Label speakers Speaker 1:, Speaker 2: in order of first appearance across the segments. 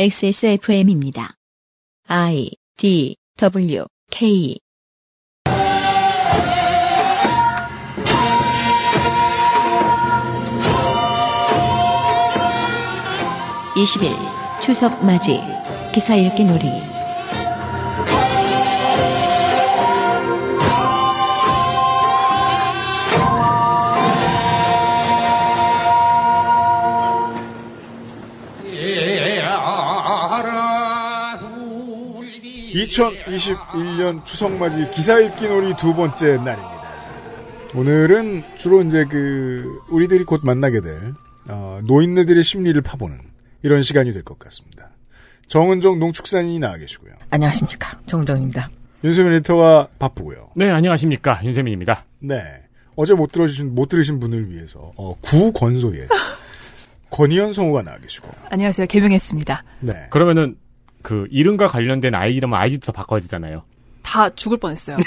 Speaker 1: XSFM입니다. I D W K (20일) 추석 맞이 기사 읽기 놀이
Speaker 2: 이
Speaker 3: 2021년 추석맞이 기사 읽기 놀이 두 번째 날입니다. 오늘은 주로 이제 그 우리들이 곧 만나게 될 어, 노인네들의 심리를 파보는 이런 시간이 될 것 같습니다. 정은정 농축산인이 나와 계시고요.
Speaker 4: 안녕하십니까 정정입니다.
Speaker 3: 윤세민 리터가 바쁘고요.
Speaker 5: 네, 안녕하십니까. 윤세민입니다.
Speaker 3: 네. 어제 못 들으신 못 들으신 분을 위해서 어, 구건소에 권희연 성우가 나와 계시고.
Speaker 6: 안녕하세요. 개명했습니다.
Speaker 3: 네.
Speaker 5: 그러면은, 그, 이름과 관련된 아이 이름 아이디도 다 바꿔야 되잖아요.
Speaker 6: 다 죽을 뻔했어요.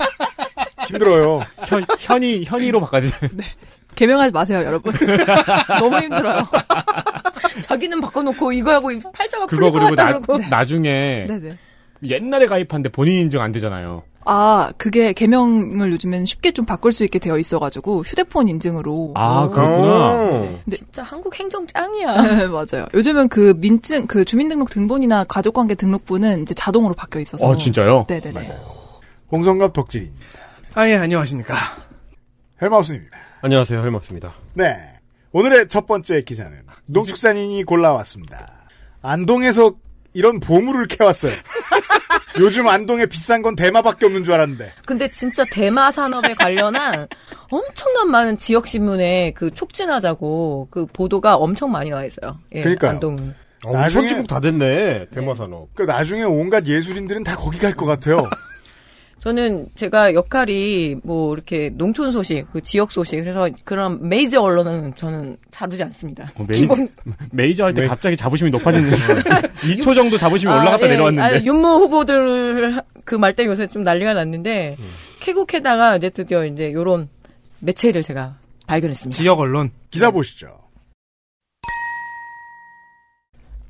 Speaker 3: 힘들어요.
Speaker 5: 현, 현이, 현이로 바꿔야 되잖아요.
Speaker 6: 개명하지 마세요, 여러분. 너무 힘들어요.
Speaker 4: 자기는 바꿔놓고 이거 하고 팔자가
Speaker 5: 그거 그리고 나,
Speaker 4: 그러고.
Speaker 5: 나중에
Speaker 6: 네. 네네.
Speaker 5: 옛날에 가입하는데 본인 인증 안 되잖아요.
Speaker 6: 아, 그게 개명을 요즘엔 쉽게 좀 바꿀 수 있게 되어 있어가지고 휴대폰 인증으로.
Speaker 5: 아, 그렇구나.
Speaker 3: 어.
Speaker 4: 진짜 한국 행정 짱이야.
Speaker 6: 네, 맞아요. 요즘은 그 민증, 그 주민등록 등본이나 가족관계 등록부는 이제 자동으로 바뀌어 있어서.
Speaker 5: 어, 진짜요?
Speaker 6: 네네네.
Speaker 3: 홍성갑 덕질인
Speaker 7: 아예 안녕하십니까.
Speaker 3: 헬마우스입니다.
Speaker 8: 안녕하세요, 헬마스입니다.
Speaker 3: 네. 오늘의 첫 번째 기사는 농축산인이 골라왔습니다. 안동에서 이런 보물을 캐왔어요. 요즘 안동에 비싼 건 대마밖에 없는 줄 알았는데.
Speaker 4: 근데 진짜 대마 산업에 관련한 엄청난 많은 지역 신문에 그 촉진하자고 그 보도가 엄청 많이 와 있어요. 예,
Speaker 3: 그러니까요.
Speaker 4: 안동.
Speaker 8: 어,
Speaker 3: 나중에-
Speaker 8: 선진국 다 됐네, 대마산업.
Speaker 3: 그 나중에 온갖 예술인들은 다 거기 갈 것 같아요.
Speaker 4: 저는 제가 역할이 뭐 이렇게 농촌 소식, 그 지역 소식 그래서 그런 메이저 언론은 저는 다루지 않습니다.
Speaker 5: 어, 메이- 메이저 할 때
Speaker 3: 메이-
Speaker 5: 갑자기 자부심이 높아지는 2초 정도 자부심이 올라갔다
Speaker 4: 아, 예.
Speaker 5: 내려왔는데.
Speaker 4: 아, 윤모 후보들 그 말 때문에 요새 좀 난리가 났는데 캐국해다가 이제 드디어 이제 요런 매체를 제가 발견했습니다.
Speaker 7: 네. 지역 언론.
Speaker 3: 기사 보시죠.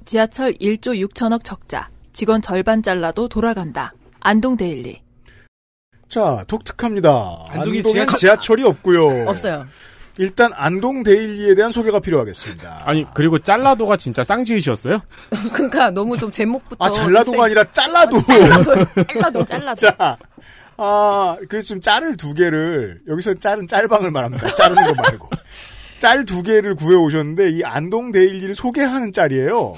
Speaker 6: 지하철 1조 6천억 적자. 직원 절반 잘라도 돌아간다. 안동데일리.
Speaker 3: 자, 독특합니다.
Speaker 7: 안동이
Speaker 3: 안동에
Speaker 7: 지하철-
Speaker 3: 지하철... 이 없고요.
Speaker 4: 없어요.
Speaker 3: 일단 안동 데일리에 대한 소개가 필요하겠습니다.
Speaker 5: 아니, 그리고 짤라도가 진짜 쌍지으셨어요?
Speaker 4: 그러니까 너무 좀 제목부터
Speaker 3: 아,
Speaker 4: 어,
Speaker 3: 잘라도가 아니라 잘라도.
Speaker 4: 잘라도 잘라도
Speaker 3: 자, 아, 그래서 지금 짤을 두 개를, 여기서 짤은 짤방을 말합니다. 자르는 거 말고. 짤 두 개를 구해오셨는데, 이 안동데일리를 소개하는 짤이에요.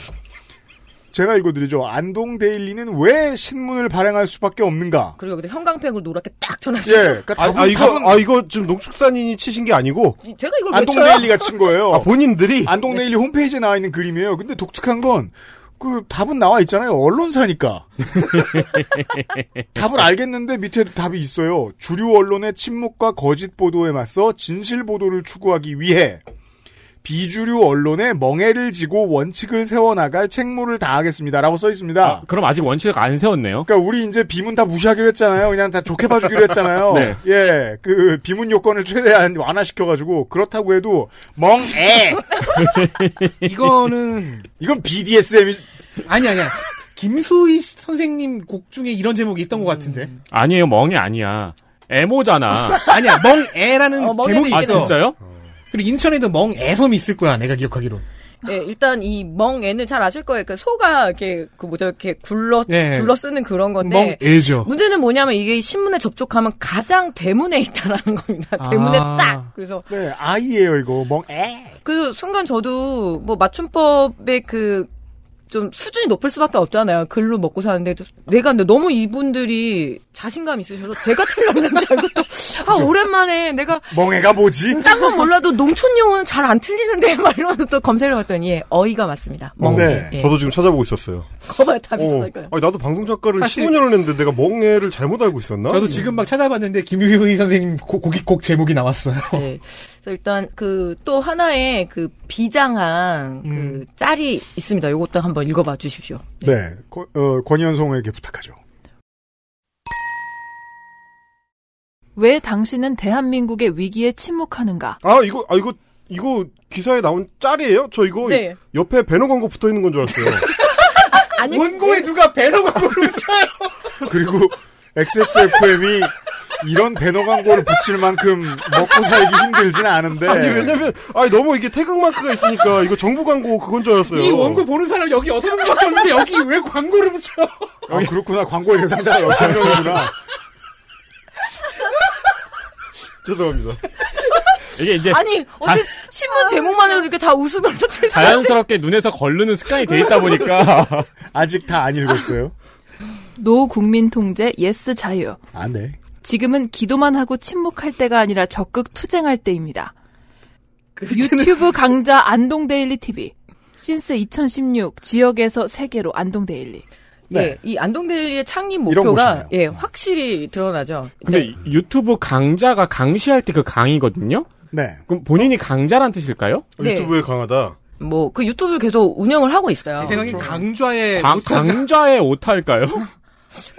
Speaker 3: 제가 읽어드리죠. 안동데일리는 왜 신문을 발행할 수밖에 없는가?
Speaker 4: 그리고 여기다 형광펜으로 노랗게 딱
Speaker 3: 예,
Speaker 4: 전화했어요.
Speaker 3: 그러니까
Speaker 8: 아,
Speaker 3: 답은,
Speaker 8: 아, 이거,
Speaker 3: 답은
Speaker 8: 아, 이거 지금 농축산인이 치신 게 아니고,
Speaker 4: 제가 이걸 왜 쳐요?
Speaker 3: 안동데일리가 친 거예요.
Speaker 8: 아, 본인들이,
Speaker 3: 안동데일리 홈페이지에 나와 있는 그림이에요. 근데 독특한 건, 그 답은 나와 있잖아요. 언론사니까. 답을 알겠는데 밑에 답이 있어요. 주류 언론의 침묵과 거짓 보도에 맞서 진실 보도를 추구하기 위해 비주류 언론의 멍해를 지고 원칙을 세워나갈 책무를 다하겠습니다라고 써 있습니다.
Speaker 5: 아, 그럼 아직 원칙 안 세웠네요.
Speaker 3: 그러니까 우리 이제 비문 다 무시하기로 했잖아요. 그냥 다 좋게 봐주기로 했잖아요.
Speaker 5: 네.
Speaker 3: 예, 그 비문 요건을 최대한 완화시켜가지고 그렇다고 해도 멍해
Speaker 7: 이거는
Speaker 3: 이건 BDSM이
Speaker 7: 아니 아니야. 김수희 선생님 곡 중에 이런 제목이 있던 것 같은데.
Speaker 5: 아니에요, 멍이 아니야. 에모잖아.
Speaker 7: 아니야. 멍애라는
Speaker 4: 어, 멍애도
Speaker 7: 제목이
Speaker 5: 아,
Speaker 7: 있어.
Speaker 5: 진짜요?
Speaker 7: 그리고 인천에도 멍애섬이 있을 거야. 내가 기억하기로.
Speaker 4: 예, 일단 이 멍에는 잘 아실 거예요. 그 소가 이렇게 그 뭐죠 이렇게 굴러
Speaker 7: 네.
Speaker 4: 둘러 쓰는 그런 건데
Speaker 7: 멍애죠.
Speaker 4: 문제는 뭐냐면 이게 신문에 접촉하면 가장 대문에 있다라는 겁니다.
Speaker 7: 아.
Speaker 4: 대문에 딱 그래서
Speaker 3: 네, 아이예요 이거 멍에.
Speaker 4: 그 순간 저도 뭐 맞춤법의 그 좀 수준이 높을 수밖에 없잖아요. 글로 먹고 사는데 좀 내가 근데 너무 이분들이 자신감 있으셔서 제가 틀렸는 줄 알고 또아 오랜만에 내가
Speaker 3: 멍해가 뭐지?
Speaker 4: 딴 건 몰라도 농촌 용어는 잘 안 틀리는데 막 이러면서 또 검색을 해봤더니 예, 어이가 맞습니다. 멍게.
Speaker 3: 네.
Speaker 4: 예.
Speaker 8: 저도 지금 찾아보고 있었어요.
Speaker 4: 거봐요 다
Speaker 8: 어,
Speaker 4: 비슷하니까요.
Speaker 8: 아니, 나도 방송 작가를
Speaker 7: 사실-
Speaker 8: 15년을 했는데 내가 멍해를 잘못 알고 있었나?
Speaker 7: 저도 지금 막 찾아봤는데 김수희 선생님 곡, 곡이 곡 제목이 나왔어요.
Speaker 4: 네. 그래서 일단 그 또 하나의 그 비장한 그 짤이 있습니다. 이것도 한번 읽어봐 주십시오.
Speaker 3: 네, 권- 어, 권현송에게 부탁하죠.
Speaker 6: 왜 당신은 대한민국의 위기에 침묵하는가?
Speaker 8: 아, 이거, 아, 이거, 이거 기사에 나온 짤이에요? 저 이거
Speaker 4: 네.
Speaker 8: 옆에 배너 광고 붙어 있는 건 줄 알았어요.
Speaker 4: 아니
Speaker 7: 원고에 누가 배너 광고를 쳐요.
Speaker 3: 그리고 XSFM이 이런 배너 광고를 붙일 만큼 먹고 살기 힘들진 않은데
Speaker 8: 아니 왜냐면 아니 너무 이게 태극 마크가 있으니까 이거 정부 광고 그건 줄 알았어요.
Speaker 7: 이 원고 보는 사람 여기 여섯 명밖에 없는데 여기 왜 광고를 붙여?
Speaker 3: 아, 그렇구나 광고의 대상자가 여섯 명이구나
Speaker 8: 죄송합니다.
Speaker 5: 이게
Speaker 2: 예.
Speaker 5: 이제
Speaker 4: 아니 어떻게 신문 제목만으로 이렇게 다 웃으면서
Speaker 5: 자연스럽게 눈에서 걸르는 습관이 돼 있다 보니까
Speaker 3: 아직 다 안 읽었어요
Speaker 6: 노 국민 통제 예스 자유.
Speaker 3: 안돼
Speaker 6: 지금은 기도만 하고 침묵할 때가 아니라 적극 투쟁할 때입니다.
Speaker 7: 그
Speaker 6: 유튜브 강자 안동데일리 TV. 신스 2016 지역에서 세계로 안동데일리.
Speaker 3: 네.
Speaker 4: 예, 이 안동대의 창립
Speaker 3: 이런
Speaker 4: 목표가
Speaker 3: 곳이네요.
Speaker 4: 예 확실히 드러나죠.
Speaker 5: 근데
Speaker 4: 네.
Speaker 5: 유튜브 강자가 강시할 때 그 강이거든요.
Speaker 3: 네
Speaker 5: 그럼 본인이 강자란 뜻일까요?
Speaker 4: 네.
Speaker 8: 아, 유튜브에 강하다.
Speaker 4: 뭐 그 유튜브를 계속 운영을 하고 있어요.
Speaker 7: 제
Speaker 8: 그렇죠.
Speaker 7: 생각엔 강좌에
Speaker 8: 네,
Speaker 5: 강, 강자의 오타일까요?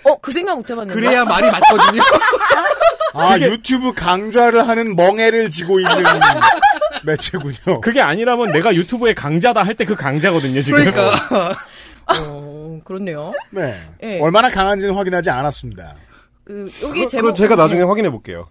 Speaker 4: 어그 생각 못 해봤는데.
Speaker 7: 그래야 말이 맞거든요.
Speaker 3: 아, 유튜브 강좌를 하는 멍해를 지고 있는 매체군요.
Speaker 5: 그게 아니라면 내가 유튜브의 강자다 할 때 그 강자거든요 지금.
Speaker 7: 그러니까
Speaker 4: 어, 그렇네요.
Speaker 3: 네.
Speaker 4: 예.
Speaker 3: 얼마나 강한지는 확인하지 않았습니다.
Speaker 4: 그 여기
Speaker 8: 그거,
Speaker 4: 제목 네.
Speaker 8: 그거 제가 나중에 확인해 볼게요.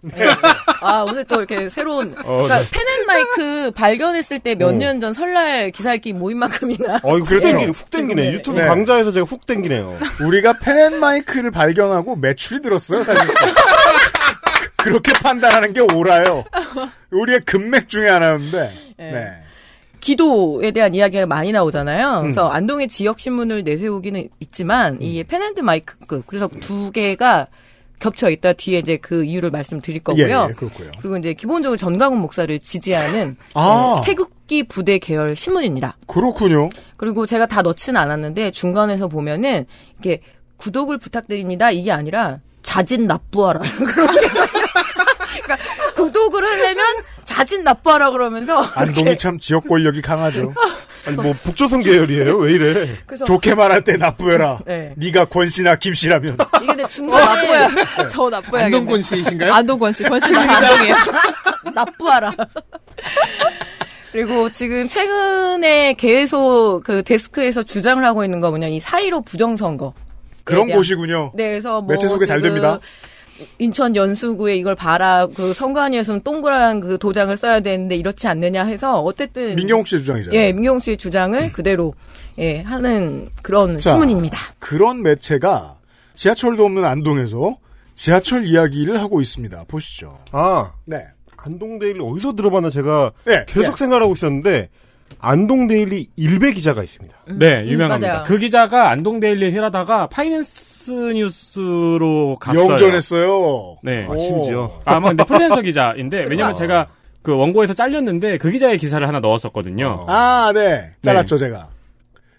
Speaker 4: 아 오늘 또 이렇게 새로운 그러니까 펜앤마이크 발견했을 때 몇 년 전 설날 기사 읽기 모임만큼이나
Speaker 8: 어, 이거 훅
Speaker 3: 그렇죠.
Speaker 8: 땡기네, 훅 땡기네.
Speaker 4: 네.
Speaker 8: 유튜브
Speaker 3: 네.
Speaker 8: 강좌에서 제가 훅 땡기네요.
Speaker 3: 우리가 펜앤마이크를 발견하고 매출이 들었어요, 사실상. 그렇게 판단하는 게 옳아요. 우리의 금맥 중에 하나였는데.
Speaker 4: 예.
Speaker 3: 네.
Speaker 4: 기도에 대한 이야기가 많이 나오잖아요.
Speaker 3: 음.
Speaker 4: 그래서 안동의 지역 신문을 내세우기는 있지만 이 펜앤마이크 그래서 두 개가 겹쳐 있다 뒤에 이제 그 이유를 말씀드릴
Speaker 3: 예,
Speaker 4: 거고요.
Speaker 3: 예, 그렇고요.
Speaker 4: 그리고 이제 기본적으로 전광훈 목사를 지지하는
Speaker 3: 아.
Speaker 4: 어, 태극기 부대 계열 신문입니다.
Speaker 3: 그렇군요.
Speaker 4: 그리고 제가 다 넣지는 않았는데 중간에서 보면은 이렇게 구독을 부탁드립니다 이게 아니라 자진 납부하라 그렇게 그러니까 구독을 하려면 자진 납부하라 그러면서
Speaker 3: 안동이 참 지역 권력이 강하죠.
Speaker 8: 아니, 뭐, 북조선 계열이에요? 왜 이래?
Speaker 4: 그래서
Speaker 3: 좋게 말할 때 나쁘해라.
Speaker 4: 네.
Speaker 3: 네가 권씨나 김씨라면.
Speaker 4: 이게 근데 중간에
Speaker 6: 저 나쁘야.
Speaker 7: 어, 네. 안동권 씨이신가요?
Speaker 6: 안동권 씨. 권씨 나 안동이에요.
Speaker 4: 납부하라. 그리고 지금 최근에 계속 그 데스크에서 주장을 하고 있는 거 뭐냐 이 사이로 부정선거.
Speaker 3: 그런
Speaker 4: 네,
Speaker 3: 곳이군요.
Speaker 4: 네, 그래서 뭐
Speaker 3: 매체 소개 잘
Speaker 4: 지금
Speaker 3: 됩니다.
Speaker 4: 인천 연수구에 이걸 봐라. 그 선관위에서는 동그란 그 도장을 써야 되는데 이렇지 않느냐 해서 어쨌든
Speaker 3: 민경욱 씨의 주장이잖아요.
Speaker 4: 네. 예, 민경 씨의 주장을 그대로 예, 하는 그런
Speaker 3: 자.
Speaker 4: 신문입니다.
Speaker 3: 그런 매체가 지하철도 없는 안동에서 지하철 이야기를 하고 있습니다. 보시죠.
Speaker 8: 아,
Speaker 3: 네.
Speaker 8: 안동데일리 어디서 들어봤나 제가
Speaker 3: 네.
Speaker 8: 계속 생각하고 있었는데, 안동데일리 일베 기자가 있습니다.
Speaker 5: 네,
Speaker 4: 음,
Speaker 5: 유명합니다.
Speaker 4: 맞아요.
Speaker 5: 그 기자가 안동데일리에 일하다가 파이낸스 뉴스로 갔어요.
Speaker 3: 영전했어요.
Speaker 5: 네.
Speaker 8: 아, 심지어.
Speaker 5: 아, 아마 근데 프리랜서 기자인데 왜냐면
Speaker 4: 아.
Speaker 5: 제가 그 원고에서 잘렸는데 그 기자의 기사를 하나 넣었었거든요.
Speaker 3: 아, 네. 잘랐죠, 제가.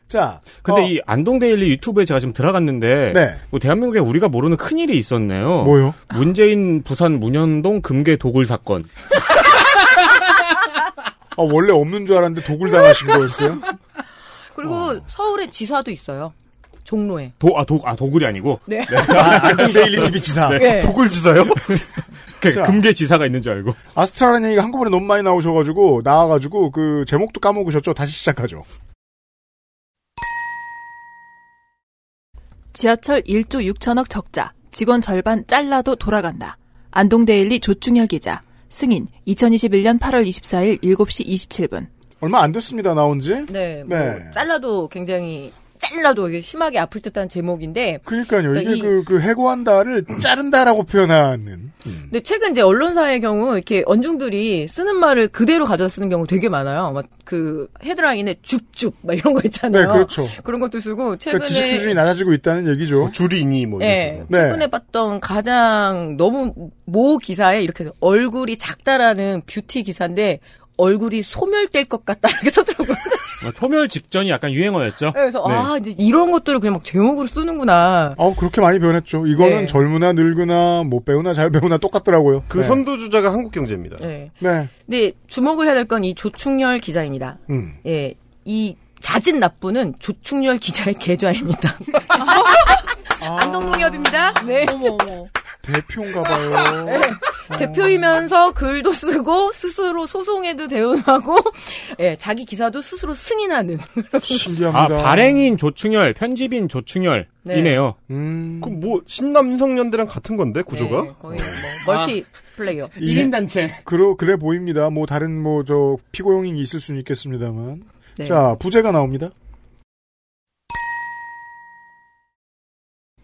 Speaker 3: 자.
Speaker 5: 근데
Speaker 3: 어,
Speaker 5: 이 안동데일리 유튜브에 제가 지금 들어갔는데
Speaker 3: 네.
Speaker 5: 뭐 대한민국에 우리가 모르는 큰 일이 있었네요.
Speaker 3: 뭐요?
Speaker 5: 문재인 부산 문현동 금괴 도굴 사건.
Speaker 3: 아, 원래 없는 줄 알았는데 독을 당하신 거였어요?
Speaker 4: 그리고
Speaker 3: 어.
Speaker 4: 서울의 지사도 있어요. 종로에.
Speaker 5: 도 아 도 아 도굴이 아니고
Speaker 4: 네.
Speaker 3: 아, 안동데일리 TV 지사.
Speaker 4: 예.
Speaker 8: 도굴지사요?
Speaker 5: 그
Speaker 3: 자.
Speaker 5: 금괴 지사가 있는 줄 알고.
Speaker 3: 아스트라라는 얘기가 한꺼번에 너무 많이 나오셔가지고, 나와가지고, 그, 제목도 까먹으셨죠? 다시 시작하죠.
Speaker 6: 지하철 1조 6천억 적자. 직원 절반 잘라도 돌아간다. 안동데일리 조충혁 기자. 승인. 2021년 8월 24일 7시 27분.
Speaker 3: 얼마 안 됐습니다, 나온 지.
Speaker 4: 네. 뭐
Speaker 3: 네.
Speaker 4: 잘라도 굉장히 잘라도 이게 심하게 아플 듯한 제목인데
Speaker 3: 그니까요. 이게
Speaker 4: 네, 이-
Speaker 3: 그, 그, 해고한다를 자른다라고 표현하는. 음.
Speaker 4: 근데 최근 이제 언론사의 경우 이렇게 언중들이 쓰는 말을 그대로 가져다 쓰는 경우 되게 많아요. 막 그 헤드라인에 줍줍 막 이런 거
Speaker 3: 네,
Speaker 4: 있잖아요.
Speaker 3: 그렇죠.
Speaker 4: 런 것도 쓰고
Speaker 3: 그러니까
Speaker 4: 최근에
Speaker 3: 지식 수준이 낮아지고 있다는 얘기죠.
Speaker 8: 줄이니, 뭐. 이런
Speaker 4: 예,
Speaker 8: 식으로.
Speaker 3: 네.
Speaker 4: 최근에 봤던 가장 너무 모 기사에 이렇게 해서 얼굴이 작다라는 뷰티 기사인데 얼굴이 소멸될 것 같다 이렇게 썼더라고요.
Speaker 5: 아, 초멸 직전이 약간 유행어였죠.
Speaker 4: 그래서
Speaker 5: 네.
Speaker 4: 아 이제 이런 것들을 그냥 막 제목으로 쓰는구나.
Speaker 3: 아우, 그렇게 많이 변했죠. 이거는
Speaker 4: 네.
Speaker 3: 젊으나 늙으나, 못 배우나 잘 배우나 똑같더라고요.
Speaker 8: 그
Speaker 3: 네.
Speaker 8: 선두주자가 한국경제입니다.
Speaker 4: 예.
Speaker 3: 네.
Speaker 4: 근데 주목을 해야 될 건 이 조충렬 기자입니다.
Speaker 3: 음.
Speaker 4: 예, 이 자진 납부는 조충렬 기자의 계좌입니다. 아. 안동농협입니다. 네.
Speaker 6: 어머 어머.
Speaker 3: 대표인가 봐요.
Speaker 4: 대표이면서 글도 쓰고 스스로 소송에도 대응하고 예, 자기 기사도 스스로 승인하는 네,
Speaker 5: 아,
Speaker 3: 신기합니다.
Speaker 5: 발행인 조충열, 편집인 조충열이네요.
Speaker 3: 음.
Speaker 8: 그럼 뭐 신남성년대랑 같은 건데 구조가?
Speaker 4: 네, 거의 뭐 멀티
Speaker 6: 아.
Speaker 4: 플레이어.
Speaker 3: 이-
Speaker 8: 네.
Speaker 7: 1인 단체.
Speaker 3: 그러 그래 보입니다. 뭐 다른 뭐 저 피고용인이 있을 수는 있겠습니다만.
Speaker 4: 네.
Speaker 3: 자 부재가 나옵니다.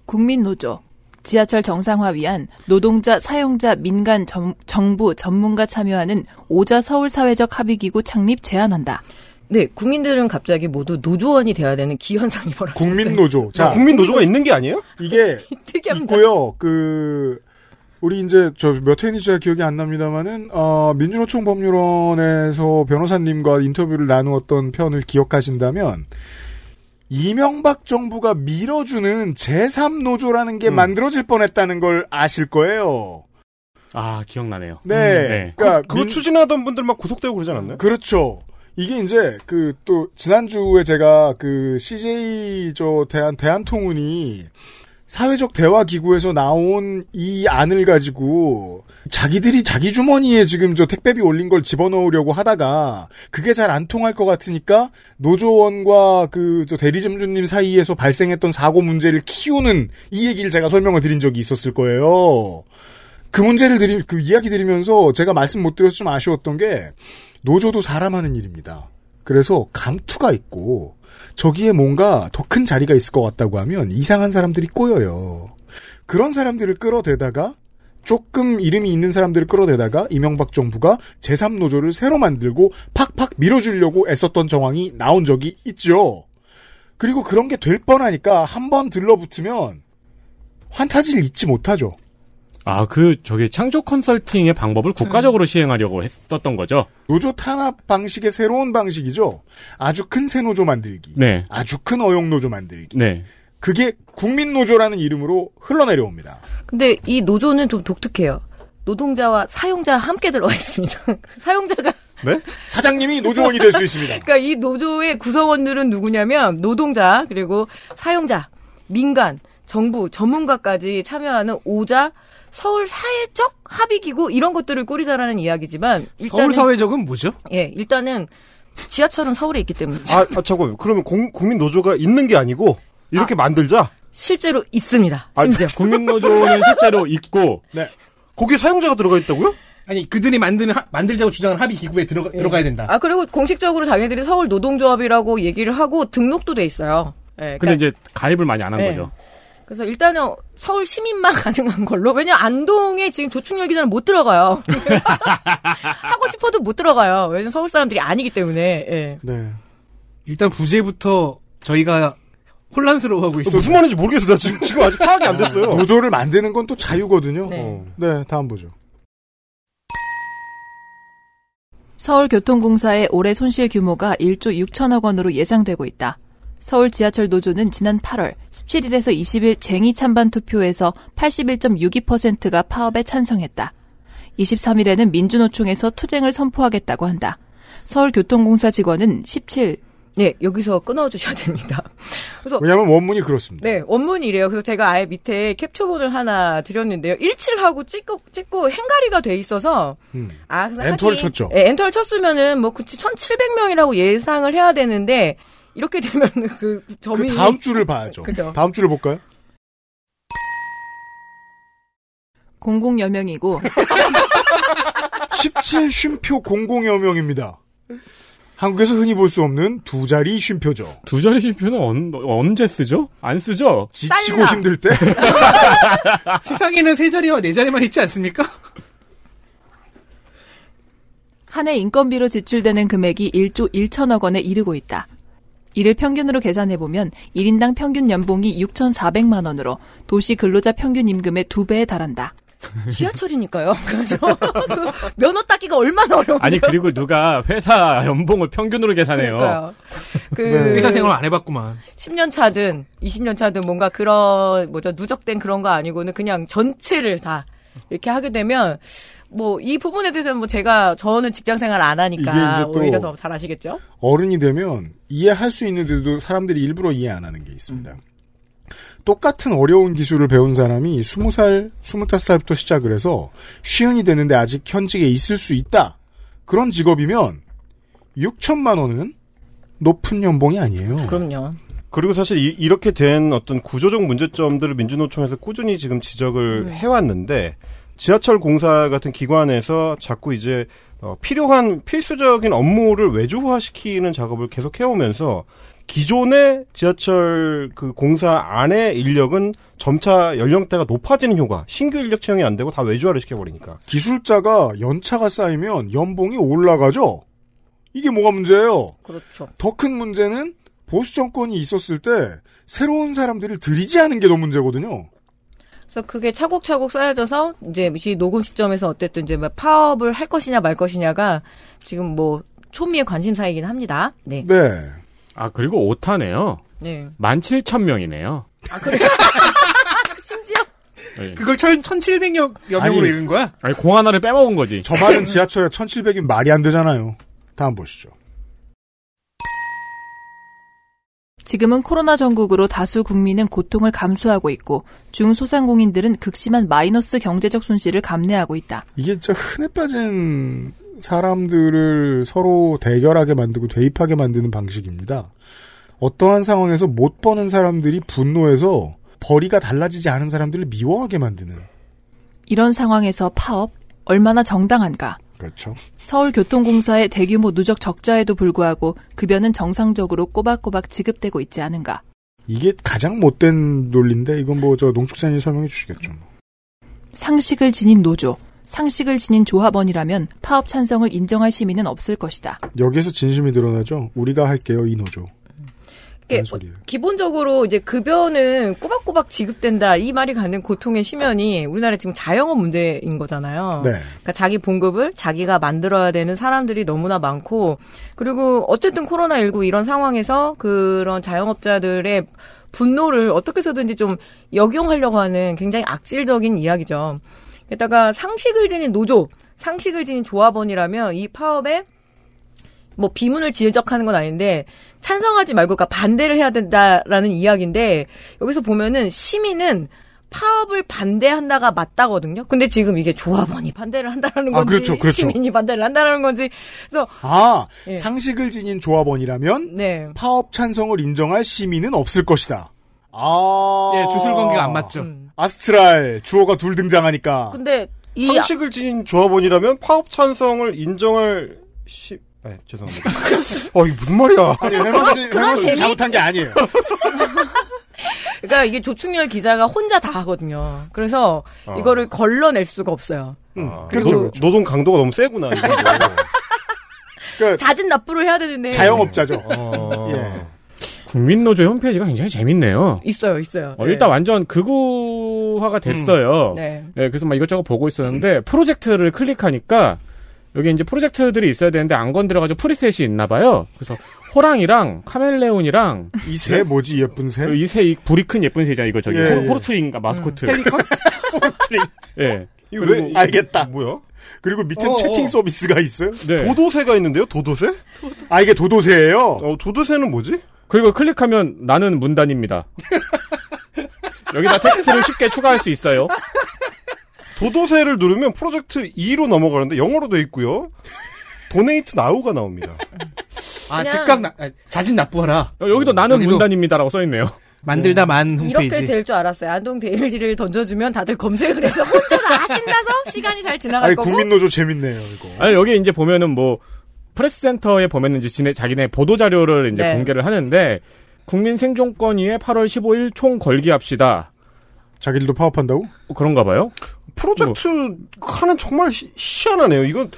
Speaker 6: 국민노조. 지하철 정상화 위한 노동자, 사용자, 민간, 정, 정부, 전문가 참여하는 오자 서울사회적 합의기구 창립 제안한다.
Speaker 4: 네, 국민들은 갑자기 모두 노조원이 돼야 되는 기현상이 벌어졌어요.
Speaker 3: 국민 노조. 자
Speaker 8: 국민 노조가 있는 게 아니에요?
Speaker 3: 이게
Speaker 4: 특이합니다.
Speaker 3: 있고요. 그 우리 이제 저 몇 회인지 제가 기억이 안 납니다만은 어, 민주노총 법률원에서 변호사님과 인터뷰를 나누었던 편을 기억하신다면 이명박 정부가 밀어주는 제3노조라는 게
Speaker 5: 음.
Speaker 3: 만들어질 뻔했다는 걸 아실 거예요.
Speaker 5: 아, 기억나네요.
Speaker 3: 네.
Speaker 2: 음,
Speaker 5: 네.
Speaker 3: 그러니까
Speaker 8: 그거 추진하던 분들 막 구속되고 그러지 않았나요?
Speaker 3: 그렇죠. 이게 이제 그 또 지난주에 제가 그 CJ 저 대한 대한통운이 사회적 대화 기구에서 나온 이 안을 가지고 자기들이 자기 주머니에 지금 저 택배비 올린 걸 집어넣으려고 하다가 그게 잘 안 통할 것 같으니까 노조원과 그 저 대리점주님 사이에서 발생했던 사고 문제를 키우는 이 얘기를 제가 설명을 드린 적이 있었을 거예요. 그 문제를 드리 그 이야기 드리면서 제가 말씀 못 드려서 좀 아쉬웠던 게 노조도 사람 하는 일입니다. 그래서 감투가 있고 저기에 뭔가 더 큰 자리가 있을 것 같다고 하면 이상한 사람들이 꼬여요. 그런 사람들을 끌어대다가 조금 이름이 있는 사람들을 끌어대다가 이명박 정부가 제3노조를 새로 만들고 팍팍 밀어주려고 애썼던 정황이 나온 적이 있죠. 그리고 그런 게 될 뻔하니까 한번 들러붙으면 환타지를 잊지 못하죠.
Speaker 5: 아, 그 저기 창조 컨설팅의 방법을 국가적으로 시행하려고 했었던 거죠.
Speaker 3: 노조 탄압 방식의 새로운 방식이죠. 아주 큰 새 노조 만들기.
Speaker 5: 네.
Speaker 3: 아주 큰 어용 노조 만들기.
Speaker 5: 네.
Speaker 3: 그게 국민 노조라는 이름으로 흘러내려옵니다.
Speaker 4: 근데 이 노조는 좀 독특해요. 노동자와 사용자 함께 들어와 있습니다. 사용자가
Speaker 3: 네? 사장님이 노조원이 될 수 있습니다.
Speaker 4: 그러니까 이 노조의 구성원들은 누구냐면 노동자 그리고 사용자, 민간, 정부, 전문가까지 참여하는 오자 서울 사회적 합의 기구 이런 것들을 꾸리자라는 이야기지만 일단은
Speaker 7: 서울사회적은 뭐죠?
Speaker 4: 예, 일단은 지하철은 서울에 있기 때문에
Speaker 8: 아, 아 잠깐만. 그러면 공, 국민 노조가 있는 게 아니고 이렇게 만들자.
Speaker 4: 실제로 있습니다.
Speaker 8: 아,
Speaker 4: 심지어
Speaker 5: 국민노조는 실제로 있고
Speaker 4: 네.
Speaker 8: 거기에 사용자가 들어가 있다고요?
Speaker 7: 아니 그들이 만드는 하- 만들자고 주장한 합의 기구에 들어가, 들어가야 된다.
Speaker 4: 아 그리고 공식적으로 자기들이 서울 노동조합이라고 얘기를 하고 등록도 돼 있어요.
Speaker 5: 근데
Speaker 4: 예, 그러니까
Speaker 5: 이제 가입을 많이 안 한
Speaker 4: 네.
Speaker 5: 거죠.
Speaker 4: 그래서 일단은 서울 시민만 가능한 걸로. 왜냐 면 안동에 지금 조충열 기자는 못 들어가요. 하고 싶어도 못 들어가요. 왜냐면 서울 사람들이 아니기 때문에. 예.
Speaker 3: 네.
Speaker 8: 어,
Speaker 7: 일단 부제부터 저희가 혼란스러워하고 있습니다.
Speaker 8: 무슨 말인지 모르겠어. 나 지금, 지금 아직 파악이 안 됐어요.
Speaker 3: 노조를 만드는 건 또 자유거든요.
Speaker 4: 네.
Speaker 3: 어. 네, 다음 보죠.
Speaker 6: 서울교통공사의 올해 손실 규모가 1조 6천억 원으로 예상되고 있다. 서울 지하철 노조는 지난 8월 17일에서 20일 쟁의 찬반 투표에서 81.62%가 파업에 찬성했다. 23일에는 민주노총에서 투쟁을 선포하겠다고 한다. 서울교통공사 직원은 17,
Speaker 4: 예, 여기서 끊어주셔야 됩니다. 그래서
Speaker 3: 왜냐하면 원문이 그렇습니다.
Speaker 4: 네, 원문이 이래요. 그래서 제가 아예 밑에 캡처본을 하나 드렸는데요. 일칠하고 찍고, 찍고 행가리가 돼 있어서.
Speaker 3: 음.
Speaker 4: 아, 그래서
Speaker 3: 엔터를
Speaker 4: 하긴-
Speaker 3: 쳤죠.
Speaker 4: 예, 엔터를 쳤으면은 뭐, 그치, 1700명이라고 예상을 해야 되는데, 이렇게 되면 그
Speaker 3: 그
Speaker 4: 점이.
Speaker 3: 다음 주를 봐야죠.
Speaker 4: 그죠.
Speaker 3: 다음 주를 볼까요?
Speaker 6: 공공여명이고
Speaker 3: 17 쉼표 공공여명입니다. 한국에서 흔히 볼 수 없는 두 자리 쉼표죠.
Speaker 5: 두 자리 실표는 언, 언제 쓰죠? 안 쓰죠?
Speaker 3: 지치고
Speaker 4: 딸라.
Speaker 3: 힘들 때
Speaker 7: 세상에는 세 자리와 네 자리만 있지 않습니까?
Speaker 6: 한 해 인건비로 지출되는 금액이 1조 1천억 원에 이르고 있다. 이를 평균으로 계산해보면 1인당 평균 연봉이 6,400만 원으로 도시 근로자 평균 임금의 2배에 달한다.
Speaker 4: 지하철이니까요. 그래서 그 면허 따기가 얼마나 어려운데요.
Speaker 5: 아니 그리고 누가 회사 연봉을 평균으로 계산해요.
Speaker 3: 어.
Speaker 4: 그러니까요. 그
Speaker 3: 네.
Speaker 8: 네.
Speaker 7: 회사 생활 안 해봤구만.
Speaker 4: 10년 차든 20년 차든 뭔가 그런 뭐죠 누적된 그런 거 아니고는 그냥 전체를 다 이렇게 하게 되면 뭐 이 부분에 대해서는 뭐 제가 저는 직장 생활 안
Speaker 3: 이게
Speaker 4: 하니까
Speaker 3: 이제 또-
Speaker 4: 오히려 더 잘 아시겠죠? 음.
Speaker 3: 어른이 되면 이해할 수 있는데도 사람들이 일부러 이해 안 하는 게 있습니다. 똑같은 어려운 기술을 배운 사람이 20살, 25살부터 시작을 해서 쉬운이 되는데 아직 현직에 있을 수 있다. 그런 직업이면 6천만 원은 높은 연봉이 아니에요.
Speaker 4: 그럼요.
Speaker 8: 그리고 사실 이, 렇게된 어떤 구조적 문제점들을 민주노총에서 꾸준히 지금 지적을
Speaker 4: 음.
Speaker 8: 해왔는데 지하철 공사 같은 기관에서 자꾸 이제 어, 필요한 필수적인 업무를 외주화시키는 작업을 계속 해오면서 기존의 지하철 그 공사 안의 인력은 점차 연령대가 높아지는 효과, 신규 인력 채용이 안 되고 다 외주화를 시켜버리니까.
Speaker 3: 기술자가 연차가 쌓이면 연봉이 올라가죠? 이게 뭐가 문제예요?
Speaker 4: 그렇죠.
Speaker 3: 더 큰 문제는 보수 정권이 있었을 때 새로운 사람들을 들이지 않은 게 더 문제거든요.
Speaker 4: 그래서 그게 차곡차곡 쌓여져서 이제 이 녹음 시점에서 어쨌든 이제 뭐 파업을 할 것이냐 말 것이냐가 지금 뭐 초미의 관심사이긴 합니다. 네.
Speaker 3: 네.
Speaker 2: 아, 그리고 오타네요
Speaker 4: 네.
Speaker 2: 17,000명이네요.
Speaker 4: 아, 심지어
Speaker 7: 그걸 천, 1700여 명으로
Speaker 3: 아니.
Speaker 7: 읽은 거야?
Speaker 2: 네. 아니, 공 하나를 빼먹은 거지.
Speaker 3: 저 많은 지하철에 1700이 말이 안 되잖아요. 다음 보시죠.
Speaker 6: 지금은 코로나 전국으로 다수 국민은 고통을 감수하고 있고 중소상공인들은 극심한 마이너스 경제적 손실을 감내하고 있다.
Speaker 3: 이게 진짜 흔해 빠진 사람들을 서로 대결하게 만들고 대입하게 만드는 방식입니다. 어떠한 상황에서 못 버는 사람들이 분노해서 벌이가 달라지지 않은 사람들을 미워하게 만드는.
Speaker 6: 이런 상황에서 파업 얼마나 정당한가?
Speaker 3: 그렇죠.
Speaker 6: 서울교통공사의 대규모 누적 적자에도 불구하고 급여는 정상적으로 꼬박꼬박 지급되고 있지 않은가?
Speaker 3: 이게 가장 못된 논리인데 이건 뭐 저 농축산이 설명해 주시겠죠. 뭐.
Speaker 6: 상식을 지닌 노조, 상식을 지닌 조합원이라면 파업 찬성을 인정할 시민은 없을 것이다.
Speaker 3: 여기에서 진심이 드러나죠. 우리가 할게요 이 노조.
Speaker 4: 이게
Speaker 3: 그런 소리예요.
Speaker 4: 기본적으로 이제 급여는 꼬박꼬박 지급된다 이 말이 갖는 고통의 심연이 우리나라 지금 자영업 문제인 거잖아요.
Speaker 3: 네.
Speaker 4: 그러니까 자기 봉급을 자기가 만들어야 되는 사람들이 너무나 많고 그리고 어쨌든 코로나 19 이런 상황에서 그런 자영업자들의 분노를 어떻게 해서든지 좀 역용하려고 하는 굉장히 악질적인 이야기죠. 게다가 상식을 지닌 노조, 상식을 지닌 조합원이라면 이 파업에 뭐 비문을 지적하는 건 아닌데 찬성하지 말고 그러니까 반대를 해야 된다라는 이야기인데 여기서 보면은 시민은 파업을 반대한다가 맞다거든요. 근데 지금 이게 조합원이 반대를 한다라는
Speaker 3: 아,
Speaker 4: 건지
Speaker 3: 그렇죠, 그렇죠.
Speaker 4: 시민이 반대를 한다라는 건지 그래서
Speaker 3: 아
Speaker 4: 예.
Speaker 3: 상식을 지닌 조합원이라면
Speaker 4: 네.
Speaker 3: 파업 찬성을 인정할 시민은 없을 것이다. 아.
Speaker 7: 예, 주술 관계가 안 맞죠.
Speaker 8: 어.
Speaker 4: 음.
Speaker 3: 아스트랄 주어가 둘 등장하니까
Speaker 4: 근데 이 아,
Speaker 8: 상식을 지닌 조합원이라면 파업 찬성을 인정할 시... 네, 죄송합니다. 어, 이게 무슨 말이야.
Speaker 3: 아니, 해머스님,
Speaker 4: 그건
Speaker 3: 해머스님
Speaker 4: 재미-
Speaker 3: 잘못한 게 아니에요.
Speaker 4: 그러니까 이게 조충렬 기자가 혼자 다 하거든요. 그래서
Speaker 8: 어.
Speaker 4: 이거를 걸러낼 수가 없어요.
Speaker 8: 아,
Speaker 4: 음, 그렇죠,
Speaker 8: 노-
Speaker 4: 그리고-
Speaker 8: 노동 강도가 너무 세구나. 이거.
Speaker 3: 그러니까
Speaker 4: 잦은 납부를 해야 되는데
Speaker 3: 자영업자죠.
Speaker 8: 어.
Speaker 3: 예.
Speaker 2: 국민노조 홈페이지가 굉장히 재밌네요.
Speaker 4: 있어요, 있어요.
Speaker 2: 어,
Speaker 4: 네.
Speaker 2: 일단 완전 극우화가 됐어요.
Speaker 4: 네.
Speaker 2: 네, 그래서 막 이것저것 보고 있었는데 프로젝트를 클릭하니까 여기 이제 프로젝트들이 있어야 되는데 안 건드려가지고 프리셋이 있나 봐요. 그래서 호랑이랑 카멜레온이랑
Speaker 3: 이
Speaker 7: 네?
Speaker 3: 새 뭐지 예쁜 새?
Speaker 2: 이새 이 불이 큰 예쁜 새잖아 이거 저기
Speaker 3: 네? 예,
Speaker 2: 호로-
Speaker 3: 예.
Speaker 2: 호로트링인가 마스코트. 호로트링. 예.
Speaker 8: 이거
Speaker 3: 그리고-
Speaker 8: 왜-
Speaker 3: 알겠다.
Speaker 8: 뭐야?
Speaker 3: 그리고 밑에
Speaker 7: 어,
Speaker 3: 채팅
Speaker 7: 어.
Speaker 3: 서비스가 있어요?
Speaker 2: 네.
Speaker 8: 도도새가 있는데요? 도도새?
Speaker 3: 아 이게 도도새예요.
Speaker 8: 어, 도도새는 뭐지?
Speaker 2: 그리고 클릭하면 나는 문단입니다. 여기다 텍스트를 쉽게 추가할 수 있어요.
Speaker 8: 도도새를 누르면 프로젝트 2로 넘어가는데 영어로 돼 있고요. 도네이트 나우가 나옵니다.
Speaker 7: 아,
Speaker 4: 그냥-
Speaker 7: 즉각 나, 아, 자진 납부하라.
Speaker 2: 어, 여기도 나는
Speaker 7: 여기도
Speaker 2: 문단입니다라고 써있네요.
Speaker 7: 만들다 만
Speaker 4: 이렇게
Speaker 7: 홈페이지.
Speaker 4: 될 줄 알았어요. 안동 데일리를 던져주면 다들 검색을 해서 혼자 다 하신다서 시간이 잘 지나갈
Speaker 3: 아니
Speaker 4: 거고.
Speaker 3: 국민노조 재밌네요 이거.
Speaker 2: 아니 여기 이제 보면은 뭐 프레스센터에 보면은 이제 지네, 자기네 보도 자료를 이제
Speaker 4: 네.
Speaker 2: 공개를 하는데 국민 생존권위에 8월 15일 총 걸기합시다.
Speaker 3: 자기들도 파업한다고?
Speaker 2: 어, 그런가 봐요.
Speaker 8: 프로젝트
Speaker 4: 뭐.
Speaker 8: 하는 정말 시- 희한하네요. 이건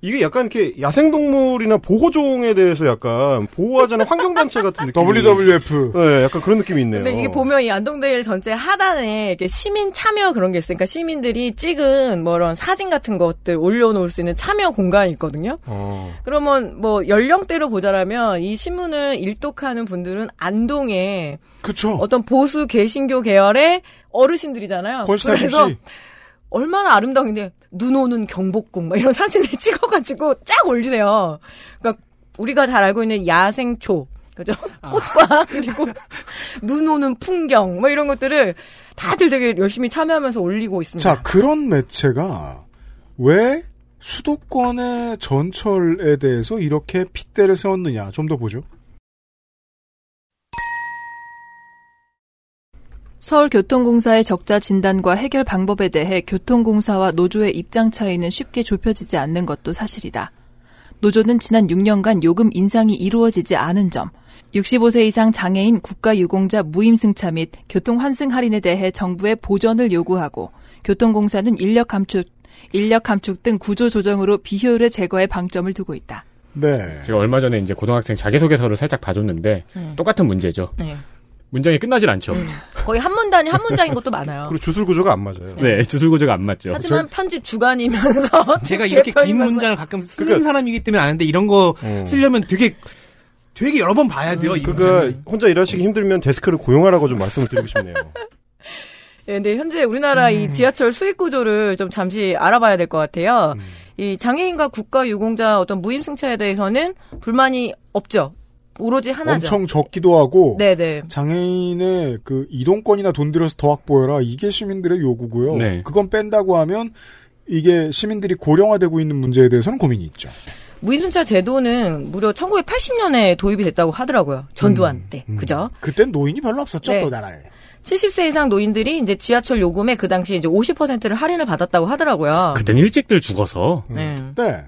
Speaker 8: 이게 약간 이렇게 야생동물이나 보호종에 대해서 약간 보호하자는 환경단체 같은 느낌.
Speaker 3: WWF.
Speaker 4: 어,
Speaker 8: 네, 약간 그런 느낌이 있네요.
Speaker 4: 근데 이게 보면 이 안동데일 전체 하단에 이렇게 시민 참여 그런 게 있으니까 시민들이 찍은 뭐 이런 사진 같은 것들 올려놓을 수 있는 참여 공간이 있거든요.
Speaker 8: 어.
Speaker 4: 그러면 뭐 연령대로 보자라면 이 신문을 일독하는 분들은 안동에
Speaker 3: 그쵸.
Speaker 4: 어떤 보수 개신교 계열의 어르신들이잖아요.
Speaker 3: 권신아
Speaker 4: 그래서
Speaker 3: 김씨.
Speaker 4: 얼마나 아름다운데 눈 오는 경복궁 막 이런 사진을 찍어가지고 쫙 올리네요.
Speaker 7: 아.
Speaker 4: 그러니까 우리가 잘 알고 있는 야생초. 그죠? 꽃과 그리고 눈 오는 풍경 뭐 이런 것들을 다들 되게 열심히 참여하면서 올리고 있습니다.
Speaker 3: 자, 그런 매체가 왜 수도권의 전철에 대해서 이렇게 핏대를 세웠느냐 좀 더 보죠.
Speaker 6: 서울교통공사의 적자 진단과 해결 방법에 대해 교통공사와 노조의 입장 차이는 쉽게 좁혀지지 않는 것도 사실이다. 노조는 지난 6년간 요금 인상이 이루어지지 않은 점, 65세 이상 장애인 국가유공자 무임승차 및 교통환승 할인에 대해 정부의 보전을 요구하고, 교통공사는 인력 감축, 인력 감축 등 구조 조정으로 비효율의 제거에 방점을 두고 있다.
Speaker 3: 네.
Speaker 2: 제가 얼마 전에 이제 고등학생 자기소개서를 살짝 봐줬는데 똑같은 문제죠.
Speaker 4: 네.
Speaker 2: 문장이 끝나질 않죠.
Speaker 4: 거의 한 문단이 한 문장인 것도 많아요.
Speaker 8: 그리고 주술 구조가 안 맞아요.
Speaker 2: 네, 주술구조가 안 맞죠.
Speaker 4: 하지만 편집 주간이면서
Speaker 7: 제가 이렇게 긴
Speaker 4: 대표이면서
Speaker 7: 문장을 가끔 쓰는 사람이기 때문에 아는데 이런 거
Speaker 3: 어.
Speaker 7: 쓰려면 되게 되게 여러 번 봐야 돼요. 이 문장은.
Speaker 8: 그러니까 혼자 일하시기 힘들면 데스크를 고용하라고 좀 말씀을 드리고 싶네요.
Speaker 4: 예, 근데 현재 우리나라
Speaker 3: 음.
Speaker 4: 이 지하철 수익 구조를 좀 잠시 알아봐야 될 것 같아요.
Speaker 3: 음.
Speaker 4: 이 장애인과 국가 유공자 어떤 무임승차에 대해서는 불만이 없죠. 오로지 하나죠.
Speaker 3: 엄청 적기도 하고
Speaker 4: 네네.
Speaker 3: 장애인의 그 이동권이나 돈 들여서 더 확보해라 이게 시민들의 요구고요.
Speaker 2: 네.
Speaker 3: 그건 뺀다고 하면 이게 시민들이 고령화되고 있는 문제에 대해서는 고민이 있죠.
Speaker 4: 무임승차 제도는 무려 1980년에 도입이 됐다고 하더라고요. 전두환 때.
Speaker 3: 음.
Speaker 4: 그죠?
Speaker 3: 그땐 노인이 별로 없었죠
Speaker 4: 네.
Speaker 3: 또 나라에.
Speaker 4: 70세 이상 노인들이 이제 지하철 요금에 그 당시 이제 50%를 할인을 받았다고 하더라고요.
Speaker 2: 그땐 일찍들 죽어서
Speaker 4: 네.
Speaker 3: 네.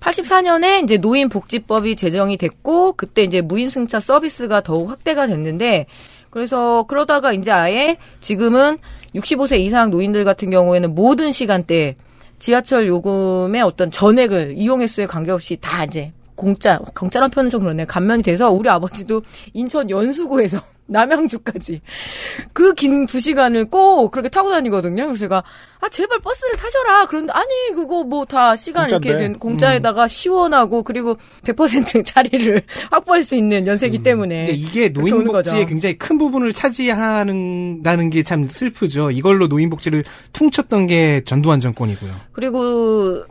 Speaker 4: 84년에 이제 노인복지법이 제정이 됐고 그때 이제 무임승차 서비스가 더욱 확대가 됐는데 그래서 그러다가 이제 아예 지금은 65세 이상 노인들 같은 경우에는 모든 시간대에 지하철 요금의 어떤 전액을 이용 횟수에 관계없이 다 이제 공짜 공짜란 표현은 좀 그러네요. 감면이 돼서 우리 아버지도 인천 연수구에서 남양주까지 그 긴 두 시간을 꼭 그렇게 타고 다니거든요. 그래서 제가 아 제발 버스를 타셔라. 그런데 아니 그거 뭐 다 시간 이렇게
Speaker 3: 공짜인데.
Speaker 4: 된 공짜에다가 시원하고 그리고 100% 자리를 확보할 수 있는 연세기 때문에
Speaker 7: 근데 이게
Speaker 4: 그렇게 오는
Speaker 7: 노인복지의
Speaker 4: 거죠.
Speaker 7: 굉장히 큰 부분을 차지하는다는 게 참 슬프죠. 이걸로 노인복지를 퉁쳤던 게 전두환 정권이고요.
Speaker 4: 그리고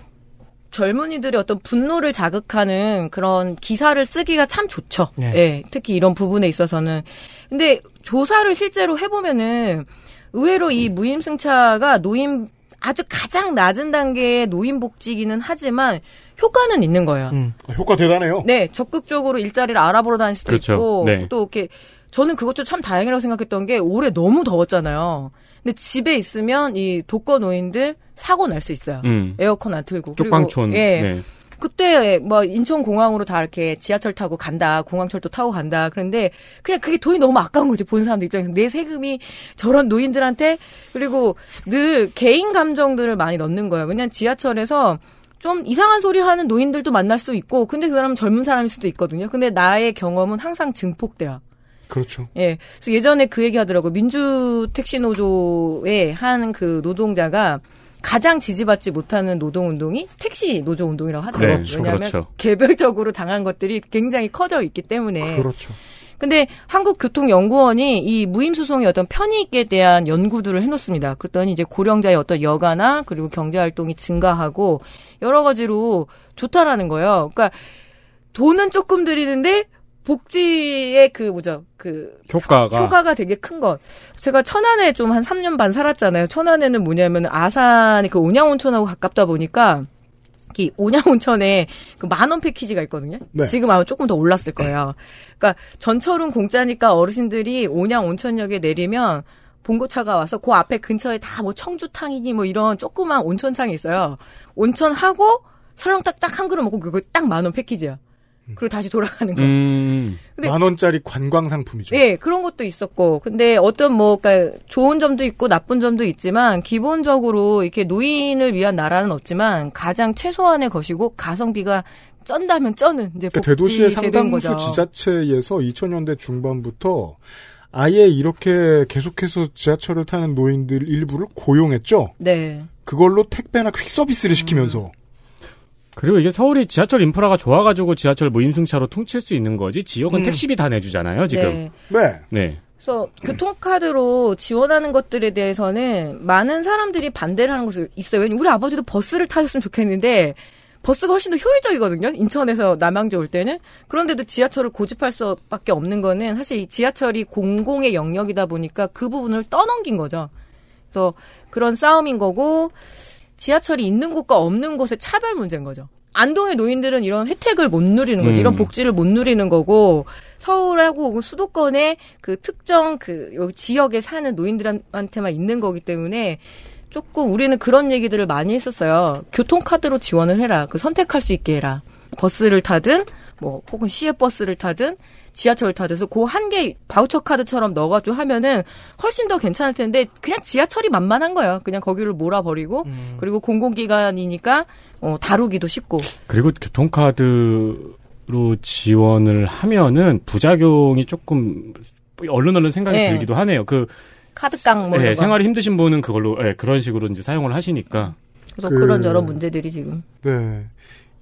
Speaker 4: 젊은이들의 어떤 분노를 자극하는 그런 기사를 쓰기가 참 좋죠.
Speaker 7: 네.
Speaker 4: 예, 특히 이런 부분에 있어서는. 근데 조사를 실제로 해보면은 의외로 이 무임승차가 노인 아주 가장 낮은 단계의 노인복지기는 하지만 효과는 있는 거예요.
Speaker 3: 아, 효과 대단해요.
Speaker 4: 네, 적극적으로 일자리를 알아보러 다닐 수도
Speaker 2: 그렇죠.
Speaker 4: 있고
Speaker 2: 네.
Speaker 4: 또 이렇게 저는 그것도 참 다행이라고 생각했던 게 올해 너무 더웠잖아요. 근데 집에 있으면 이 독거 노인들 사고 날 수 있어요.
Speaker 2: 음.
Speaker 4: 에어컨 안 틀고 네. 그리고-
Speaker 2: 쪽방촌.
Speaker 4: 예.
Speaker 2: 네.
Speaker 4: 그때 뭐 인천 공항으로 다 이렇게 지하철 타고 간다, 공항철도 타고 간다. 그런데 그냥 그게 돈이 너무 아까운 거지 보는 사람들 입장에서 내 세금이 저런 노인들한테 그리고 늘 개인 감정들을 많이 넣는 거예요. 왜냐면 지하철에서 좀 이상한 소리 하는 노인들도 만날 수 있고, 근데 그 사람은 젊은 사람일 수도 있거든요. 근데 나의 경험은 항상 증폭돼요.
Speaker 3: 그렇죠.
Speaker 4: 예. 그래서 예전에 그 얘기 하더라고요. 민주 택시 노조의 한 그 노동자가 가장 지지받지 못하는 노동 운동이 택시 노조 운동이라고 하더라고요.
Speaker 2: 그렇죠,
Speaker 4: 왜냐하면
Speaker 2: 그렇죠.
Speaker 4: 개별적으로 당한 것들이 굉장히 커져 있기 때문에.
Speaker 3: 그렇죠.
Speaker 4: 근데 한국교통연구원이 이 무임수송의 어떤 편익에 대한 연구들을 해놓습니다. 그랬더니 이제 고령자의 어떤 여가나 그리고 경제활동이 증가하고 여러 가지로 좋다라는 거예요. 그러니까 돈은 조금 들이는데 복지의 그 뭐죠 그
Speaker 2: 효과가
Speaker 4: 효과가 되게 큰 것. 제가 천안에 좀 한 3년 반 살았잖아요. 천안에는 뭐냐면 아산이 그 온양온천하고 가깝다 보니까 이 온양온천에 그 만원 패키지가 있거든요.
Speaker 3: 네.
Speaker 4: 지금 아마 조금 더 올랐을 거예요. 그러니까 전철은 공짜니까 어르신들이 온양온천역에 내리면 봉고차가 와서 그 앞에 근처에 다 뭐 청주탕이니 뭐 이런 조그만 온천탕이 있어요. 온천하고 설렁탕 딱 한 그릇 먹고 그거 딱 만원 패키지야. 그리고 다시 돌아가는 거.
Speaker 2: 음.
Speaker 4: 근데-
Speaker 3: 만 원짜리 관광 상품이죠.
Speaker 4: 예, 그런 것도 있었고. 근데 어떤 뭐, 그니까 좋은 점도 있고 나쁜 점도 있지만, 기본적으로 이렇게 노인을 위한 나라는 없지만, 가장 최소한의 것이고, 가성비가 쩐다면 쩌는, 이제
Speaker 3: 그러니까
Speaker 4: 복지
Speaker 3: 대도시의
Speaker 4: 제도인
Speaker 3: 상당수
Speaker 4: 거죠.
Speaker 3: 지자체에서 2000년대 중반부터 아예 이렇게 계속해서 지하철을 타는 노인들 일부를 고용했죠.
Speaker 4: 네.
Speaker 3: 그걸로 택배나 퀵 서비스를 시키면서
Speaker 4: 음.
Speaker 2: 그리고 이게 서울이 지하철 인프라가 좋아가지고 지하철 무임승차로 퉁칠 수 있는 거지 지역은
Speaker 7: 음.
Speaker 2: 택시비 다 내주잖아요 지금.
Speaker 4: 네.
Speaker 3: 네.
Speaker 2: 네.
Speaker 4: 그래서 교통카드로 지원하는 것들에 대해서는 많은 사람들이 반대를 하는 것이 있어요. 왜냐면 우리 아버지도 버스를 타셨으면 좋겠는데, 버스가 훨씬 더 효율적이거든요. 인천에서 남양주 올 때는. 그런데도 지하철을 고집할 수밖에 없는 거는 사실 이 지하철이 공공의 영역이다 보니까 그 부분을 떠넘긴 거죠. 그래서 그런 싸움인 거고 지하철이 있는 곳과 없는 곳의 차별 문제인 거죠. 안동의 노인들은 이런 혜택을 못 누리는 거죠.
Speaker 2: 음.
Speaker 4: 이런 복지를 못 누리는 거고 서울하고 혹은 수도권의 그 특정 그 여기 지역에 사는 노인들한테만 있는 거기 때문에 조금 우리는 그런 얘기들을 많이 했었어요. 교통카드로 지원을 해라. 그 선택할 수 있게 해라. 버스를 타든 뭐 혹은 시외버스를 타든 지하철을 타든서 그 한 개 바우처 카드처럼 넣어가지고 하면은 훨씬 더 괜찮을 텐데 그냥 지하철이 만만한 거예요. 그냥 거기를 몰아버리고
Speaker 2: 음.
Speaker 4: 그리고 공공기관이니까 어, 다루기도 쉽고
Speaker 2: 그리고 교통카드로 지원을 하면은 부작용이 조금 얼른 얼른 생각이
Speaker 4: 네.
Speaker 2: 들기도 하네요. 그
Speaker 4: 카드깡 뭐
Speaker 2: 예,
Speaker 4: 이런 거.
Speaker 2: 생활이 힘드신 분은 그걸로 예, 그런 식으로 이제 사용을 하시니까
Speaker 4: 그래서
Speaker 3: 그-
Speaker 4: 그... 런 여러 문제들이 지금
Speaker 3: 네.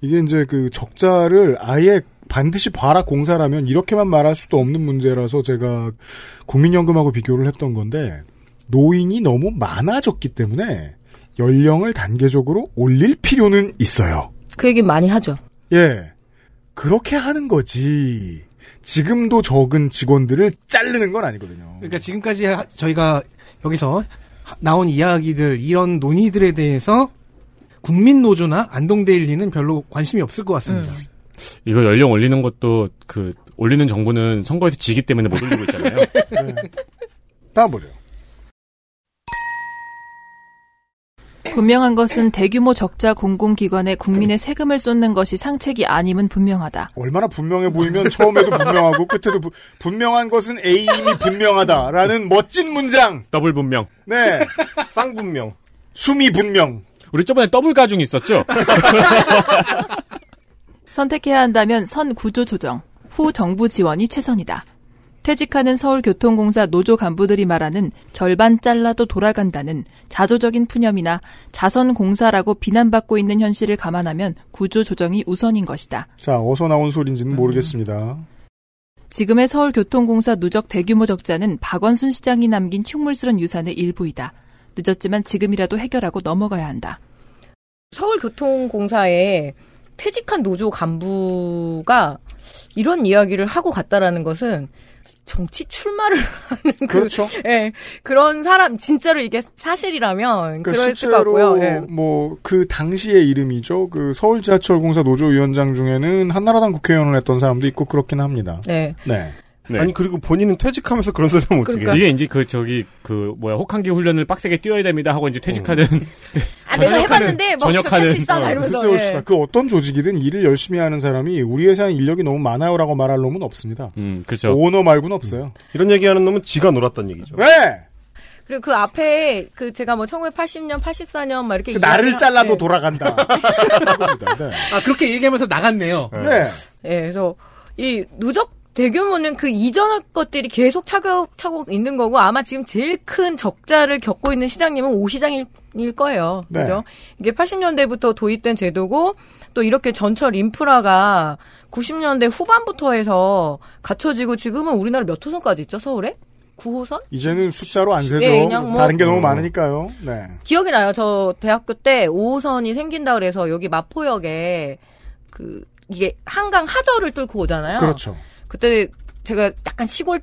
Speaker 3: 이게 이제 그 적자를 아예 반드시 봐라 공사라면 이렇게만 말할 수도 없는 문제라서 제가 국민연금하고 비교를 했던 건데 노인이 너무 많아졌기 때문에 연령을 단계적으로 올릴 필요는 있어요.
Speaker 4: 그 얘기 많이 하죠.
Speaker 3: 예. 그렇게 하는 거지. 지금도 적은 직원들을 자르는 건 아니거든요.
Speaker 7: 그러니까 지금까지 하- 저희가 여기서 하- 나온 이야기들 이런 논의들에 대해서 국민 노조나 안동데일리는 별로 관심이 없을 것 같습니다.
Speaker 2: 음. 이거 연령 올리는 것도 그 올리는 정부는 선거에서 지기 때문에 못 올리고 있잖아요.
Speaker 3: 네. 다음 보죠.
Speaker 6: 분명한 것은 대규모 적자 공공기관에 국민의 세금을 쏟는 것이 상책이 아님은 분명하다.
Speaker 3: 얼마나 분명해 보이면 처음에도 분명하고 끝에도 부- 분명한 것은 A임이 분명하다라는 멋진 문장.
Speaker 2: 더블 분명.
Speaker 3: 네.
Speaker 8: 쌍분명.
Speaker 3: 숨이 분명.
Speaker 2: 우리 저번에 더블 가중 있었죠?
Speaker 6: 선택해야 한다면 선 구조 조정, 후 정부 지원이 최선이다. 퇴직하는 서울교통공사 노조 간부들이 말하는 절반 잘라도 돌아간다는 자조적인 푸념이나 자선공사라고 비난받고 있는 현실을 감안하면 구조 조정이 우선인 것이다.
Speaker 3: 자, 어서 나온 소리인지는 모르겠습니다.
Speaker 6: 지금의 서울교통공사 누적 대규모 적자는 박원순 시장이 남긴 흉물스런 유산의 일부이다. 늦었지만 지금이라도 해결하고 넘어가야 한다.
Speaker 4: 서울교통공사에 퇴직한 노조 간부가 이런 이야기를 하고 갔다라는 것은 정치 출마를 하는 그,
Speaker 3: 그렇죠.
Speaker 4: 예, 그런 사람 진짜로 이게 사실이라면
Speaker 3: 그
Speaker 4: 그럴것
Speaker 3: 실제로
Speaker 4: 같고요. 예.
Speaker 3: 뭐 그 당시의 이름이죠. 그 서울 지하철공사 노조위원장 중에는 한나라당 국회의원을 했던 사람도 있고 그렇긴 합니다.
Speaker 4: 네.
Speaker 3: 네.
Speaker 2: 네.
Speaker 8: 아니 그리고 본인은 퇴직하면서 그런 소리 하면 어떻게?
Speaker 4: 그러니까.
Speaker 2: 이게 이제 그 저기 그 뭐야 혹한기 훈련을 빡세게 뛰어야 됩니다 하고 이제 퇴직하는
Speaker 4: 아 내가
Speaker 2: 전역하는-
Speaker 4: 해봤는데 뭐
Speaker 2: 전역하는-
Speaker 4: 할수 있어 막 이러면서.
Speaker 3: 글쎄요,
Speaker 4: 예.
Speaker 3: 씨다. 그 어떤 조직이든 일을 열심히 하는 사람이 우리 회사는 인력이 너무 많아요라고 말할 놈은 없습니다.
Speaker 2: 음 그죠
Speaker 3: 오너 말고는 없어요.
Speaker 8: 이런 얘기하는 놈은 지가 놀았단 얘기죠.
Speaker 3: 네.
Speaker 4: 그리고 그 앞에 그 제가 뭐 1980년, 84년 막 이렇게
Speaker 3: 그 나를
Speaker 4: 이야기하-
Speaker 3: 잘라도
Speaker 4: 예.
Speaker 3: 돌아간다. 그겁니다. 네.
Speaker 7: 아 그렇게 얘기하면서 나갔네요.
Speaker 3: 네.
Speaker 4: 예, 그래서 이 누적 대규모는 그 이전 것들이 계속 차곡차곡 있는 거고 아마 지금 제일 큰 적자를 겪고 있는 시장님은 오 시장일 일 거예요.
Speaker 3: 네.
Speaker 4: 그죠? 이게 80년대부터 도입된 제도고 또 이렇게 전철 인프라가 90년대 후반부터 해서 갖춰지고 지금은 우리나라 몇 호선까지 있죠? 서울에? 9호선?
Speaker 3: 이제는 숫자로 안 세죠.
Speaker 4: 예, 그냥 뭐-
Speaker 3: 다른 게 너무
Speaker 8: 어.
Speaker 3: 많으니까요. 네.
Speaker 4: 기억이 나요. 저 대학교 때 5호선이 생긴다 그래서 여기 마포역에 그 이게 한강 하절을 뚫고 오잖아요.
Speaker 3: 그렇죠.
Speaker 4: 그때 제가 약간 시골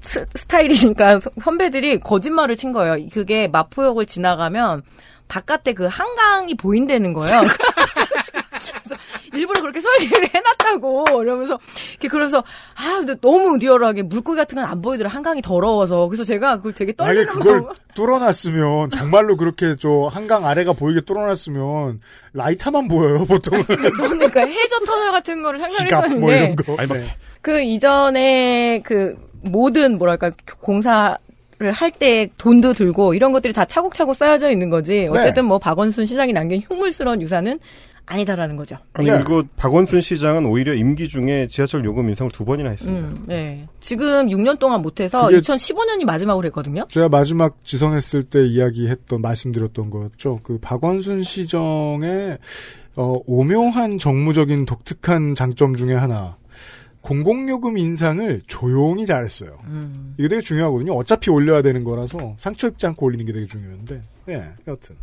Speaker 4: 스, 타일이니까 선배들이 거짓말을 친 거예요. 그게 마포역을 지나가면 바깥에 그 한강이 보인다는 거예요. 그래서 일부러 그렇게 설계를 해놨다고 이러면서 이렇게 그래서 아 근데 너무 리얼하게 물고기 같은 건 안 보이더라 한강이 더러워서 그래서 제가 그걸 되게
Speaker 3: 만약에
Speaker 4: 떨리는
Speaker 3: 그걸
Speaker 4: 거
Speaker 3: 뚫어놨으면 정말로 그렇게 저 한강 아래가 보이게 뚫어놨으면 라이터만 보여요 보통은
Speaker 4: 저는 그러니까 해저 터널 같은 거를
Speaker 3: 지갑
Speaker 4: 상상했었는데
Speaker 3: 뭐 이런 거.
Speaker 2: 아니, 막
Speaker 3: 네.
Speaker 4: 그 이전에 그 모든 뭐랄까 공사를 할 때 돈도 들고 이런 것들이 다 차곡차곡 쌓여져 있는 거지.
Speaker 8: 네.
Speaker 4: 어쨌든 뭐 박원순 시장이 남긴 흉물스러운 유산은 아니다라는 거죠.
Speaker 8: 아니
Speaker 3: 네.
Speaker 8: 그리고 박원순 시장은 오히려 임기 중에 지하철 요금 인상을 두 번이나 했습니다.
Speaker 4: 음, 예. 지금 6년 동안 못해서
Speaker 3: 그게-
Speaker 4: 2015년이 마지막으로 했거든요.
Speaker 3: 제가 마지막 지선했을 때 이야기했던 말씀드렸던 거였죠. 그 박원순 시정의 어, 오묘한 정무적인 독특한 장점 중에 하나 공공요금 인상을 조용히 잘했어요.
Speaker 4: 음.
Speaker 3: 이게 되게 중요하거든요. 어차피 올려야 되는 거라서 상처 입지 않고 올리는 게 되게 중요한데. 예, 여튼.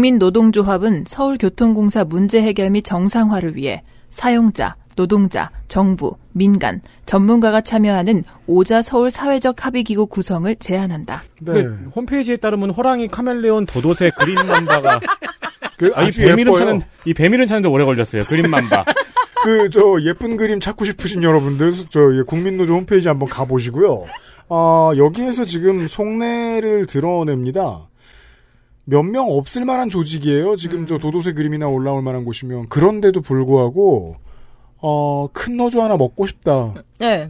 Speaker 6: 국민노동조합은 서울교통공사 문제 해결 및 정상화를 위해 사용자, 노동자, 정부, 민간, 전문가가 참여하는 오자 서울 사회적 합의기구 구성을 제안한다.
Speaker 3: 네.
Speaker 2: 근데 홈페이지에 따르면 호랑이, 카멜레온, 도도새, 그린맘바가
Speaker 3: 그
Speaker 5: 아, 이
Speaker 3: 아주
Speaker 5: 뱀 이름
Speaker 3: 예뻐요.
Speaker 5: 찾는 이 뱀 이름 찾는데 오래 걸렸어요. 그림만봐.
Speaker 3: 그 저 예쁜 그림 찾고 싶으신 여러분들 저 예, 국민노조 홈페이지 한번 가보시고요. 아 여기에서 지금 속내를 드러냅니다. 몇 명 없을 만한 조직이에요. 지금 저 도도새 그림이나 올라올 만한 곳이면 그런데도 불구하고 어큰 노조 하나 먹고 싶다.
Speaker 4: 네.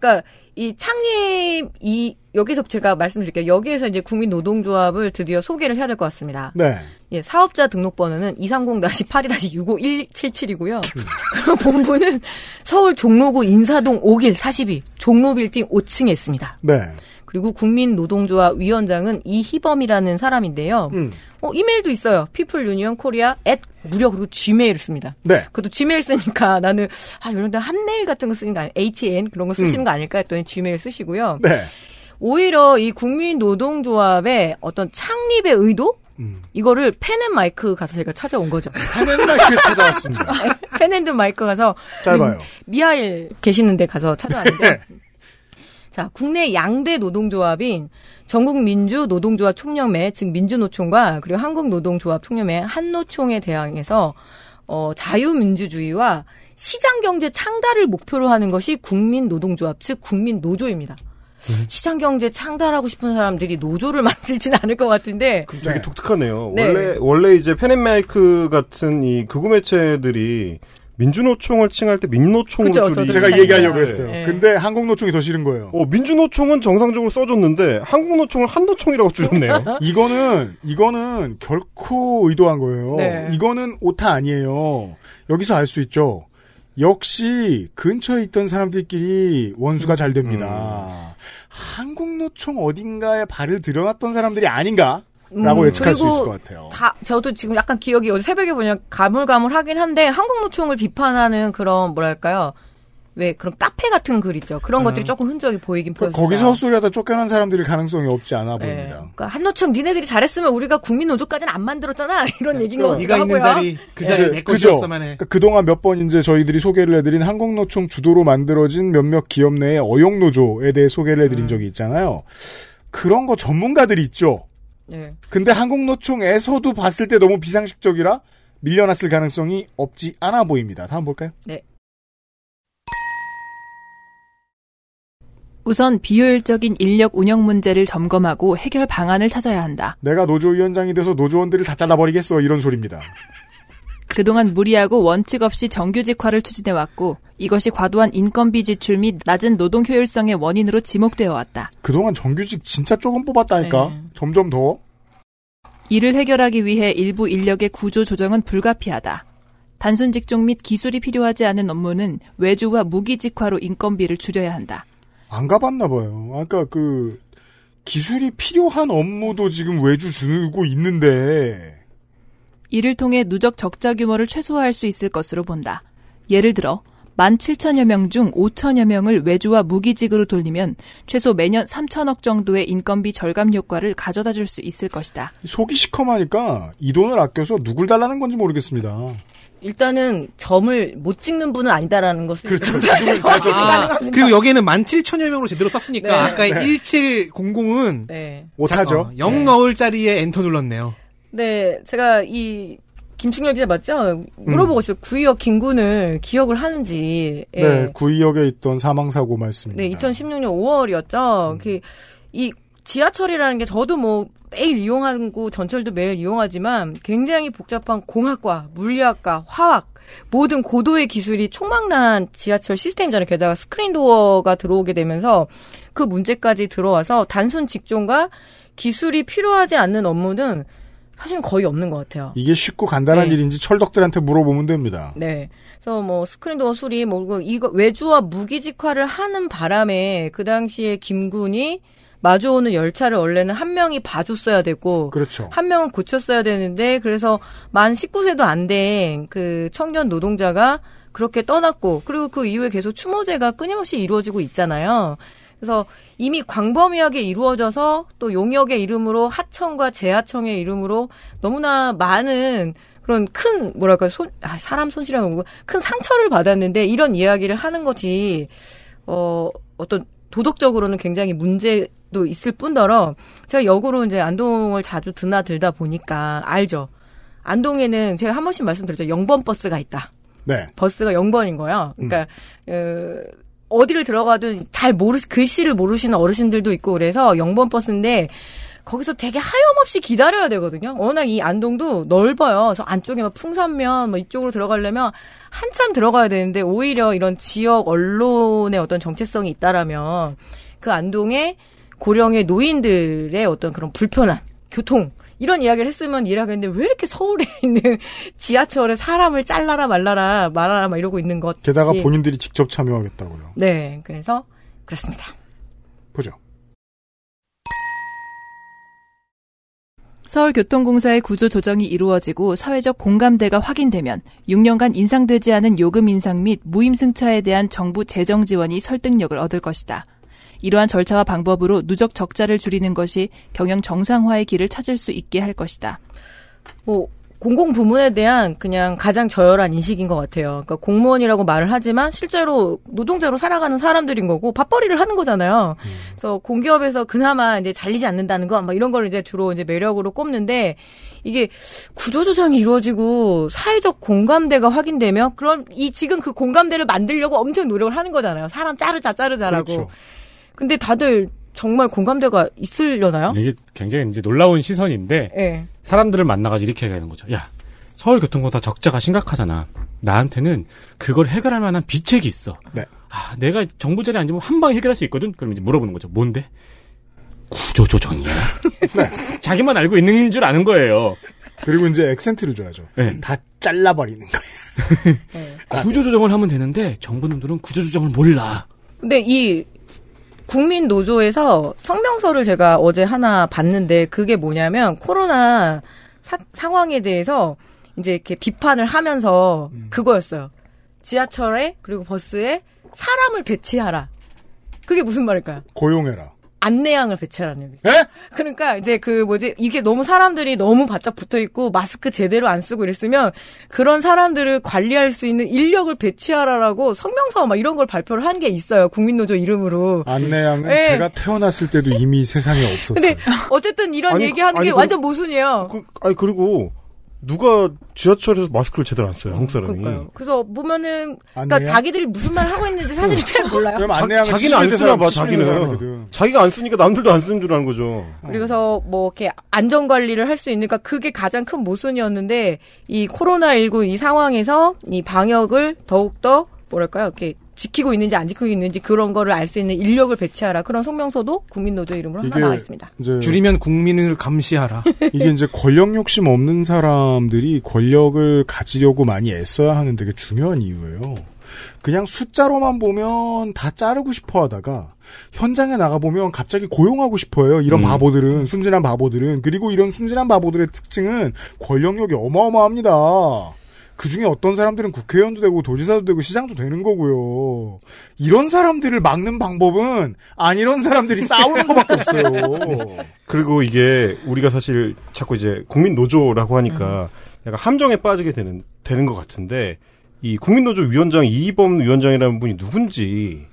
Speaker 4: 그러니까 이 창립 이 여기서 제가 말씀드릴게요. 여기에서 이제 국민노동조합을 드디어 소개를 해야 될 것 같습니다.
Speaker 3: 네.
Speaker 4: 예, 사업자 등록번호는 230-82-65177이고요. 그리고 본부는 서울 종로구 인사동 5길 42 종로빌딩 5층에 있습니다.
Speaker 3: 네.
Speaker 4: 그리고 국민노동조합 위원장은 이희범이라는 사람인데요.
Speaker 3: 음.
Speaker 4: 어, 이메일도 있어요. peopleunionkorea at 무려 그리고 gmail을 씁니다.
Speaker 3: 네.
Speaker 4: 그것도 gmail 쓰니까 나는 아 이런 데 한메일 같은 거 쓰는 거 아니 HN 그런 거 쓰시는 거 아닐까 했더니 gmail 쓰시고요.
Speaker 3: 음. 네.
Speaker 4: 오히려 이 국민노동조합의 어떤 창립의 의도 이거를 펜앤마이크 가서 제가 찾아온 거죠.
Speaker 3: 하늘마이크 찾아왔습니다.
Speaker 4: 펜앤마이크 가서
Speaker 3: 짧아요.
Speaker 4: 미하일 계시는 데 가서
Speaker 3: 네.
Speaker 4: 찾아왔는데 자, 국내 양대 노동조합인 전국민주노동조합총연맹, 즉 민주노총과 그리고 한국노동조합총연맹 한노총에 대항해서 어, 자유민주주의와 시장경제 창달을 목표로 하는 것이 국민노동조합, 즉 국민노조입니다.
Speaker 3: 네.
Speaker 4: 시장경제 창달하고 싶은 사람들이 노조를 만들지는 않을 것 같은데
Speaker 8: 그럼 되게 독특하네요.
Speaker 4: 네.
Speaker 8: 원래 원래 이제 펜앤마이크 같은 이 극우 매체들이 민주노총을 칭할 때 민노총으로
Speaker 4: 그죠,
Speaker 8: 줄이
Speaker 4: 저도
Speaker 3: 제가
Speaker 4: 네.
Speaker 3: 얘기하려고 했어요.
Speaker 4: 네.
Speaker 3: 근데 한국노총이 더 싫은 거예요.
Speaker 8: 어, 민주노총은 정상적으로 써줬는데 한국노총을 한노총이라고 줄였네요.
Speaker 3: 이거는 이거는 결코 의도한 거예요.
Speaker 4: 네.
Speaker 3: 이거는 오타 아니에요. 여기서 알 수 있죠. 역시 근처에 있던 사람들끼리 원수가 잘
Speaker 4: 음.
Speaker 3: 됩니다. 한국노총 어딘가에 발을 들여놨던 사람들이 아닌가라고
Speaker 4: 음,
Speaker 3: 예측할 수
Speaker 4: 그리고
Speaker 3: 있을 것 같아요.
Speaker 4: 다 저도 지금 약간 기억이 어제 새벽에 보니 가물가물하긴 한데 한국노총을 비판하는 그런 뭐랄까요 왜 그런 카페 같은 글 있죠 그런 것들이 조금 흔적이 보이긴
Speaker 3: 음. 그러니까
Speaker 4: 보였어요.
Speaker 3: 거기서 헛소리하다 쫓겨난 사람들일 가능성이 없지 않아
Speaker 4: 그렇죠. 네.
Speaker 3: 보입니다.
Speaker 4: 그러니까 한노총 니네들이 잘했으면 우리가 국민노조까지는 안 만들었잖아 이런 얘기인 것 같기도
Speaker 7: 네가 있는
Speaker 4: 하고요.
Speaker 7: 자리 그 자리 내
Speaker 3: 네. 그죠?
Speaker 7: 것이었어만 해.
Speaker 3: 그동안 몇 번 이제 저희들이 소개를 해드린 한국노총 주도로 만들어진 몇몇 기업 내의 어용노조에 대해 소개를
Speaker 4: 음.
Speaker 3: 해드린 적이 있잖아요. 그런 거 전문가들이 있죠.
Speaker 4: 네.
Speaker 3: 근데 한국노총에서도 봤을 때 너무 비상식적이라 밀려났을 가능성이 없지 않아 보입니다. 다음 볼까요?
Speaker 6: 우선 비효율적인 인력 운영 문제를 점검하고 해결 방안을 찾아야 한다.
Speaker 3: 내가 노조위원장이 돼서 노조원들을 다 잘라버리겠어. 이런 소리입니다.
Speaker 6: 그동안 무리하고 원칙 없이 정규직화를 추진해왔고 이것이 과도한 인건비 지출 및 낮은 노동 효율성의 원인으로 지목되어 왔다.
Speaker 3: 그동안 정규직 진짜 조금 뽑았다니까.
Speaker 4: 네.
Speaker 3: 점점 더.
Speaker 6: 이를 해결하기 위해 일부 인력의 구조 조정은 불가피하다. 단순 직종 및 기술이 필요하지 않은 업무는 외주와 무기직화로 인건비를 줄여야 한다.
Speaker 3: 안 가봤나 봐요. 아까 그 기술이 필요한 업무도 지금 외주 주고 있는데
Speaker 6: 이를 통해 누적 적자 규모를 최소화할 수 있을 것으로 본다. 예를 들어 17,000여 명 중 5,000여 명을 외주와 무기직으로 돌리면 최소 매년 3천억 정도의 인건비 절감 효과를 가져다 줄 수 있을 것이다.
Speaker 3: 속이 시커마니까 이 돈을 아껴서 누굴 달라는 건지 모르겠습니다.
Speaker 4: 일단은 점을 못 찍는 분은 아니다라는 것을
Speaker 3: 그렇죠.
Speaker 4: 일단 정확히
Speaker 7: 아,
Speaker 4: 시간을-
Speaker 7: 그리고 여기에는 17,000여 명으로 제대로 썼으니까
Speaker 4: 네.
Speaker 7: 아까 1700은
Speaker 4: 네.
Speaker 3: 못하죠.
Speaker 7: 영 넣을 자리에 엔터 눌렀네요.
Speaker 4: 네, 제가 이 김충렬 기자 맞죠? 물어보고 싶어요. 구이역 김군을 기억을 하는지. 예.
Speaker 3: 음. 네, 구의역에 있던 사망 사고 말씀입니다. 음.
Speaker 4: 네, 2016년 5월이었죠. 그, 이 지하철이라는 게 저도 뭐 매일 이용하고 전철도 매일 이용하지만 굉장히 복잡한 공학과, 물리학과, 화학 모든 고도의 기술이 총망난 지하철 시스템이잖아요. 게다가 스크린도어가 들어오게 되면서 그 문제까지 들어와서 단순 직종과 기술이 필요하지 않는 업무는 사실 거의 없는 것 같아요.
Speaker 3: 이게 쉽고 간단한
Speaker 4: 네.
Speaker 3: 일인지 철덕들한테 물어보면 됩니다.
Speaker 4: 네. 그래서 뭐 스크린도어 수리 뭐 그거 이거 외주와 무기직화를 하는 바람에 그 당시에 김군이 마주오는 열차를 원래는 한 명이 봐줬어야 되고
Speaker 3: 그렇죠.
Speaker 4: 한 명은 고쳤어야 되는데 그래서 만 19세도 안 된 그 청년 노동자가 그렇게 떠났고 그리고 그 이후에 계속 추모제가 끊임없이 이루어지고 있잖아요. 그래서 그래서 이미 광범위하게 이루어져서 또 용역의 이름으로 하청과 재하청의 이름으로 너무나 많은 그런 큰 뭐랄까 손 아, 사람 손실이라는 거고 큰 상처를 받았는데 이런 이야기를 하는 거지 어 어떤 도덕적으로는 굉장히 문제도 있을 뿐더러 제가 역으로 이제 안동을 자주 드나들다 보니까 알죠. 안동에는 제가 한 번씩 말씀드렸죠. 영번 버스가 있다.
Speaker 3: 네.
Speaker 4: 버스가 0번인 거예요. 그러니까 어, 어디를 들어가든 잘 모르 글씨를 모르시는 어르신들도 있고 그래서 0번 버스인데 거기서 되게 하염없이 기다려야 되거든요. 워낙 이 안동도 넓어요. 그래서 안쪽에 막 풍산면 뭐 이쪽으로 들어가려면 한참 들어가야 되는데 오히려 이런 지역 언론의 어떤 정체성이 있다라면 그 안동의 고령의 노인들의 어떤 그런 불편한 교통 이런 이야기를 했으면 이해하겠는데 왜 이렇게 서울에 있는 지하철에 사람을 잘라라 말라라 말아라 막 이러고 있는 것. 예.
Speaker 3: 게다가 본인들이 직접 참여하겠다고요.
Speaker 4: 네, 그래서 그렇습니다.
Speaker 3: 보죠.
Speaker 6: 서울교통공사의 구조 조정이 이루어지고 사회적 공감대가 확인되면 6년간 인상되지 않은 요금 인상 및 무임승차에 대한 정부 재정 지원이 설득력을 얻을 것이다. 이러한 절차와 방법으로 누적 적자를 줄이는 것이 경영 정상화의 길을 찾을 수 있게 할 것이다.
Speaker 4: 뭐 공공 부문에 대한 그냥 가장 저열한 인식인 것 같아요. 그러니까 공무원이라고 말을 하지만 실제로 노동자로 살아가는 사람들인 거고 밥벌이를 하는 거잖아요.
Speaker 3: 음.
Speaker 4: 그래서 공기업에서 그나마 이제 잘리지 않는다는 거, 막 이런 걸 이제 주로 이제 매력으로 꼽는데 이게 구조조정이 이루어지고 사회적 공감대가 확인되면 그럼 이 지금 그 공감대를 만들려고 엄청 노력을 하는 거잖아요. 사람 자르자 자르자라고.
Speaker 3: 그렇죠.
Speaker 4: 근데 다들 정말 공감대가 있으려나요?
Speaker 2: 이게 굉장히 이제 놀라운 시선인데
Speaker 4: 예.
Speaker 2: 사람들을 만나가지고 이렇게 얘기하는 거죠. 야, 서울교통공사 적자가 심각하잖아. 나한테는 그걸 해결할 만한 비책이 있어.
Speaker 3: 네.
Speaker 2: 아, 내가 정부 자리에 앉으면 한 방에 해결할 수 있거든? 그럼 이제 물어보는 거죠. 뭔데? 구조조정이야.
Speaker 3: 네.
Speaker 2: 자기만 알고 있는 줄 아는 거예요.
Speaker 3: 그리고 이제 액센트를 줘야죠.
Speaker 2: 네.
Speaker 3: 다 잘라버리는 거예요.
Speaker 2: 아, 구조조정을 하면 되는데, 정부놈들은 구조조정을 몰라.
Speaker 4: 근데 이 국민 노조에서 성명서를 제가 어제 하나 봤는데 그게 뭐냐면 코로나 사- 상황에 대해서 이제 이렇게 비판을 하면서 그거였어요. 지하철에 그리고 버스에 사람을 배치하라. 그게 무슨 말일까요?
Speaker 3: 고용해라.
Speaker 4: 안내양을 배치하라는 얘기죠.
Speaker 3: 에?
Speaker 8: 예?
Speaker 4: 그러니까 이제 그 뭐지 이게 너무 사람들이 너무 바짝 붙어 있고 마스크 제대로 안 쓰고 이랬으면 그런 사람들을 관리할 수 있는 인력을 배치하라라고 성명서 막 이런 걸 발표를 한 게 있어요 국민노조 이름으로.
Speaker 3: 안내양은
Speaker 4: 에.
Speaker 3: 제가 태어났을 때도 이미 세상에 없었어요.
Speaker 4: 근데 어쨌든 이런
Speaker 8: 아니,
Speaker 4: 얘기하는
Speaker 8: 아니,
Speaker 4: 게
Speaker 8: 그-
Speaker 4: 완전 모순이에요.
Speaker 8: 그, 아니 그리고 누가 지하철에서 마스크를 제대로 안 써요 한국 사람이.
Speaker 4: 그러니까요. 그래서 보면은 그러니까
Speaker 3: 안내양?
Speaker 4: 자기들이 무슨 말 하고 있는지 사실
Speaker 8: 네.
Speaker 4: 잘 몰라요.
Speaker 3: 왜냐면
Speaker 8: 자,
Speaker 3: 안내양은
Speaker 8: 자기는 안
Speaker 3: 치료된
Speaker 8: 쓰나 봐
Speaker 3: 사람, 치료된 사람이거든.
Speaker 8: 자기는. 자기가 안 쓰니까 남들도 안 쓰는 줄 아는 거죠.
Speaker 4: 그리고서 뭐 이렇게 안전 관리를 할 수 있으니까 그게 가장 큰 모순이었는데 이 코로나 19이 상황에서 이 방역을 더욱 더 뭐랄까요 이렇게 지키고 있는지 안 지키고 있는지 그런 거를 알 수 있는 인력을 배치하라 그런 성명서도 국민노조 이름으로 하나
Speaker 3: 이게-
Speaker 4: 나와 있습니다.
Speaker 3: 이제
Speaker 7: 네. 줄이면 국민을 감시하라.
Speaker 3: 이게 이제 권력 욕심 없는 사람들이 권력을 가지려고 많이 애써야 하는 되게 중요한 이유예요. 그냥 숫자로만 보면 다 자르고 싶어 하다가 현장에 나가보면 갑자기 고용하고 싶어 해요. 이런
Speaker 2: 음.
Speaker 3: 바보들은, 순진한 바보들은. 그리고 이런 순진한 바보들의 특징은 권력력이 어마어마합니다. 그 중에 어떤 사람들은 국회의원도 되고 도지사도 되고 시장도 되는 거고요. 이런 사람들을 막는 방법은 안 이런 사람들이 싸우는 것밖에 없어요.
Speaker 8: 그리고 이게 우리가 사실 자꾸 이제 국민 노조라고 하니까 약간 함정에 빠지게 되는 되는 것 같은데 이 국민 노조 위원장 이범 위원장이라는 분이 누군지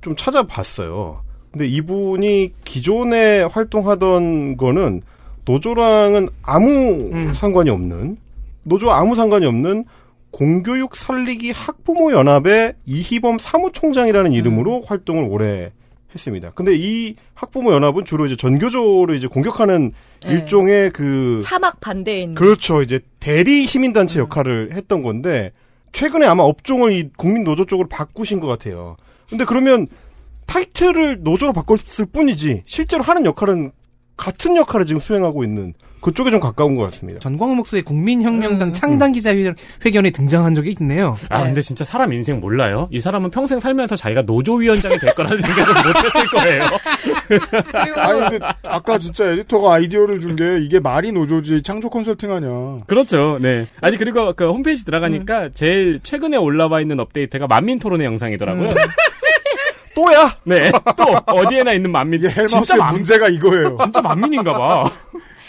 Speaker 8: 좀 찾아봤어요. 근데 이분이 기존에 활동하던 거는 노조랑은 아무 상관이 없는 노조와 아무 상관이 없는 공교육 살리기 학부모 연합의 이희범 사무총장이라는 이름으로 활동을 오래 했습니다. 근데 이 학부모 연합은 주로 이제 전교조를 이제 공격하는
Speaker 4: 네.
Speaker 8: 일종의 그
Speaker 4: 사막 반대인
Speaker 8: 그렇죠. 이제 대리 시민단체 역할을 했던 건데 최근에 아마 업종을 이 국민 노조 쪽으로 바꾸신 것 같아요. 근데 그러면 타이틀을 노조로 바꿨을 뿐이지 실제로 하는 역할은 같은 역할을 지금 수행하고 있는 그쪽에 좀 가까운 것 같습니다.
Speaker 7: 전광훈 목사의 국민혁명당
Speaker 4: 음.
Speaker 7: 창당 기자회견에 등장한 적이 있네요.
Speaker 2: 아,
Speaker 4: 네.
Speaker 2: 근데 진짜 사람 인생 몰라요? 이 사람은 평생 살면서 자기가 노조위원장이 될 거라는 생각을 못 했을 거예요.
Speaker 4: 그리고
Speaker 3: 아니 근데 아까 진짜 에디터가 아이디어를 준 게 이게 말이 노조지 창조 컨설팅 하냐.
Speaker 2: 그렇죠. 네. 아니 그리고 그 홈페이지 들어가니까 제일 최근에 올라와 있는 업데이트가 만민 토론의 영상이더라고요.
Speaker 8: 또야.
Speaker 2: 네. 또 어디에나 있는 만민.
Speaker 3: 이게
Speaker 2: 진짜
Speaker 3: 헬마우스의
Speaker 2: 만
Speaker 3: 문제가 이거예요.
Speaker 2: 진짜 만민인가 봐.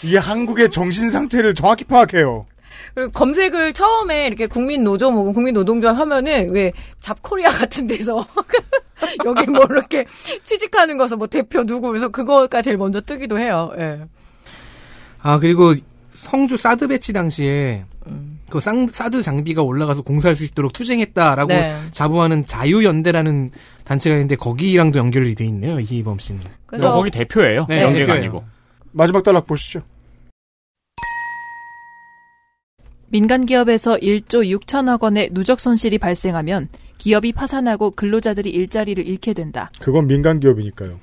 Speaker 3: 이 한국의 정신 상태를 정확히 파악해요.
Speaker 4: 그리고 검색을 처음에 이렇게 국민 노조 혹은 국민 노동조합 하면은 왜 잡코리아 같은 데서 여기 뭐 이렇게 취직하는 거서 뭐 대표 누구 그래서 그거가 제일 먼저 뜨기도 해요. 예.
Speaker 7: 아 그리고 성주 사드 배치 당시에
Speaker 4: 음.
Speaker 7: 그 쌍- 사드 장비가 올라가서 공사할 수 있도록 투쟁했다라고
Speaker 4: 네.
Speaker 7: 자부하는 자유연대라는 단체가 있는데 거기랑도 연결이 돼 있네요 이희범 씨는.
Speaker 2: 저
Speaker 4: 그래서
Speaker 2: 거기 대표예요.
Speaker 7: 네,
Speaker 2: 연계가
Speaker 7: 대표예요.
Speaker 2: 아니고.
Speaker 3: 마지막 단락 보시죠.
Speaker 6: 민간 기업에서 1조 6천억 원의 누적 손실이 발생하면 기업이 파산하고 근로자들이 일자리를 잃게 된다.
Speaker 3: 그건 민간 기업이니까요.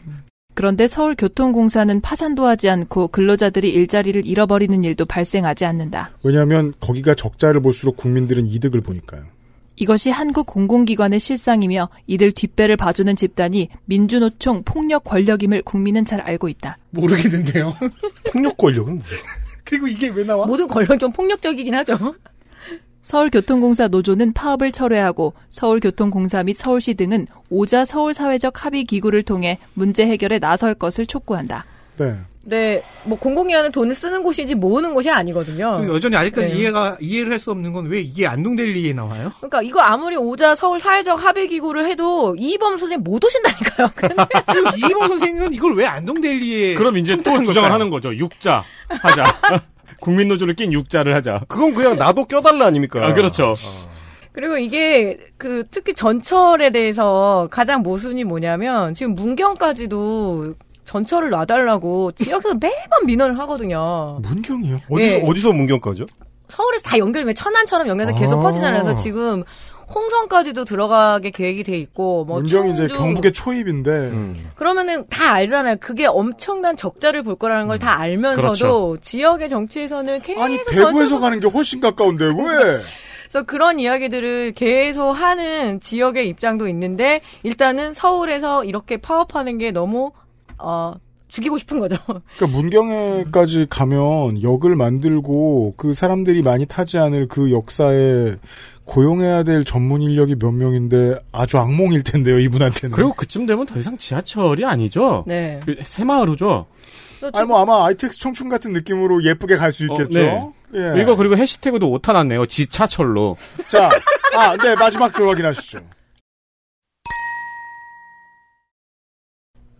Speaker 6: 그런데 서울교통공사는 파산도 하지 않고 근로자들이 일자리를 잃어버리는 일도 발생하지 않는다.
Speaker 3: 왜냐하면 거기가 적자를 볼수록 국민들은 이득을 보니까요.
Speaker 6: 이것이 한국 공공기관의 실상이며 이들 뒷배를 봐주는 집단이 민주노총 폭력 권력임을 국민은 잘 알고 있다.
Speaker 7: 모르겠는데요.
Speaker 8: 폭력 권력은 뭐야?
Speaker 7: 그리고 이게 왜 나와?
Speaker 4: 모든 권력이 좀 폭력적이긴 하죠.
Speaker 6: 서울교통공사 노조는 파업을 철회하고 서울교통공사 및 서울시 등은 오자 서울사회적 합의 기구를 통해 문제 해결에 나설 것을 촉구한다.
Speaker 3: 네.
Speaker 4: 네, 뭐 공공기관은 돈을 쓰는 곳이지 모으는 곳이 아니거든요.
Speaker 7: 그리고 여전히 아직까지
Speaker 4: 네.
Speaker 7: 이해가 이해를 할 수 없는 건 왜 이게 안동데일리에 나와요?
Speaker 4: 그러니까 이거 아무리 오자 서울 사회적 합의 기구를 해도 이범 선생 못 오신다니까요.
Speaker 7: 그리고 이희범 선생은 이걸 왜 안동데일리에?
Speaker 2: 그럼 이제 또 주장을 하는 거죠. 육자 하자. 국민노조를 낀 육자를 하자.
Speaker 8: 그건 그냥 나도 껴달라 아닙니까?
Speaker 3: 그러니까.
Speaker 2: 아, 그렇죠.
Speaker 3: 어.
Speaker 4: 그리고 이게 그 특히 전철에 대해서 가장 모순이 뭐냐면 지금 문경까지도 전철을 놔달라고 지역에서 매번 민원을 하거든요.
Speaker 3: 문경이요?
Speaker 8: 어디서
Speaker 4: 예.
Speaker 8: 어디서 문경까지요?
Speaker 4: 서울에서 다 연결이면 천안처럼 연결해서
Speaker 8: 아.
Speaker 4: 계속 퍼지잖아요. 그래서 지금 홍성까지도 들어가게 계획이 돼 있고 뭐
Speaker 3: 문경이
Speaker 4: 충주
Speaker 3: 이제 경북의 초입인데
Speaker 8: 음.
Speaker 9: 음.
Speaker 4: 그러면은 다 알잖아요. 그게 엄청난 적자를 볼 거라는 걸 다 알면서도
Speaker 2: 그렇죠.
Speaker 4: 지역의 정치에서는 계속
Speaker 3: 아니 대구에서
Speaker 4: 음. 전철-
Speaker 3: 가는 게 훨씬 가까운데 왜?
Speaker 4: 그래서 그런 이야기들을 계속 하는 지역의 입장도 있는데 일단은 서울에서 이렇게 파업하는 게 너무 어 죽이고 싶은 거죠.
Speaker 3: 그러니까 문경에까지 가면 역을 만들고 그 사람들이 많이 타지 않을 그 역사에 고용해야 될 전문 인력이 몇 명인데 아주 악몽일 텐데요 이분한테는.
Speaker 2: 그리고 그쯤 되면 더 이상 지하철이 아니죠.
Speaker 4: 네.
Speaker 2: 그 새마을호죠.
Speaker 4: 그래서
Speaker 3: 아니 뭐 아마 아이텍스 청춘 같은 느낌으로 예쁘게 갈 수 있겠죠.
Speaker 2: 어,
Speaker 3: 예.
Speaker 2: 이거 그리고 해시태그도 오타 났네요. 지차철로.
Speaker 3: 자, 아, 네 마지막 줄 확인하시죠.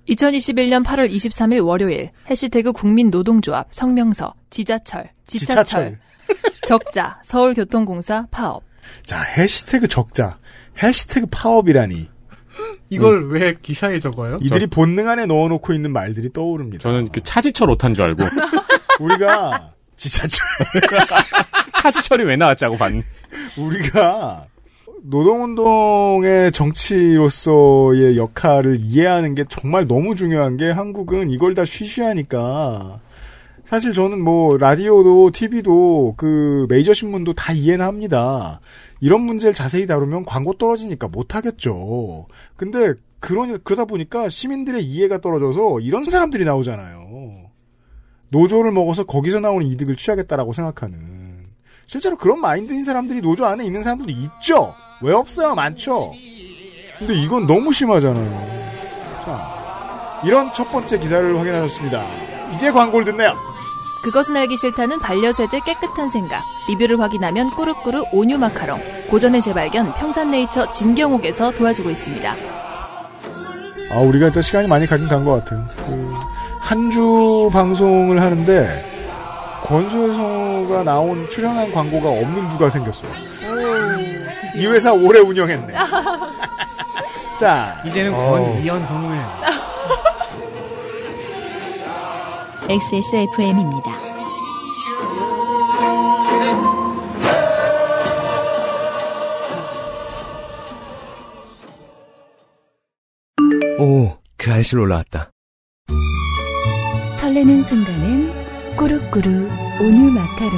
Speaker 6: 2021년 8월 23일 월요일 해시태그 국민노동조합 성명서 지자철 지차철,
Speaker 3: 지차철.
Speaker 6: 적자 서울교통공사 파업
Speaker 3: 자 해시태그 적자, 해시태그 파업이라니
Speaker 7: 이걸 왜 기사에 적어요?
Speaker 3: 이들이 본능 안에 넣어놓고 있는 말들이 떠오릅니다.
Speaker 2: 저는 그 차지철 오타인 줄 알고.
Speaker 3: 우리가 지차철
Speaker 2: 차지철이 왜 나왔자고 봤는.
Speaker 3: 우리가 노동운동의 정치로서의 역할을 이해하는 게 정말 너무 중요한 게 한국은 이걸 다 쉬쉬하니까 사실 저는 뭐 라디오도 TV도 그 메이저 신문도 다 이해는 합니다. 이런 문제를 자세히 다루면 광고 떨어지니까 못 하겠죠. 근데 그러니 그러다 보니까 시민들의 이해가 떨어져서 이런 사람들이 나오잖아요. 노조를 먹어서 거기서 나오는 이득을 취하겠다라고 생각하는 실제로 그런 마인드인 사람들이 노조 안에 있는 사람들도 있죠. 왜 없어요? 많죠. 근데 이건 너무 심하잖아요. 자, 이런 첫 번째 기사를 확인하셨습니다. 이제 광고를 듣네요.
Speaker 6: 그것은 알기 싫다는 반려세제 깨끗한 생각 리뷰를 확인하면 꾸룩꾸룩 온유 마카롱 고전의 재발견 평산네이처 진경옥에서 도와주고 있습니다.
Speaker 3: 아, 우리가 진짜 시간이 많이 가긴 간 것 같아요. 그, 한 주 방송을 하는데 권소혜성우가 나온 출연한 광고가 없는 주가 생겼어요. 이 회사 오래 운영했네. 자,
Speaker 7: 이제는
Speaker 8: 어우.
Speaker 7: 권 이현 성우예요.
Speaker 1: XSFM입니다.
Speaker 9: 오, 그 알실 올라왔다.
Speaker 10: 설레는 순간은 꾸룩꾸룩 온유 마카롱.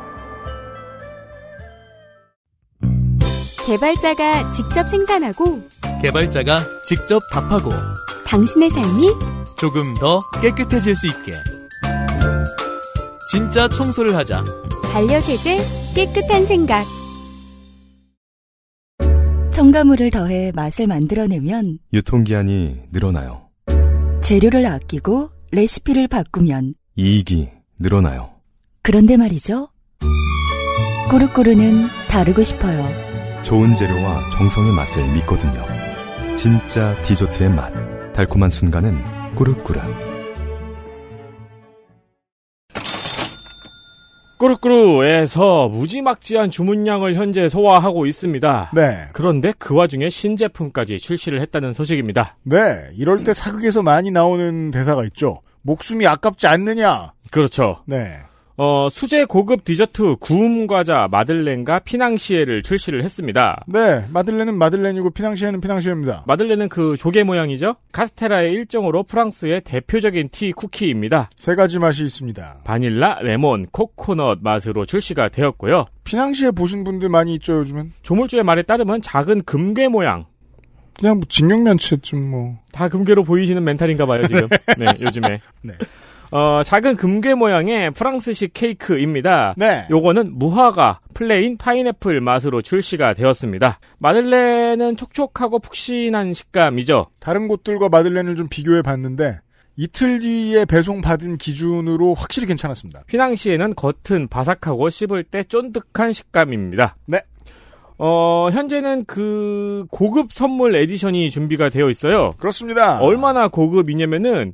Speaker 10: 개발자가 직접 생산하고
Speaker 11: 개발자가 직접 답하고
Speaker 10: 당신의 삶이
Speaker 11: 조금 더 깨끗해질 수 있게 진짜 청소를 하자
Speaker 10: 반려세제 깨끗한 생각 첨가물을 더해 맛을 만들어내면
Speaker 9: 유통기한이 늘어나요.
Speaker 10: 재료를 아끼고 레시피를 바꾸면
Speaker 9: 이익이 늘어나요.
Speaker 10: 그런데 말이죠. 꼬르꼬르는 다르고 싶어요.
Speaker 9: 좋은 재료와 정성의 맛을 믿거든요. 진짜 디저트의 맛. 달콤한 순간은 꾸룩꾸룩.
Speaker 2: 꾸루꾸루에서 무지막지한 주문량을 현재 소화하고 있습니다.
Speaker 3: 네.
Speaker 2: 그런데 그 와중에 신제품까지 출시를 했다는 소식입니다.
Speaker 3: 네, 이럴 때 사극에서 많이 나오는 대사가 있죠. 목숨이 아깝지 않느냐.
Speaker 2: 그렇죠.
Speaker 3: 네.
Speaker 2: 어, 수제 고급 디저트 구움 과자 마들렌과 피낭시에를 출시를 했습니다.
Speaker 3: 네, 마들렌은 마들렌이고 피낭시에는 피낭시에입니다.
Speaker 2: 마들렌은 그 조개 모양이죠? 카스테라의 일종으로 프랑스의 대표적인 티 쿠키입니다.
Speaker 3: 세 가지 맛이 있습니다.
Speaker 2: 바닐라, 레몬, 코코넛 맛으로 출시가 되었고요.
Speaker 3: 피낭시에 보신 분들 많이 있죠, 요즘은?
Speaker 2: 조물주의 말에 따르면 작은 금괴 모양.
Speaker 3: 그냥 뭐 직육면체쯤 뭐.
Speaker 2: 다 금괴로 보이시는 멘탈인가 봐요, 지금. 네, 요즘에.
Speaker 3: 네.
Speaker 2: 어, 작은 금괴 모양의 프랑스식 케이크입니다.
Speaker 3: 네.
Speaker 2: 요거는 무화과, 플레인, 파인애플 맛으로 출시가 되었습니다. 마들렌은 촉촉하고 푹신한 식감이죠.
Speaker 3: 다른 곳들과 마들렌을 좀 비교해 봤는데 이틀 뒤에 배송받은 기준으로 확실히 괜찮았습니다.
Speaker 2: 휘낭시에는 겉은 바삭하고 씹을 때 쫀득한 식감입니다.
Speaker 3: 네.
Speaker 2: 어, 현재는 그 고급 선물 에디션이 준비가 되어 있어요.
Speaker 3: 그렇습니다.
Speaker 2: 얼마나 고급이냐면은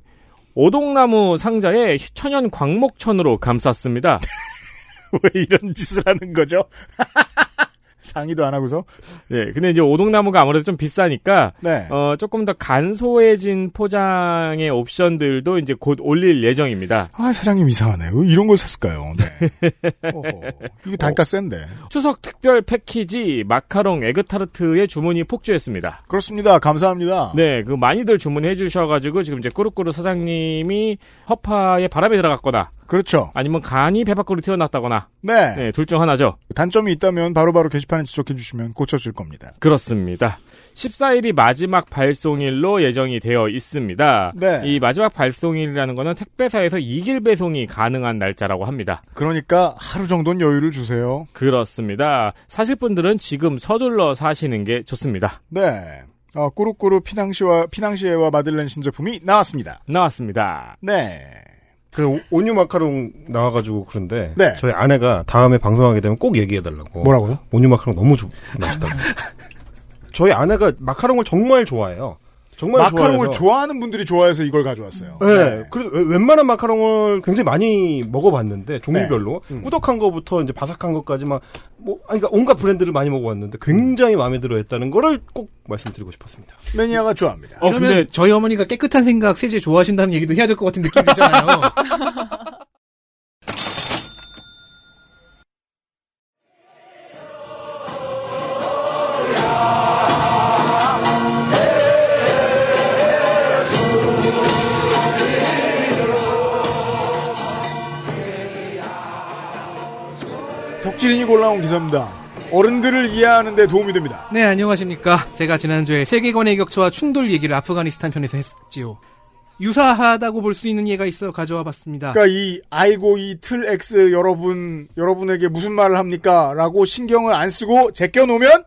Speaker 2: 오동나무 상자에 천연 광목천으로 감쌌습니다.
Speaker 3: 왜 이런 짓을 하는 거죠? 상의도 안 하고서.
Speaker 2: 예, 근데 이제 오동나무가 아무래도 좀 비싸니까
Speaker 3: 네.
Speaker 2: 어, 조금 더 간소해진 포장의 옵션들도 이제 곧 올릴 예정입니다.
Speaker 3: 아, 사장님 이상하네. 왜 이런 걸 샀을까요? 네. 어허, 이거 단가 센데.
Speaker 2: 추석 특별 패키지 마카롱 에그타르트의 주문이 폭주했습니다.
Speaker 3: 그렇습니다. 감사합니다.
Speaker 2: 네, 그 많이들 주문해 주셔가지고 지금 이제 꾸루꾸루 사장님이 허파에 바람이 들어갔거나
Speaker 3: 그렇죠.
Speaker 2: 아니면 간이 배 밖으로 튀어나왔다거나
Speaker 3: 네.
Speaker 2: 둘 중 하나죠.
Speaker 3: 단점이 있다면 바로바로 게시판에 지적해 주시면 고쳐질 겁니다.
Speaker 2: 그렇습니다. 14일이 마지막 발송일로 예정이 되어 있습니다.
Speaker 3: 네.
Speaker 2: 이 마지막 발송일이라는 거는 택배사에서 2길 배송이 가능한 날짜라고 합니다.
Speaker 3: 그러니까 하루 정도는 여유를 주세요.
Speaker 2: 그렇습니다. 사실 분들은 지금 서둘러 사시는 게 좋습니다.
Speaker 3: 네. 어, 꾸루꾸루 피낭시와 피낭시에와 마들렌 신제품이 나왔습니다.
Speaker 2: 나왔습니다.
Speaker 3: 네.
Speaker 8: 그 오- 온유 마카롱 나와가지고 그런데
Speaker 3: 네.
Speaker 8: 저희 아내가 다음에 방송하게 되면 꼭 얘기해달라고.
Speaker 3: 뭐라고요?
Speaker 8: 온유 마카롱 너무 좋, 맛있다고. 저희 아내가 마카롱을 정말 좋아해요. 정말
Speaker 3: 마카롱을
Speaker 8: 좋아해서.
Speaker 3: 좋아하는 분들이 좋아해서 이걸 가져왔어요.
Speaker 8: 네. 그래서 웬- 웬만한 마카롱을 굉장히 많이 먹어봤는데 종류별로
Speaker 3: 네. 음.
Speaker 8: 꾸덕한 거부터 이제 바삭한 것까지 막뭐 그러니까 온갖 브랜드를 많이 먹어봤는데 굉장히 마음에 들어했다는 거를 꼭 말씀드리고 싶었습니다.
Speaker 3: 매니아가 좋아합니다.
Speaker 2: 어,
Speaker 7: 그러면 저희 어머니가 깨끗한 생각 세제 좋아하신다는 얘기도 해야 될 것 같은 느낌이 있잖아요.
Speaker 3: 덕질인이 골라온 기사입니다. 어른들을 이해하는데 도움이 됩니다.
Speaker 7: 네, 안녕하십니까. 제가 지난주에 세계관의 격차와 충돌 얘기를 아프가니스탄 편에서 했지요. 유사하다고 볼 수 있는 예가 있어 가져와 봤습니다.
Speaker 3: 그러니까 이 아이고 이 틀 X 여러분 여러분에게 무슨 말을 합니까라고 신경을 안 쓰고 제껴 놓으면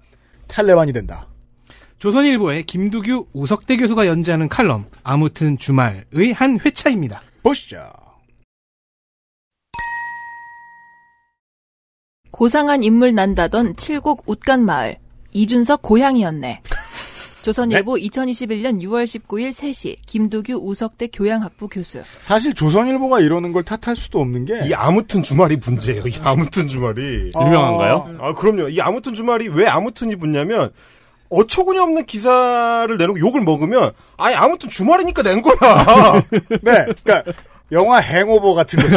Speaker 3: 탈레반이 된다.
Speaker 7: 조선일보의 김두규 우석대 교수가 연재하는 칼럼 아무튼 주말의 한 회차입니다.
Speaker 3: 보시죠.
Speaker 6: 고상한 인물 난다던 칠곡 웃간 마을. 이준석 고향이었네. 조선일보 2021년 6월 19일 3시 김두규 우석대 교양학부 교수.
Speaker 3: 사실 조선일보가 이러는 걸 탓할 수도 없는 게
Speaker 8: 이 아무튼 주말이 문제예요. 이 아무튼 주말이
Speaker 3: 유명한가요?
Speaker 8: 아 그럼요. 이 아무튼 주말이 왜 아무튼이 붙냐면 어처구니없는 기사를 내놓고 욕을 먹으면 아니 아무튼 주말이니까 낸 거야.
Speaker 3: 네, 그러니까 영화 행오버 같은 거.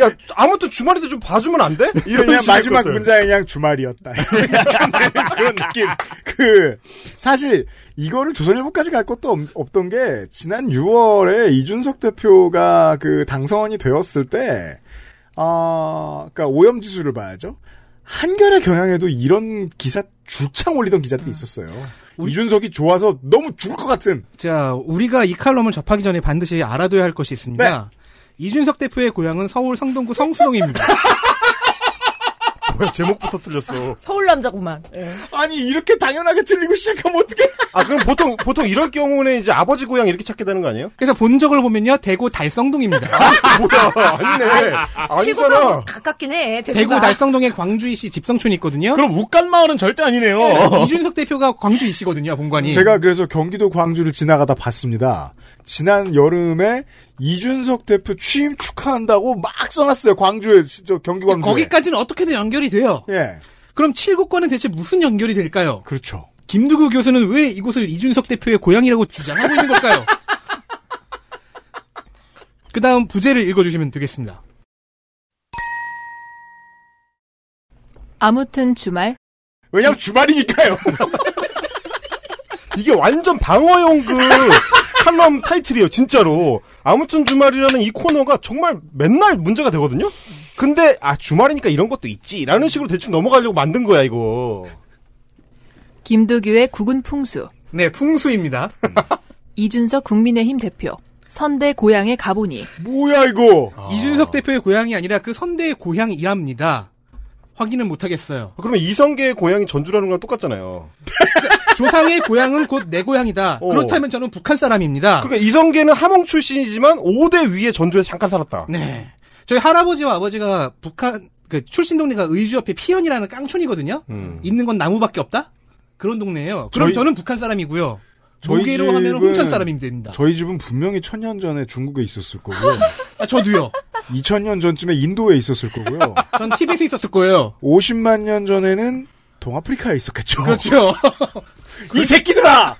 Speaker 8: 야 아무튼 주말에도 좀 봐주면 안 돼? 이런
Speaker 3: 그냥
Speaker 8: 식의
Speaker 3: 마지막
Speaker 8: 것들.
Speaker 3: 문장이 그냥 주말이었다. 약간 그런 느낌. 그 사실 이거를 조선일보까지 갈 것도 없, 던게 지난 6월에 이준석 대표가 그 당선이 되었을 때, 아, 그러니까 오염 지수를 봐야죠. 한결의 경향에도 이런 기사 줄창 올리던 기자들이 있었어요. 이준석이 좋아서 너무 죽을 것 같은.
Speaker 7: 자, 우리가 이 칼럼을 접하기 전에 반드시 알아둬야 할 것이
Speaker 3: 네.
Speaker 7: 있습니다. 이준석 대표의 고향은 서울 성동구 성수동입니다.
Speaker 8: 뭐야, 제목부터 틀렸어.
Speaker 4: 서울 남자구만. 네.
Speaker 3: 아니 이렇게 당연하게 틀리고 시작하면 어떡해?
Speaker 8: 아 그럼 보통 보통 이럴 경우는 이제 아버지 고향 이렇게 찾게 되는 거 아니에요?
Speaker 7: 그래서 본적을 보면요, 대구 달성동입니다.
Speaker 3: 아,
Speaker 8: 아, 뭐야 아니네.
Speaker 4: 시골하고 가깝긴 해. 대구가.
Speaker 7: 대구 달성동에 광주이씨 집성촌이 있거든요. 그럼
Speaker 2: 욱간마을은 절대 아니네요.
Speaker 7: 이준석 대표가 광주이씨거든요, 본관이.
Speaker 3: 제가 그래서 경기도 광주를 지나가다 봤습니다. 지난 여름에 이준석 대표 취임 축하한다고 막 써놨어요. 광주에 저 경기 광주.
Speaker 7: 거기까지는 어떻게든 연결이 돼요.
Speaker 3: 예.
Speaker 7: 그럼 7국과는 대체 무슨 연결이 될까요?
Speaker 3: 그렇죠.
Speaker 7: 김두구 교수는 왜 이곳을 이준석 대표의 고향이라고 주장하고 있는 걸까요? 그 다음 부제를 읽어주시면 되겠습니다.
Speaker 6: 아무튼 주말
Speaker 3: 왜냐면 주말이니까요.
Speaker 8: 이게 완전 방어용 그 칼럼 타이틀이에요, 진짜로. 아무튼 주말이라는 이 코너가 정말 맨날 문제가 되거든요? 근데, 아, 주말이니까 이런 것도 있지. 라는 식으로 대충 넘어가려고 만든 거야, 이거.
Speaker 6: 김두규의 국은 풍수.
Speaker 7: 네, 풍수입니다.
Speaker 6: 이준석 국민의힘 대표. 선대 고향에 가보니
Speaker 3: 뭐야 이거?
Speaker 7: 이준석 대표의 고향이 아니라 그 선대의 고향이랍니다. 확인은 못하겠어요.
Speaker 8: 아, 그러면 이성계의 고향이 전주라는 거랑 똑같잖아요.
Speaker 7: 조상의 고향은 곧 내 고향이다.
Speaker 8: 어.
Speaker 7: 그렇다면 저는 북한 사람입니다.
Speaker 8: 그러니까 이성계는 함흥 출신이지만 5대 위에 전주에서 잠깐 살았다.
Speaker 7: 네. 저희 할아버지와 아버지가 북한 그 출신 동네가 의주 옆에 피연이라는 깡촌이거든요.
Speaker 8: 음.
Speaker 7: 있는 건 나무밖에 없다. 그런 동네예요.
Speaker 3: 음.
Speaker 7: 그럼
Speaker 3: 저희-
Speaker 7: 저는 북한 사람이고요.
Speaker 3: 저희
Speaker 7: 모계로 하면
Speaker 3: 집은-
Speaker 7: 홍천 사람이 됩니다.
Speaker 3: 저희 집은 분명히 천년 전에 중국에 있었을 거고요.
Speaker 7: 아, 저도요.
Speaker 3: 2000년 전쯤에 인도에 있었을 거고요.
Speaker 7: 전 TV에서 있었을 거예요.
Speaker 3: 50만 년 전에는 동아프리카에 있었겠죠.
Speaker 7: 그렇죠.
Speaker 3: 이 새끼들아!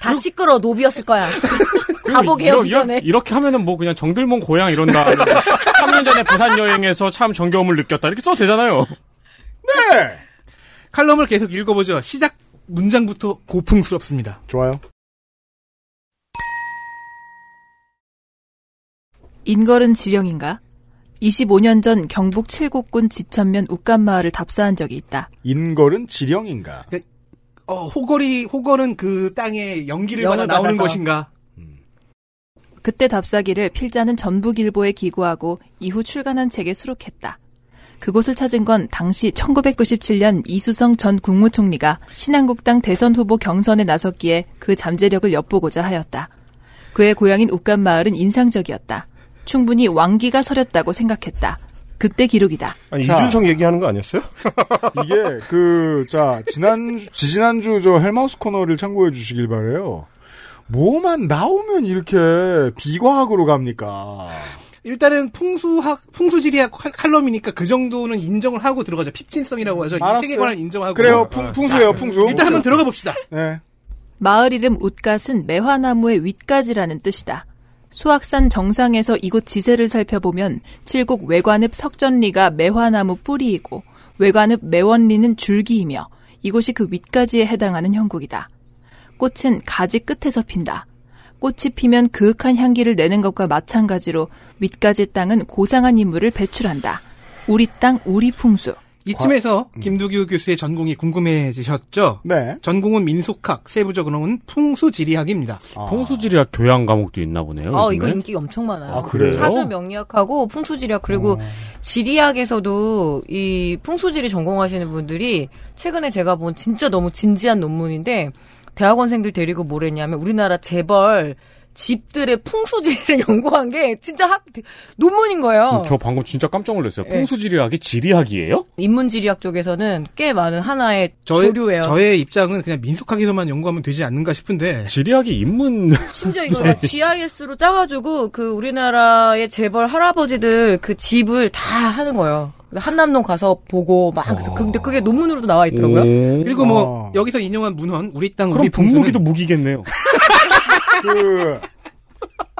Speaker 4: 다 시끄러 노비였을 거야.
Speaker 2: 음,
Speaker 4: 가보 개혁 이전에.
Speaker 5: 이렇게 하면은 뭐 그냥 정들몽 고향 이런다.
Speaker 2: 뭐
Speaker 5: 3년 전에 부산 여행에서 참 정겨움을 느꼈다. 이렇게 써도 되잖아요.
Speaker 3: 네.
Speaker 7: 칼럼을 계속 읽어보죠. 시작 문장부터 고풍스럽습니다.
Speaker 3: 좋아요.
Speaker 6: 인걸은 지령인가? 25년 전 경북 칠곡군 지천면 욱간마을을 답사한 적이 있다.
Speaker 3: 인걸은 지령인가?
Speaker 7: 어, 호걸이 호걸은 그 땅에 연기를 받아
Speaker 6: 영을
Speaker 7: 나오는
Speaker 6: 받아서.
Speaker 7: 것인가?
Speaker 6: 그때 답사기를 필자는 전북일보에 기고하고 이후 출간한 책에 수록했다. 그곳을 찾은 건 당시 1997년 이수성 전 국무총리가 신한국당 대선 후보 경선에 나섰기에 그 잠재력을 엿보고자 하였다. 그의 고향인 욱간마을은 인상적이었다. 충분히 왕기가 서렸다고 생각했다. 그때 기록이다.
Speaker 8: 아니,
Speaker 3: 자.
Speaker 8: 이준석 얘기하는 거 아니었어요?
Speaker 3: 이게 그, 자, 지난, 지난주 저 헬마우스 코너를 참고해 주시길 바래요. 뭐만 나오면 이렇게 비과학으로 갑니까?
Speaker 7: 일단은 풍수학 풍수지리학 칼- 칼럼이니까 그 정도는 인정을 하고 들어가죠. 핍진성이라고 하죠. 이
Speaker 3: 알았어요.
Speaker 7: 세계관을 인정하고 아,
Speaker 3: 그래요. 풍, 풍수예요, 풍수.
Speaker 7: 일단 한번 들어가 봅시다.
Speaker 3: 네.
Speaker 6: 마을 이름 웃갓은 매화나무의 윗가지라는 뜻이다. 수악산 정상에서 이곳 지세를 살펴보면 칠곡 외관읍 석전리가 매화나무 뿌리이고 외관읍 매원리는 줄기이며 이곳이 그 윗가지에 해당하는 형국이다. 꽃은 가지 끝에서 핀다. 꽃이 피면 그윽한 향기를 내는 것과 마찬가지로 윗가지 땅은 고상한 인물을 배출한다. 우리 땅 우리 풍수.
Speaker 7: 이쯤에서 김두규 교수의 전공이 궁금해지셨죠?
Speaker 3: 네.
Speaker 7: 전공은 민속학, 세부적으로는 풍수지리학입니다.
Speaker 2: 아,
Speaker 3: 아,
Speaker 2: 풍수지리학 교양 과목도 있나 보네요.
Speaker 4: 어,
Speaker 2: 요즘에.
Speaker 4: 이거 인기가 엄청 많아요.
Speaker 2: 아, 그래요? 어.
Speaker 4: 사주 명리학하고 풍수지리학 그리고 지리학에서도 이 풍수지리 전공하시는 분들이 최근에 제가 본 진짜 너무 진지한 논문인데 대학원생들 데리고 뭘 했냐면 우리나라 재벌 집들의 풍수지리를 연구한 게 진짜 학 논문인
Speaker 2: 음,
Speaker 4: 거예요.
Speaker 2: 저 방금 진짜 깜짝 놀랐어요.
Speaker 4: 네.
Speaker 2: 풍수지리학이 지리학이에요?
Speaker 4: 인문지리학 쪽에서는 꽤 많은 하나의
Speaker 7: 저의,
Speaker 4: 조류예요.
Speaker 7: 저의 입장은 그냥 민속학에서만 연구하면 되지 않는가 싶은데.
Speaker 2: 지리학이 인문.
Speaker 4: 심지어 이거
Speaker 8: 네.
Speaker 4: GIS로 짜가지고 그 우리나라의 재벌 할아버지들 그 집을 다 하는 거예요. 그래서 한남동 가서 보고 막
Speaker 8: 어.
Speaker 4: 근데 그게 논문으로도 나와 있더라고요.
Speaker 8: 음.
Speaker 7: 그리고
Speaker 3: 어.
Speaker 7: 뭐 여기서 인용한 문헌 우리 땅
Speaker 4: 그럼
Speaker 7: 우리 풍수는
Speaker 2: 분무기도
Speaker 3: 뭐-
Speaker 2: 무기겠네요.
Speaker 3: 그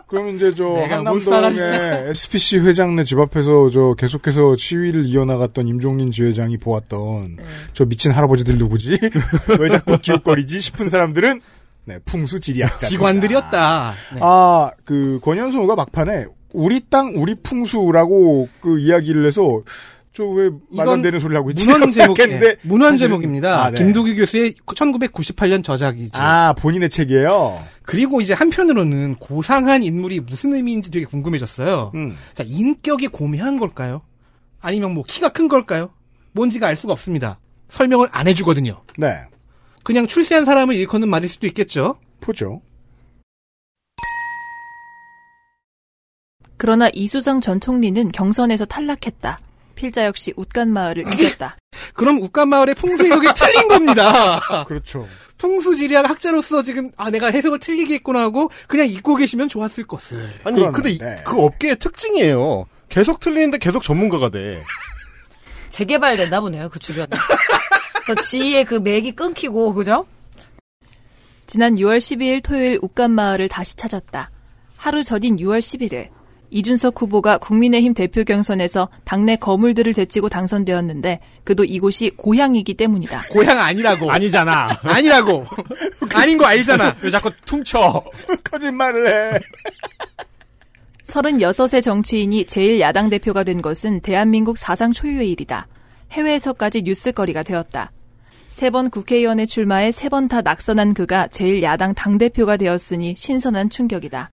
Speaker 3: 그럼 이제 저
Speaker 7: 내가 못
Speaker 3: 한남동의
Speaker 7: 살아,
Speaker 3: SPC 회장네 집 앞에서 저 계속해서 시위를 이어나갔던 임종린 지회장이 보았던 저 미친 할아버지들 누구지? 왜 자꾸 기웃거리지? 싶은 사람들은 네, 풍수지리학자
Speaker 7: 직관들이었다. 네.
Speaker 3: 아, 그 권현수가 막판에 우리 땅 우리 풍수라고 그 이야기를 해서 저 왜 말도 안
Speaker 7: 이건
Speaker 3: 되는 소리를 하고 있지?
Speaker 7: 문헌 제목,
Speaker 3: 생각했는데
Speaker 7: 예, 문헌
Speaker 3: 사실은-
Speaker 7: 제목입니다.
Speaker 3: 아, 네.
Speaker 7: 김도규 교수의 1998년 저작이죠.
Speaker 3: 아, 본인의 책이에요?
Speaker 7: 그리고 이제 한편으로는 고상한 인물이 무슨 의미인지 되게 궁금해졌어요.
Speaker 3: 음.
Speaker 7: 자, 인격이 고매한 걸까요? 아니면 뭐 키가 큰 걸까요? 뭔지가 알 수가 없습니다. 설명을 안 해주거든요.
Speaker 3: 네.
Speaker 7: 그냥 출세한 사람을 일컫는 말일 수도 있겠죠?
Speaker 3: 보죠.
Speaker 6: 그러나 이수정 전 총리는 경선에서 탈락했다. 필자 역시 웃간마을을 이겼다.
Speaker 7: 그럼 웃간마을의 풍수 해석이 틀린 겁니다.
Speaker 3: 그렇죠.
Speaker 7: 풍수지리학 학자로서 지금 아 내가 해석을 틀리게 했구나 하고 그냥 잊고 계시면 좋았을 것을.
Speaker 8: 아니 근데 이- 그 업계의 특징이에요. 계속 틀리는데 계속 전문가가 돼.
Speaker 4: 재개발됐나 보네요 그 주변. 그래서 지의 그 맥이 끊기고 그죠?
Speaker 6: 지난 6월 12일 토요일 웃간마을을 다시 찾았다. 하루 전인 6월 11일 이준석 후보가 국민의힘 대표 경선에서 당내 거물들을 제치고 당선되었는데 그도 이곳이 고향이기 때문이다.
Speaker 7: 고향 아니라고.
Speaker 2: 아니잖아.
Speaker 7: 아니라고. 아닌 거 알잖아.
Speaker 5: 왜 자꾸 퉁쳐.
Speaker 3: 거짓말을 해.
Speaker 6: 36세 정치인이 제1야당 대표가 된 것은 대한민국 사상 초유의 일이다. 해외에서까지 뉴스거리가 되었다. 세 번 국회의원에 출마해 세 번 다 낙선한 그가 제1야당 당대표가 되었으니 신선한 충격이다.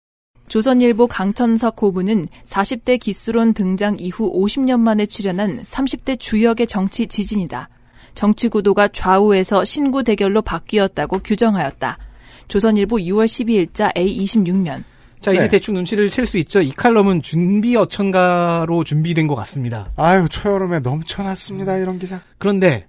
Speaker 6: 조선일보 강천석 고문은 40대 기수론 등장 이후 50년 만에 출연한 30대 주역의 정치 지진이다. 정치 구도가 좌우에서 신구 대결로 바뀌었다고 규정하였다. 조선일보 6월 12일자 A26면.
Speaker 7: 자 이제 대충 눈치를 챌 수 있죠. 이 칼럼은 준비 어천가로 준비된 것 같습니다.
Speaker 3: 아유 초여름에 넘쳐났습니다 이런 기사.
Speaker 7: 그런데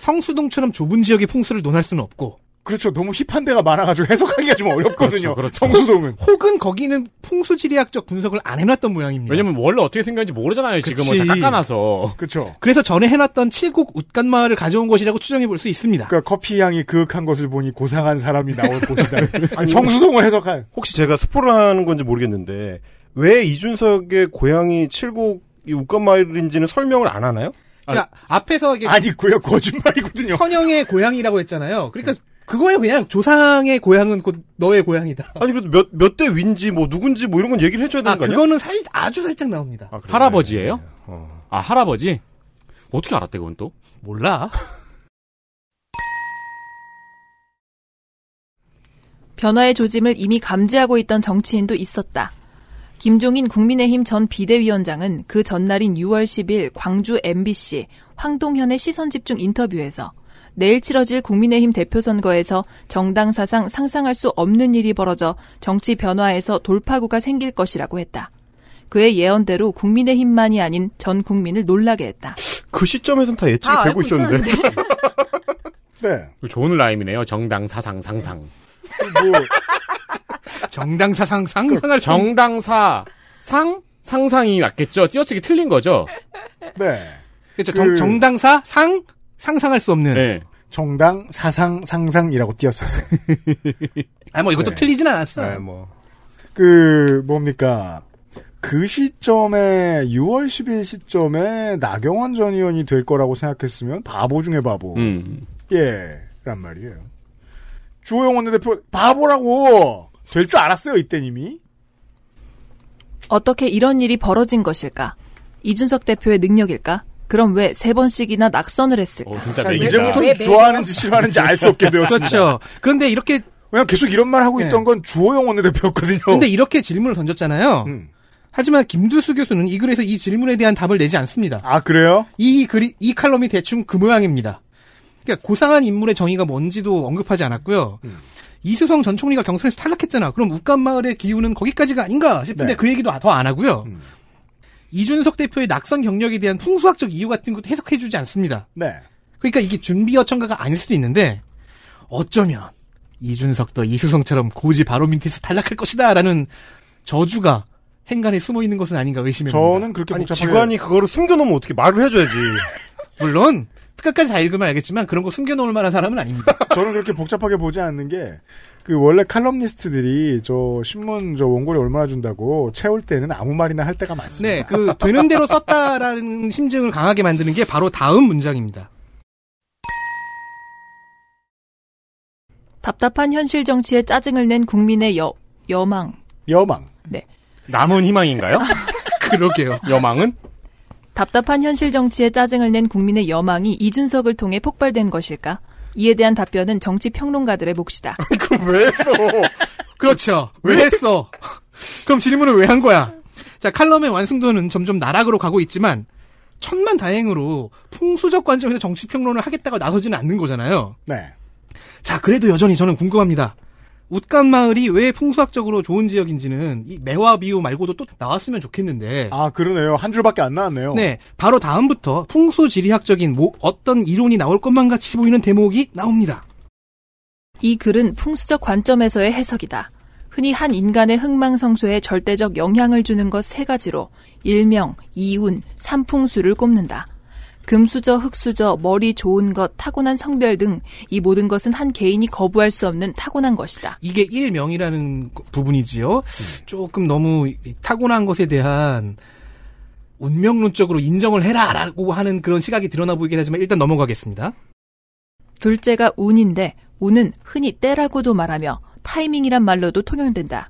Speaker 7: 성수동처럼 좁은 지역의 풍수를 논할 수는 없고.
Speaker 3: 그렇죠. 너무 힙한 데가 많아가지고 해석하기가 좀 어렵거든요. 성수동은.
Speaker 7: 혹은 거기는 풍수지리학적 분석을 안 해놨던 모양입니다.
Speaker 2: 왜냐면 원래 어떻게 생겼는지 모르잖아요. 지금은
Speaker 7: 그치.
Speaker 2: 다 깎아놔서.
Speaker 3: 그렇죠.
Speaker 7: 그래서 전에 해놨던 칠곡 웃간마을을 가져온 것이라고 추정해 볼 수 있습니다.
Speaker 3: 그러니까 커피 향이 그윽한 것을 보니 고상한 사람이 나올 곳이다. 아니, 성수동을 해석할.
Speaker 8: 혹시 제가 스포를 하는 건지 모르겠는데 왜 이준석의 고향이 칠곡이 웃간마을인지는 설명을 안 하나요?
Speaker 7: 자, 앞에서 이게
Speaker 3: 아니고요 거짓말이거든요.
Speaker 7: 선영의 고향이라고 했잖아요. 그러니까 그거에 그냥 조상의 고향은 곧 너의 고향이다.
Speaker 8: 아니 그래도 몇 몇 대 윈지 뭐 누군지 뭐 이런 건 얘기를 해줘야 되는
Speaker 7: 아,
Speaker 8: 거 아니야?
Speaker 7: 그거는 살 아주 살짝 나옵니다.
Speaker 2: 할아버지예요?
Speaker 8: 어,
Speaker 2: 아 할아버지? 어떻게 알았대 그건 또?
Speaker 7: 몰라.
Speaker 6: 변화의 조짐을 이미 감지하고 있던 정치인도 있었다. 김종인 국민의힘 전 비대위원장은 그 전날인 6월 10일 광주 MBC 황동현의 시선집중 인터뷰에서 내일 치러질 국민의힘 대표선거에서 정당 사상 상상할 수 없는 일이 벌어져 정치 변화에서 돌파구가 생길 것이라고 했다. 그의 예언대로 국민의힘만이 아닌 전 국민을 놀라게 했다.
Speaker 8: 그 시점에선 다 예측이
Speaker 6: 다 알고
Speaker 8: 되고 있었는데.
Speaker 3: 네.
Speaker 2: 좋은 라임이네요. 정당 사상 상상.
Speaker 3: 뭐,
Speaker 7: 정당 사상 상상할
Speaker 2: 정당사 상 상상이 맞겠죠. 띄어쓰기 틀린 거죠.
Speaker 3: 네.
Speaker 7: 그렇죠. 네. 정- 정당사 상 상상할 수 없는.
Speaker 2: 네.
Speaker 3: 정당 사상 상상이라고 띄었었어요.
Speaker 7: 아, 뭐 이것도
Speaker 3: 네.
Speaker 7: 틀리진 않았어.
Speaker 3: 네, 뭐. 그 뭡니까 그 시점에 6월 10일 시점에 나경원 전 의원이 될 거라고 생각했으면 바보 중에 바보.
Speaker 2: 음.
Speaker 3: 예란 말이에요. 주호영 원내대표 바보라고 될 줄 알았어요 이때 이미.
Speaker 6: 어떻게 이런 일이 벌어진 것일까? 이준석 대표의 능력일까? 그럼 왜 세 번씩이나 낙선을
Speaker 5: 어,
Speaker 6: 했을까?
Speaker 2: 진짜
Speaker 3: 자, 이제부터 좋아하는지 싫어하는지 알 수 없게 되었습니다.
Speaker 7: 네, 그러니까. 그렇죠. 그런데 이렇게
Speaker 3: 그냥 계속 이런 말 하고
Speaker 7: 네.
Speaker 3: 있던 건 주호영 원내대표였거든요.
Speaker 7: 근데 이렇게 질문을 던졌잖아요. 하지만 김두수 교수는 이 글에서 이 질문에 대한 답을 내지 않습니다.
Speaker 3: 아 그래요?
Speaker 7: 이 글이 이 칼럼이
Speaker 8: 음.
Speaker 7: 대충 그 모양입니다. 그러니까 고상한 인물의 정의가 뭔지도 언급하지 않았고요. 이수성 전 총리가 경선에서 탈락했잖아. 그럼 웃감마을의 기운은 거기까지가 아닌가 싶은데
Speaker 3: 네.
Speaker 7: 그 얘기도 더 안 하고요.
Speaker 8: 음.
Speaker 7: 이준석 대표의 낙선 경력에 대한 풍수학적 이유 같은 것도 해석해주지 않습니다.
Speaker 3: 네.
Speaker 7: 그러니까 이게 준비 여청가가 아닐 수도 있는데 어쩌면 이준석도 이수성처럼 고지 바로 밑에서 탈락할 것이다라는 저주가 행간에 숨어 있는 것은 네. 아닌가 의심해 봅니다.
Speaker 8: 저는 그렇게 아니, 복잡하게- 지관이 그거를 숨겨놓으면 어떻게 말을 해줘야지.
Speaker 7: 물론 특가까지 다 읽으면 알겠지만 그런 거 숨겨놓을 만한 사람은 아닙니다.
Speaker 3: 저는 그렇게 복잡하게 보지 않는 게 그 원래 칼럼니스트들이 저 신문 저 원고료 얼마나 준다고 채울 때는 아무 말이나 할 때가 많습니다.
Speaker 7: 네, 그 되는 대로 썼다라는 심증을 강하게 만드는 게 바로 다음 문장입니다.
Speaker 6: 답답한 현실 정치에 짜증을 낸 국민의 여, 여망.
Speaker 3: 여망.
Speaker 6: 네.
Speaker 5: 남은 희망인가요?
Speaker 7: 그러게요.
Speaker 5: 여망은?
Speaker 6: 답답한 현실 정치에 짜증을 낸 국민의 여망이 이준석을 통해 폭발된 것일까? 이에 대한 답변은 정치 평론가들의 몫이다.
Speaker 3: 왜 했어?
Speaker 7: 그렇죠. 왜 했어? 그럼 질문을 왜 한 거야? 자, 칼럼의 완성도는 점점 나락으로 가고 있지만 천만 다행으로 풍수적 관점에서 정치 평론을 하겠다고 나서지는 않는 거잖아요.
Speaker 3: 네.
Speaker 7: 자, 그래도 여전히 저는 궁금합니다. 웃감 마을이 왜 풍수학적으로 좋은 지역인지는 이 매화 비유 말고도 또 나왔으면 좋겠는데.
Speaker 3: 아, 그러네요. 한 줄밖에 안 나왔네요.
Speaker 7: 네, 바로 다음부터 풍수 지리학적인 뭐 어떤 이론이 나올 것만 같이 보이는 대목이 나옵니다.
Speaker 6: 이 글은 풍수적 관점에서의 해석이다. 흔히 한 인간의 흥망성쇠에 절대적 영향을 주는 것 세 가지로 일명, 이운, 삼풍수를 꼽는다. 금수저, 흙수저, 머리 좋은 것, 타고난 성별 등 이 모든 것은 한 개인이 거부할 수 없는 타고난 것이다.
Speaker 7: 이게 일명이라는 거- 부분이지요. 조금 너무 이 타고난 것에 대한 운명론적으로 인정을 해라라고 하는 그런 시각이 드러나 보이긴 하지만 일단 넘어가겠습니다.
Speaker 6: 둘째가 운인데 운은 흔히 때라고도 말하며 타이밍이란 말로도 통용된다.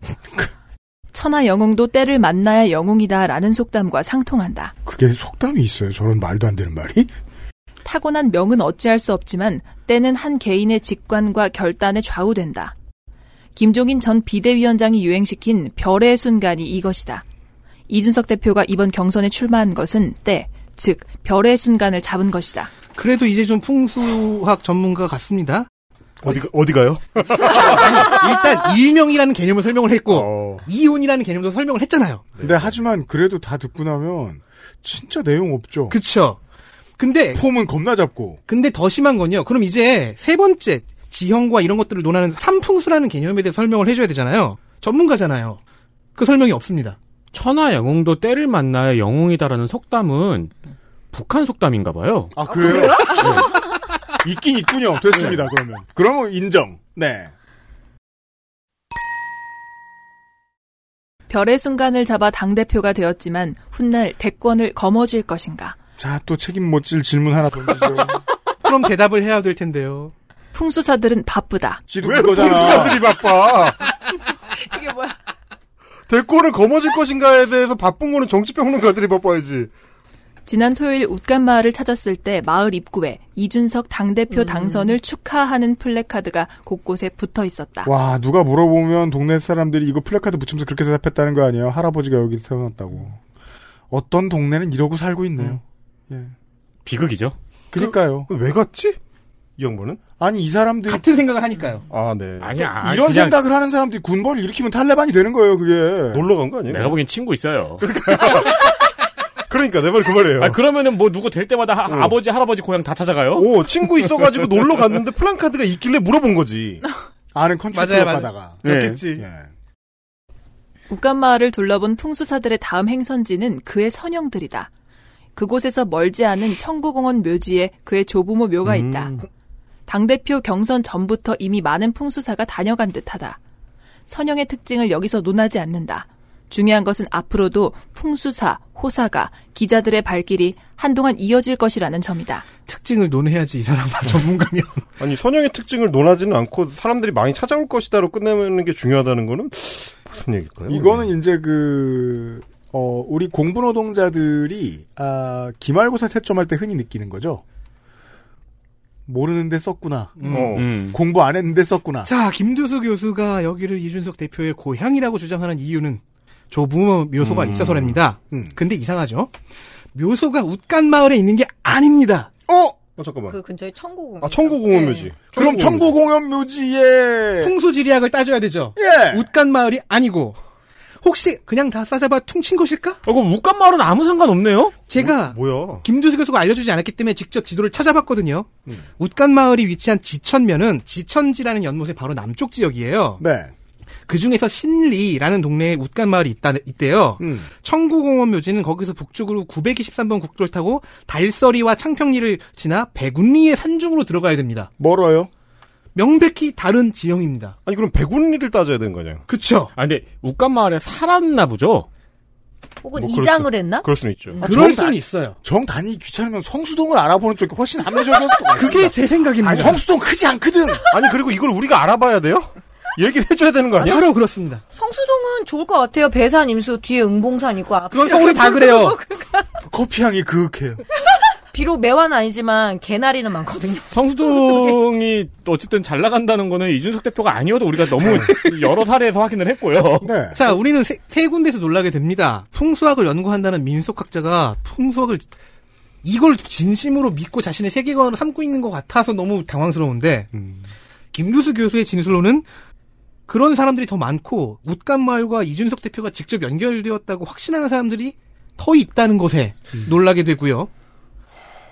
Speaker 6: 천하 영웅도 때를 만나야 영웅이다라는 속담과 상통한다.
Speaker 3: 그게 속담이 있어요. 저런 말도 안 되는 말이?
Speaker 6: 타고난 명은 어찌할 수 없지만 때는 한 개인의 직관과 결단에 좌우된다. 김종인 전 비대위원장이 유행시킨 별의 순간이 이것이다. 이준석 대표가 이번 경선에 출마한 것은 때, 즉 별의 순간을 잡은 것이다.
Speaker 7: 그래도 이제 좀 풍수학 전문가 같습니다.
Speaker 8: 어디 어디 가요?
Speaker 7: 일단 일명이라는 개념을 설명을
Speaker 8: 어.
Speaker 7: 했고 이혼이라는 개념도 설명을 했잖아요.
Speaker 8: 네.
Speaker 3: 근데 하지만 그래도 다 듣고 나면 진짜 내용 없죠.
Speaker 7: 그쵸. 근데
Speaker 3: 폼은 겁나 잡고.
Speaker 7: 근데 더 심한 건요. 그럼 이제 세 번째 지형과 이런 것들을 논하는 삼풍수라는 개념에 대해 설명을 해줘야 되잖아요. 전문가잖아요. 그 설명이 없습니다.
Speaker 2: 천하 영웅도 때를 만나야 영웅이다라는 속담은 북한 속담인가 봐요.
Speaker 3: 아, 그래요? 네. 있긴 있군요. 됐습니다,
Speaker 8: 네.
Speaker 3: 그러면. 그러면 인정. 네.
Speaker 6: 별의 순간을 잡아 당대표가 되었지만 훗날 대권을 거머쥘 것인가.
Speaker 3: 자, 또 책임 못 질 질문 하나 던지죠.
Speaker 7: 그럼 대답을 해야 될 텐데요.
Speaker 6: 풍수사들은 바쁘다.
Speaker 3: 지도
Speaker 8: 왜 풍수사들이 바빠?
Speaker 6: 이게 뭐야?
Speaker 8: 대권을 거머쥘 것인가에 대해서 바쁜 거는 정치평론가들이 바빠야지.
Speaker 6: 지난 토요일 웃간 마을을 찾았을 때 마을 입구에 이준석 당대표 당선을 축하하는 플래카드가 곳곳에 붙어 있었다.
Speaker 3: 와, 누가 물어보면 동네 사람들이 이거 플래카드 붙이면서 그렇게 대답했다는 거 아니에요? 할아버지가 여기 태어났다고. 어떤 동네는 이러고 살고 있네요.
Speaker 8: 음.
Speaker 5: 비극이죠.
Speaker 3: 그니까요.
Speaker 8: 왜 갔지? 이 양반은?
Speaker 3: 아니, 이 사람들이.
Speaker 7: 같은 생각을 하니까요.
Speaker 8: 아, 네.
Speaker 2: 아니야.
Speaker 3: 이런
Speaker 2: 그냥-
Speaker 3: 생각을 하는 사람들이 군벌을 일으키면 탈레반이 되는 거예요, 그게.
Speaker 8: 놀러 간 거 아니에요?
Speaker 2: 내가 보기엔 친구 있어요.
Speaker 8: 그러니까 내 말 그 말이에요.
Speaker 2: 아, 그러면은 뭐 누구 될 때마다 하- 아버지, 할아버지 고향 다 찾아가요?
Speaker 8: 오, 친구 있어가지고 놀러 갔는데 플랜카드가 있길래 물어본 거지.
Speaker 3: 아는 컨트롤
Speaker 8: 맞아요, 맞아요.
Speaker 3: 가다가. 예.
Speaker 8: 네.
Speaker 6: 웃간 마을을 둘러본 풍수사들의 다음 행선지는 그의 선영들이다. 그곳에서 멀지 않은 청구공원 묘지에 그의 조부모 묘가 있다.
Speaker 8: 음.
Speaker 6: 당대표 경선 전부터 이미 많은 풍수사가 다녀간 듯하다. 선영의 특징을 여기서 논하지 않는다. 중요한 것은 앞으로도 풍수사, 호사가, 기자들의 발길이 한동안 이어질 것이라는 점이다.
Speaker 7: 특징을 논해야지 이 사람 전문가면.
Speaker 8: 아니, 선영의 특징을 논하지는 않고 사람들이 많이 찾아올 것이다로 끝내는 게 중요하다는 거는 무슨 얘기일까요?
Speaker 3: 이거는 이제 그, 어, 우리 공부 노동자들이, 아, 기말고사 채점할 때 흔히 느끼는 거죠. 모르는데 썼구나.
Speaker 7: 음.
Speaker 3: 어,
Speaker 7: 음.
Speaker 3: 공부 안 했는데 썼구나.
Speaker 7: 자, 김두수 교수가 여기를 이준석 대표의 고향이라고 주장하는 이유는 조부모 묘소가
Speaker 3: 음.
Speaker 7: 있어서랍니다.
Speaker 3: 음.
Speaker 7: 근데 이상하죠? 묘소가 웃간 마을에 있는 게 아닙니다.
Speaker 3: 어? 네.
Speaker 8: 어 잠깐만.
Speaker 4: 그 근처에 청구공.
Speaker 8: 아 청구공원묘지.
Speaker 3: 그럼
Speaker 7: 예.
Speaker 3: 청구공연묘지의
Speaker 7: 풍수지리학을 따져야 되죠.
Speaker 3: 예.
Speaker 7: 웃간 마을이 아니고 혹시 그냥 다 싸잡아 퉁친 것일까?
Speaker 2: 어, 그럼 웃간 마을은 아무 상관 없네요.
Speaker 7: 제가
Speaker 8: 아, 뭐야?
Speaker 7: 김두수 교수가 알려주지 않았기 때문에 직접 지도를 찾아봤거든요. 웃간 마을이 위치한 지천면은 지천지라는 연못의 바로 남쪽 지역이에요.
Speaker 3: 네.
Speaker 7: 그 중에서 신리라는 동네에 웃간 마을이 있다, 있대요. 청구공원 묘지는 거기서 북쪽으로 923번 국도를 타고 달서리와 창평리를 지나 백운리의 산중으로 들어가야 됩니다.
Speaker 3: 멀어요?
Speaker 7: 명백히 다른 지형입니다.
Speaker 8: 아니 그럼 백운리를 따져야 되는 거냐?
Speaker 7: 그쵸.
Speaker 2: 아 근데 웃간 마을에 살았나 보죠.
Speaker 12: 혹은
Speaker 4: 네.
Speaker 2: 뭐 그럴
Speaker 12: 이장을
Speaker 2: 수도-
Speaker 12: 했나?
Speaker 8: 그렇죠. 그럴 수는 있죠.
Speaker 6: 음.
Speaker 3: 아,
Speaker 7: 그럴
Speaker 3: 정단-
Speaker 7: 수는 있어요.
Speaker 3: 정단이 귀찮으면 성수동을 알아보는 쪽이 훨씬 합리적이었을 것 같아요.
Speaker 7: 그게 제 생각입니다.
Speaker 3: 아니, 성수동 크지 않거든.
Speaker 8: 아니 그리고 이걸 우리가 알아봐야 돼요? 얘기를 해줘야 되는 거 아니야?
Speaker 7: 바로 그렇습니다.
Speaker 12: 성수동은 좋을 것 같아요. 배산 임수 뒤에 응봉산 있고 앞에
Speaker 7: 그건 서울이 다 그래요.
Speaker 3: 커피향이 그윽해요.
Speaker 12: 비록 매화는 아니지만 개나리는 많거든요.
Speaker 2: 성수동이 어쨌든 잘 나간다는 거는 이준석 대표가 아니어도 우리가 너무 여러 사례에서 확인을 했고요.
Speaker 7: 자, 우리는 세, 세 군데에서 놀라게 됩니다. 풍수학을 연구한다는 민속학자가 풍수학을 이걸 진심으로 믿고 자신의 세계관으로 삼고 있는 것 같아서 너무 당황스러운데 김두수 교수의 진술로는 그런 사람들이 더 많고 웃간마을과 이준석 대표가 직접 연결되었다고 확신하는 사람들이 더 있다는 것에 놀라게 되고요.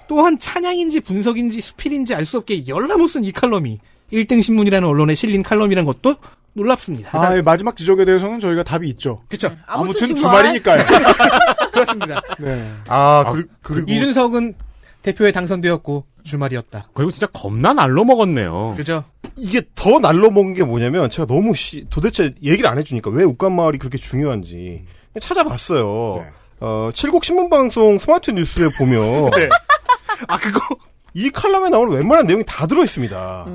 Speaker 7: 또한 찬양인지 분석인지 수필인지 알 수 없게 열나못 쓴 이 칼럼이 1등 신문이라는 언론에 실린 칼럼이란 것도 놀랍습니다.
Speaker 3: 아, 예, 마지막 지적에 대해서는 저희가 답이 있죠.
Speaker 7: 그쵸.
Speaker 3: 아무튼,
Speaker 7: 음, 아무튼 주말.
Speaker 3: 주말이니까요.
Speaker 7: 그렇습니다.
Speaker 3: 네.
Speaker 8: 아,
Speaker 7: 그리고 이준석은 대표에 당선되었고 주말이었다.
Speaker 2: 그리고 진짜 겁나 날로 먹었네요.
Speaker 7: 그죠?
Speaker 8: 이게 더 날로 먹은 게 뭐냐면 제가 너무 씨, 도대체 얘기를 안 해주니까 왜 웃간 마을이 그렇게 중요한지 찾아봤어요.
Speaker 3: 네.
Speaker 8: 어, 칠곡 신문방송 스마트 뉴스에 보면
Speaker 7: 아 그거
Speaker 8: 이 칼럼에 나오는 웬만한 내용이 다 들어 있습니다.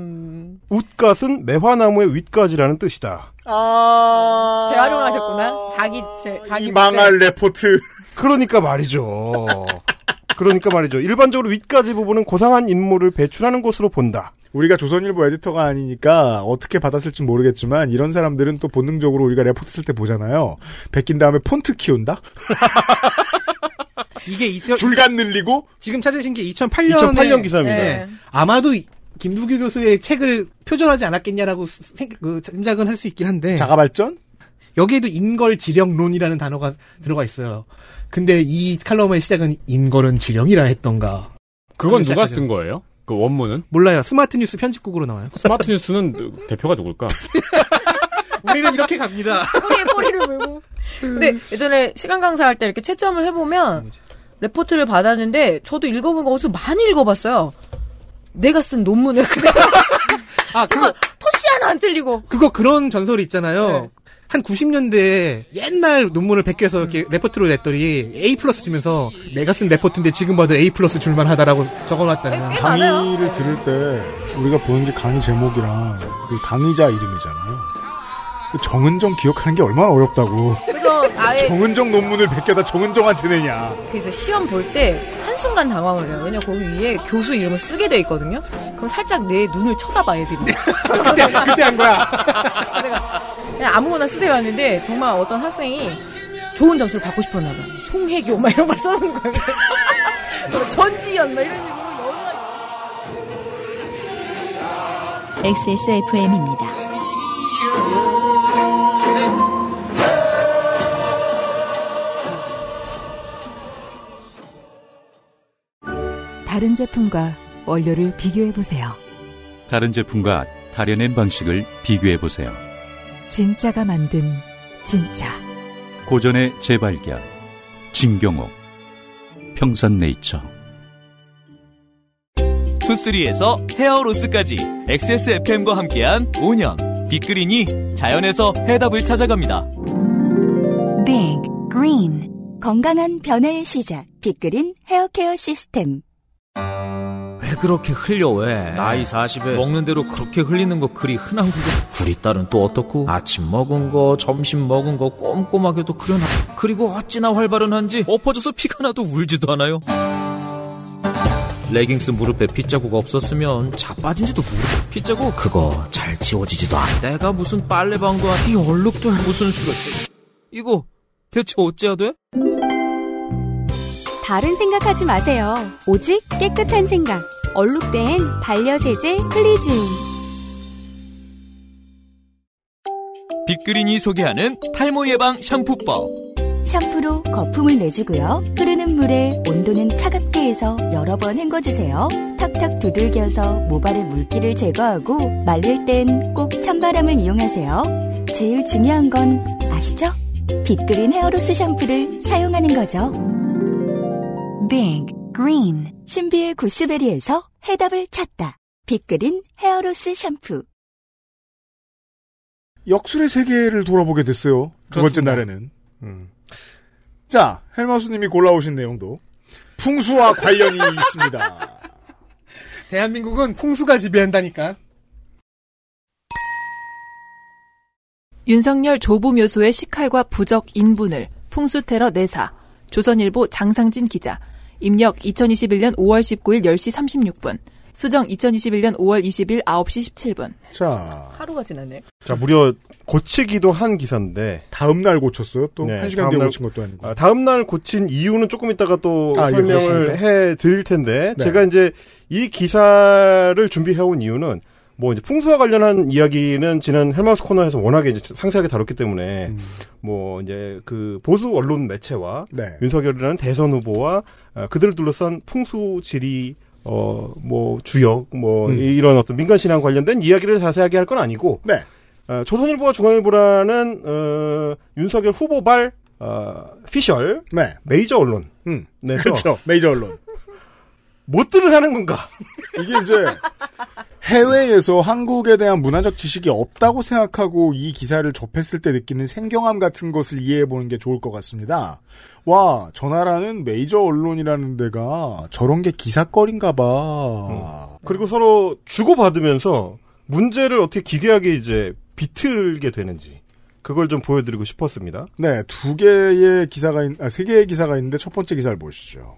Speaker 8: 웃갓은 매화나무의 윗가지라는 뜻이다.
Speaker 3: 아.
Speaker 12: 재활용하셨구나. 자기 제, 자기
Speaker 3: 망할 레포트.
Speaker 8: 그러니까 말이죠. 그러니까 말이죠. 일반적으로 윗가지 부분은 고상한 인물을 배출하는 곳으로 본다.
Speaker 3: 우리가 조선일보 에디터가 아니니까 어떻게 받았을지 모르겠지만 이런 사람들은 또 본능적으로 우리가 레포트 쓸 때 보잖아요. 베낀 다음에 폰트 키운다?
Speaker 7: 이게 이제
Speaker 3: 줄간 늘리고
Speaker 7: 지금 찾으신 게 2008년
Speaker 8: 2008년 기사입니다.
Speaker 4: 네.
Speaker 8: 네.
Speaker 7: 아마도 이- 김두규 교수의 책을 표절하지 않았겠냐라고 스- 생, 그 짐작은 할 수 있긴 한데
Speaker 3: 자가발전?
Speaker 7: 여기에도 인걸지령론이라는 단어가 들어가 있어요. 근데 이 칼럼의 시작은 인걸은 지령이라 했던가. 그렇게
Speaker 2: 그건 누가
Speaker 7: 시작하죠.
Speaker 2: 쓴 거예요? 그 원문은?
Speaker 7: 몰라요. 스마트 뉴스 편집국으로 나와요.
Speaker 2: 스마트 뉴스는 대표가 누굴까?
Speaker 7: 우리는 이렇게 갑니다.
Speaker 4: 꼬리에 꼬리를 물고. 근데 예전에 시간 강사할 때 이렇게 채점을 해보면 레포트를 받았는데 저도 읽어본 거 어디서 많이 읽어봤어요. 내가 쓴 논문을 그대로.
Speaker 7: 아,
Speaker 2: 그
Speaker 4: 정말 토시 하나 안 틀리고.
Speaker 7: 그거 그런 전설이 있잖아요. 한 90년대에 옛날 논문을 베껴서 이렇게 레포트로 냈더니 A 플러스 주면서 내가 쓴 레포트인데 지금 봐도 A 플러스 줄만하다라고 적어놨다는.
Speaker 3: 강의를 들을 때 우리가 보는 게 강의 제목이랑 그 강의자 이름이잖아요. 그 정은정 기억하는 게 얼마나 어렵다고.
Speaker 4: 그래서
Speaker 7: 네.
Speaker 4: 아예
Speaker 3: 정은정 논문을 베껴다 정은정한테 내냐.
Speaker 4: 그래서 시험 볼 때 한순간 당황을 해요. 왜냐 거기 위에 교수 이름을 쓰게 돼 있거든요. 그럼 살짝 내 눈을 쳐다봐 애들이. 그때
Speaker 3: 네. 그때 한 거야.
Speaker 4: 그냥 아무거나 쓰세요 했는데 정말 어떤 학생이 좋은 점수를 받고 싶었나 봐. 송혜교 막 이런 걸 써놓은 거예요. 뭐 전지현 막 이런 식으로
Speaker 1: XSFM입니다.
Speaker 10: 다른 제품과 원료를 비교해 보세요.
Speaker 13: 다른 제품과 다려낸 방식을 비교해 보세요.
Speaker 10: 진짜가 만든 진짜.
Speaker 13: 고전의 재발견 진경옥 평산네이처
Speaker 11: 투쓰리에서 헤어로스까지 XSFM과 함께한 5년 빅그린이 자연에서 해답을 찾아갑니다.
Speaker 14: Big Green 건강한 변화의 시작 빅그린 헤어케어 시스템
Speaker 11: 왜 그렇게 흘려 왜? 나이 40에 먹는 대로 그렇게 흘리는 거 그리 흔한 거고 우리 딸은 또 어떻고 아침 먹은 거 점심 먹은 거 꼼꼼하게도 그려놔 그리고 어찌나 활발은 한지 엎어져서 피가 나도 울지도 않아요 레깅스 무릎에 핏자국 없었으면 자빠진지도 모르고 핏자국 그거 잘 지워지지도 않아 내가 무슨 빨래방도 아니 얼룩도 아니 무슨 수를 이거 대체 어째야 돼?
Speaker 10: 다른 생각하지 마세요. 오직 깨끗한 생각.
Speaker 15: 얼룩된 반려세제 클리징.
Speaker 16: 빅그린이 소개하는 탈모 예방 샴푸법.
Speaker 14: 샴푸로 거품을 내주고요. 흐르는 물에 온도는 차갑게 해서 여러 번 헹궈주세요. 탁탁 두들겨서 모발의 물기를 제거하고 말릴 땐 꼭 찬바람을 이용하세요. 제일 중요한 건 아시죠? 빅그린 헤어로스 샴푸를 사용하는 거죠. Big Green 신비의 구스베리에서 해답을 찾다. 빅그린 헤어로스 샴푸.
Speaker 3: 역술의 세계를 돌아보게 됐어요. 두 번째
Speaker 8: 그렇습니다. 음.
Speaker 3: 날에는. 자, 헬마수님이 골라오신 내용도 풍수와 관련이 있습니다.
Speaker 7: 대한민국은 풍수가 지배한다니까.
Speaker 6: 윤석열 조부묘소의 식칼과 부적 인분을 풍수 테러 내사 조선일보 장상진 기자 입력 2021년 5월 19일 10시 36분 수정 2021년 5월 20일 9시 17분
Speaker 3: 자,
Speaker 4: 하루가 지났네.
Speaker 8: 자, 무려 고치기도 한 기사인데.
Speaker 3: 다음 날 고쳤어요? 또
Speaker 8: 네,
Speaker 3: 한 시간 뒤에 고친 것도 아니고.
Speaker 8: 다음 날 고친 이유는 조금 이따가 또
Speaker 3: 아, 예,
Speaker 8: 설명을
Speaker 3: 그렇습니다.
Speaker 8: 해 드릴 텐데.
Speaker 3: 네.
Speaker 8: 제가 이제 이 기사를 준비해 온 이유는 뭐 이제 풍수와 관련한 이야기는 지난 헬마우스 코너에서 워낙에 이제 상세하게 다뤘기 때문에 뭐 이제 그 보수 언론 매체와
Speaker 3: 네.
Speaker 8: 윤석열이라는 대선 후보와 어, 그들을 둘러싼 풍수 지리 어뭐 주역 뭐
Speaker 3: 음.
Speaker 8: 이런 어떤 민간 신앙 관련된 이야기를 자세하게 할 건 아니고
Speaker 3: 네.
Speaker 8: 어, 조선일보와 중앙일보라는 어, 윤석열 후보발 어, 피셜
Speaker 3: 네.
Speaker 8: 메이저 언론
Speaker 3: 음.
Speaker 8: 네,
Speaker 3: 그렇죠. 메이저 언론.
Speaker 8: 못들을 하는 건가?
Speaker 3: 이게 이제 해외에서 한국에 대한 문화적 지식이 없다고 생각하고 이 기사를 접했을 때 느끼는 생경함 같은 것을 이해해 보는 게 좋을 것 같습니다. 와, 저 나라는 메이저 언론이라는 데가 저런 게 기사거리인가 봐.
Speaker 8: 그리고 서로 주고받으면서 문제를 어떻게 기괴하게 이제 비틀게 되는지 그걸 좀 보여드리고 싶었습니다.
Speaker 3: 네, 두 개의 기사가, 있- 아, 세 개의 기사가 있는데 첫 번째 기사를 보시죠.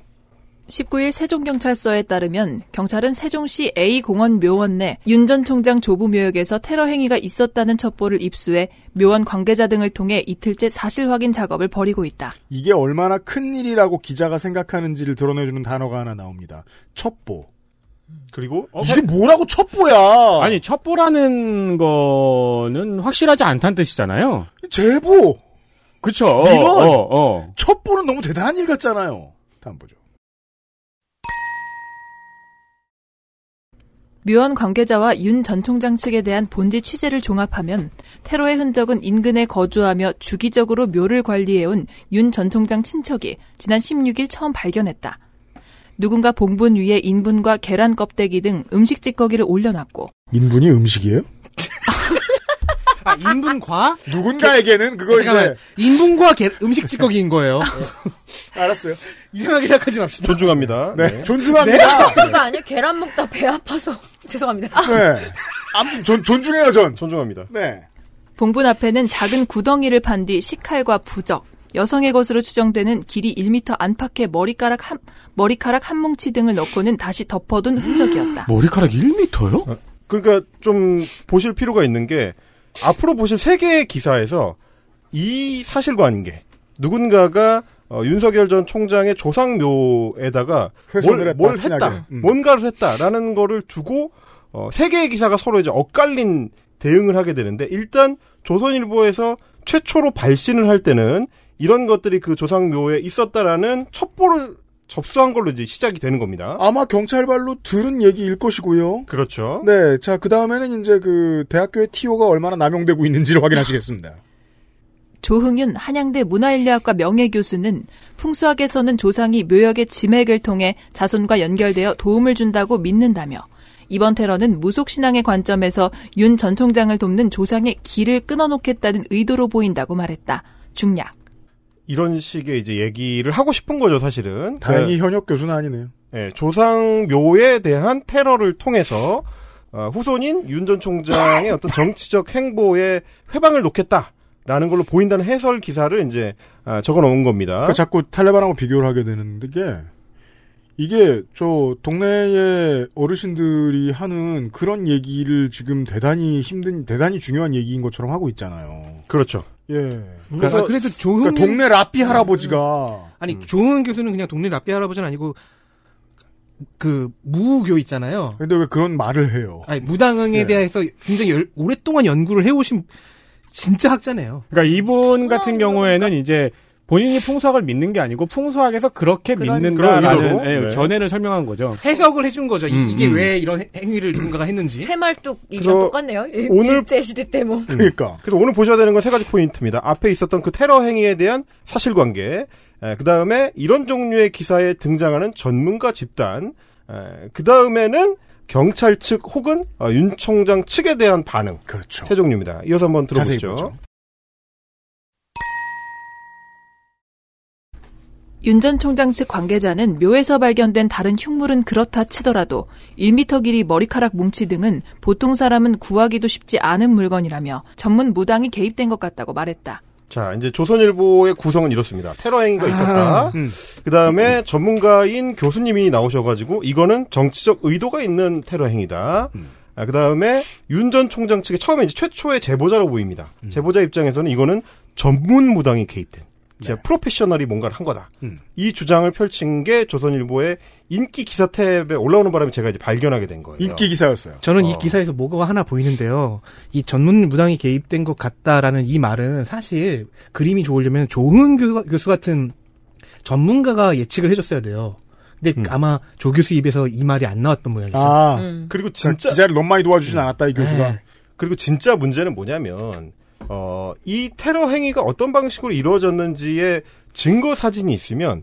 Speaker 6: 19일 세종경찰서에 따르면 경찰은 세종시 A공원 묘원 내 윤 전 총장 조부 묘역에서 테러 행위가 있었다는 첩보를 입수해 묘원 관계자 등을 통해 이틀째 사실 확인 작업을 벌이고 있다.
Speaker 3: 이게 얼마나 큰 일이라고 기자가 생각하는지를 드러내주는 단어가 하나 나옵니다. 첩보.
Speaker 8: 그리고
Speaker 3: 이게 뭐라고 첩보야?
Speaker 2: 어. 아니 첩보라는 거는 확실하지 않다는 뜻이잖아요.
Speaker 3: 제보.
Speaker 2: 그쵸.
Speaker 3: 민원!
Speaker 2: 어, 어.
Speaker 3: 첩보는 너무 대단한 일 같잖아요. 다음 보죠.
Speaker 6: 묘원 관계자와 윤 전 총장 측에 대한 본지 취재를 종합하면 테러의 흔적은 인근에 거주하며 주기적으로 묘를 관리해온 윤 전 총장 친척이 지난 16일 처음 발견했다. 누군가 봉분 위에 인분과 계란 껍데기 등 음식 찌꺼기를 올려놨고
Speaker 3: 인분이 음식이에요?
Speaker 7: 아, 인분과? 어, 네.
Speaker 3: 누군가에게는 그거
Speaker 7: 잠깐만, 인분과 게- 음식 찌꺼기인 거예요. 네.
Speaker 3: 알았어요.
Speaker 7: 이상하게 생각하지 맙시다.
Speaker 8: 존중합니다.
Speaker 3: 네, 존중합니다.
Speaker 7: 네?
Speaker 12: 그거 아니에요? 계란 먹다 배 아파서 죄송합니다.
Speaker 3: 네. 아무튼 존, 존중해요, 전.
Speaker 8: 존중합니다.
Speaker 3: 네.
Speaker 6: 봉분 앞에는 작은 구덩이를 판 뒤 식칼과 부적, 여성의 것으로 추정되는 길이 1m 안팎의 머리카락 한, 머리카락 한 뭉치 등을 넣고는 다시 덮어둔 흔적이었다.
Speaker 8: 머리카락 1m요? 그러니까 좀 보실 필요가 있는 게 앞으로 보실 세 개의 기사에서 이 사실관계 누군가가 어, 윤석열 전 총장의 조상묘에다가
Speaker 3: 훼손을
Speaker 8: 뭘,
Speaker 3: 했다,
Speaker 8: 뭘
Speaker 3: 티나게.
Speaker 8: 했다,
Speaker 3: 음.
Speaker 8: 뭔가를 했다라는 거를 두고 어, 세 개의 기사가 서로 이제 엇갈린 대응을 하게 되는데 일단 조선일보에서 최초로 발신을 할 때는 이런 것들이 그 조상묘에 있었다라는 첩보를 접수한 걸로 이제 시작이 되는 겁니다.
Speaker 3: 아마 경찰발로 들은 얘기일 것이고요.
Speaker 8: 그렇죠.
Speaker 3: 네, 자, 그 다음에는 이제 그 대학교의 TO가 얼마나 남용되고 있는지를 확인하시겠습니다.
Speaker 6: 조흥윤 한양대 문화인류학과 명예교수는 풍수학에서는 조상이 묘역의 지맥을 통해 자손과 연결되어 도움을 준다고 믿는다며 이번 테러는 무속신앙의 관점에서 윤 전 총장을 돕는 조상의 길을 끊어놓겠다는 의도로 보인다고 말했다. 중략.
Speaker 8: 이런 식의 이제 얘기를 하고 싶은 거죠, 사실은.
Speaker 3: 다행히
Speaker 8: 그,
Speaker 3: 현역 교수는 아니네요.
Speaker 8: 예, 조상묘에 대한 테러를 통해서 어, 후손인 윤 전 총장의 어떤 정치적 행보에 회방을 놓겠다라는 걸로 보인다는 해설 기사를 이제 아, 적어놓은 겁니다.
Speaker 3: 그러니까 자꾸 탈레반하고 비교를 하게 되는 게 이게 저 동네의 어르신들이 하는 그런 얘기를 지금 대단히 힘든 대단히 중요한 얘기인 것처럼 하고 있잖아요.
Speaker 8: 그렇죠.
Speaker 3: 예.
Speaker 7: 아, 그래서 그래도 음. 조흥
Speaker 3: 그러니까 동네 라삐 할아버지가
Speaker 7: 아니 조은 교수는 그냥 동네 라삐 할아버지는 아니고 그 무교 있잖아요.
Speaker 3: 근데 왜 그런 말을 해요?
Speaker 7: 아니, 무당에
Speaker 2: 네.
Speaker 7: 대해서 굉장히 열- 오랫동안 연구를 해오신 진짜 학자네요.
Speaker 2: 그러니까
Speaker 7: 아,
Speaker 2: 이분 같은 경우에는
Speaker 7: 그러니까.
Speaker 2: 이제 본인이 풍수학을 믿는 게 아니고 풍수학에서 그렇게
Speaker 7: 그런-
Speaker 2: 믿는다라는
Speaker 7: 그런 의도로?
Speaker 2: 예,
Speaker 7: 네.
Speaker 2: 견해를 설명한 거죠.
Speaker 7: 해석을 해준 거죠. 이-
Speaker 2: 음,
Speaker 7: 이게
Speaker 2: 음.
Speaker 7: 왜 이런 해- 행위를 누군가가 했는지.
Speaker 4: 해말뚝이랑
Speaker 8: 예? 그래서
Speaker 4: 똑같네요. 일-
Speaker 8: 오늘-
Speaker 4: 일제시대 때 뭐.
Speaker 3: 그러니까.
Speaker 8: 그래서 오늘 보셔야 되는 건 세 가지 포인트입니다. 앞에 있었던 그 테러 행위에 대한 사실관계, 그 다음에 이런 종류의 기사에 등장하는 전문가 집단, 그 다음에는 경찰 측 혹은 어, 윤 총장 측에 대한 반응.
Speaker 3: 그렇죠.
Speaker 8: 세 종류입니다. 이어서 한번
Speaker 3: 자세히
Speaker 8: 들어보시죠.
Speaker 6: 윤 전 총장 측 관계자는 묘에서 발견된 다른 흉물은 그렇다 치더라도 1m 길이 머리카락 뭉치 등은 보통 사람은 구하기도 쉽지 않은 물건이라며 전문 무당이 개입된 것 같다고 말했다.
Speaker 8: 자, 이제 조선일보의 구성은 이렇습니다. 테러 행위가 있었다.
Speaker 3: 음.
Speaker 8: 그 다음에 전문가인 교수님이 나오셔가지고 이거는 정치적 의도가 있는 테러 행위다. 그 다음에 윤 전 총장 측에 처음에 이제 최초의 제보자로 보입니다. 제보자 입장에서는 이거는 전문 무당이 개입된. 진짜 프로페셔널이 뭔가를 한 거다.
Speaker 3: 음.
Speaker 8: 이 주장을 펼친 게 조선일보의 인기 기사 탭에 올라오는 바람에 제가 이제 발견하게 된 거예요.
Speaker 7: 인기
Speaker 3: 기사였어요.
Speaker 7: 저는 이 기사에서 뭐가 하나 보이는데요. 이 전문 무당이 개입된 것 같다라는 이 말은 사실 그림이 좋으려면 조은 교- 교수 같은 전문가가 예측을 해줬어야 돼요. 근데 아마 조 교수 입에서 이 말이 안 나왔던 모양이죠.
Speaker 3: 음.
Speaker 7: 네.
Speaker 3: 아,
Speaker 6: 음.
Speaker 4: 음,
Speaker 3: 그리고
Speaker 8: 음. 진짜- 네.
Speaker 3: 기자를 너무 많이 도와주진 않았다 이 교수가.
Speaker 8: 그리고 진짜 문제는 뭐냐면 어, 이 테러 행위가 어떤 방식으로 이루어졌는지의 증거 사진이 있으면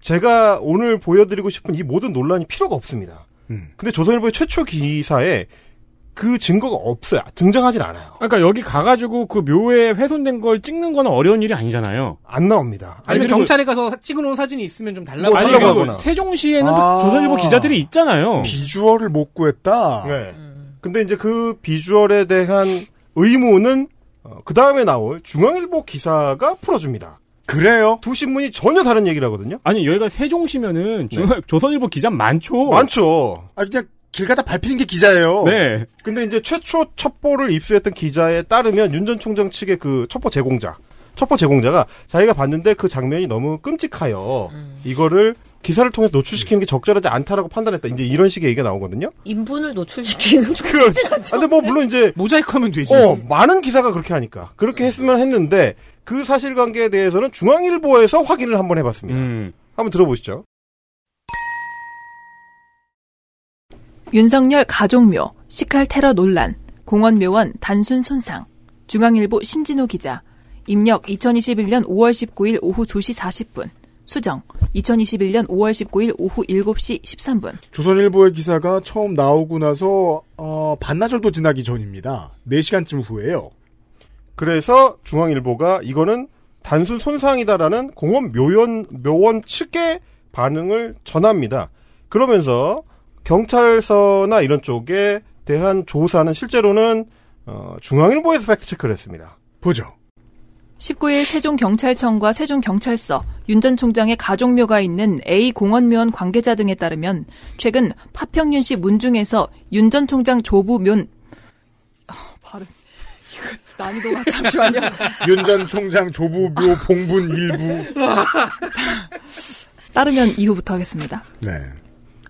Speaker 8: 제가 오늘 보여드리고 싶은 이 모든 논란이 필요가 없습니다.
Speaker 3: 음.
Speaker 8: 근데 조선일보의 최초 기사에 그 증거가 없어요. 등장하진 않아요.
Speaker 2: 그러니까 여기 가가지고 그 묘에 훼손된 걸 찍는 건 어려운 일이 아니잖아요.
Speaker 8: 안 나옵니다.
Speaker 7: 아니면 경찰에 가서 찍어놓은 사진이 있으면 좀
Speaker 3: 뭐,
Speaker 7: 달라고
Speaker 2: 아니,
Speaker 7: 하거나.
Speaker 2: 그리고 세종시에는 뭐
Speaker 6: 아.
Speaker 2: 조선일보 기자들이 있잖아요.
Speaker 3: 비주얼을 못 구했다.
Speaker 8: 음. 네. 근데 이제 그 비주얼에 대한 의무는 그 다음에 나올 중앙일보 기사가 풀어줍니다.
Speaker 3: 그래요?
Speaker 8: 두 신문이 전혀 다른 얘기를 하거든요.
Speaker 2: 아니 여기가 세종시면은 중앙- 조선일보 기자 네. 많죠.
Speaker 8: 많죠.
Speaker 3: 아 그냥 길 가다 밟히는 게 기자예요.
Speaker 2: 네.
Speaker 8: 근데 이제 최초 첩보를 입수했던 기자에 따르면 윤 전 총장 측의 그 첩보 제공자, 첩보 제공자가 자기가 봤는데 그 장면이 너무 끔찍하여 이거를 기사를 통해서 노출시키는 게 적절하지 않다라고 판단했다. 이제 이런 식의 얘기가 나오거든요.
Speaker 4: 인분을 노출시키는 좀
Speaker 8: 그-
Speaker 4: 쉽진 않죠.
Speaker 8: 아, 근데 뭐 물론 이제
Speaker 7: 모자이크하면 되지.
Speaker 8: 어, 많은 기사가 그렇게 하니까 그렇게 했으면 했는데 그 사실관계에 대해서는 중앙일보에서 확인을 한번
Speaker 2: 음.
Speaker 8: 해봤습니다. 한번 들어보시죠.
Speaker 6: 윤석열 가족묘, 시칼 테러 논란, 공원묘원 단순 손상, 중앙일보 신진호 기자, 입력 2021년 5월 19일 오후 2시 40분, 수정 2021년 5월 19일 오후 7시 13분.
Speaker 3: 조선일보의 기사가 처음 나오고 나서 어, 반나절도 지나기 전입니다. 4시간쯤 후에요.
Speaker 8: 그래서 중앙일보가 이거는 단순 손상이다라는 공원 묘연, 묘원 측의 반응을 전합니다. 그러면서 경찰서나 이런 쪽에 대한 조사는 실제로는 어, 중앙일보에서 팩트체크를 했습니다.
Speaker 3: 보죠.
Speaker 6: 19일 세종경찰청과 세종경찰서, 윤 전 총장의 가족묘가 있는 A 공원묘원 관계자 등에 따르면 최근 파평윤씨 문중에서 윤 전 총장 조부 묘 난이도가 잠시만요.
Speaker 3: 윤 전 총장 조부묘 봉분 일부.
Speaker 6: 따르면 이후부터 하겠습니다.
Speaker 3: 네.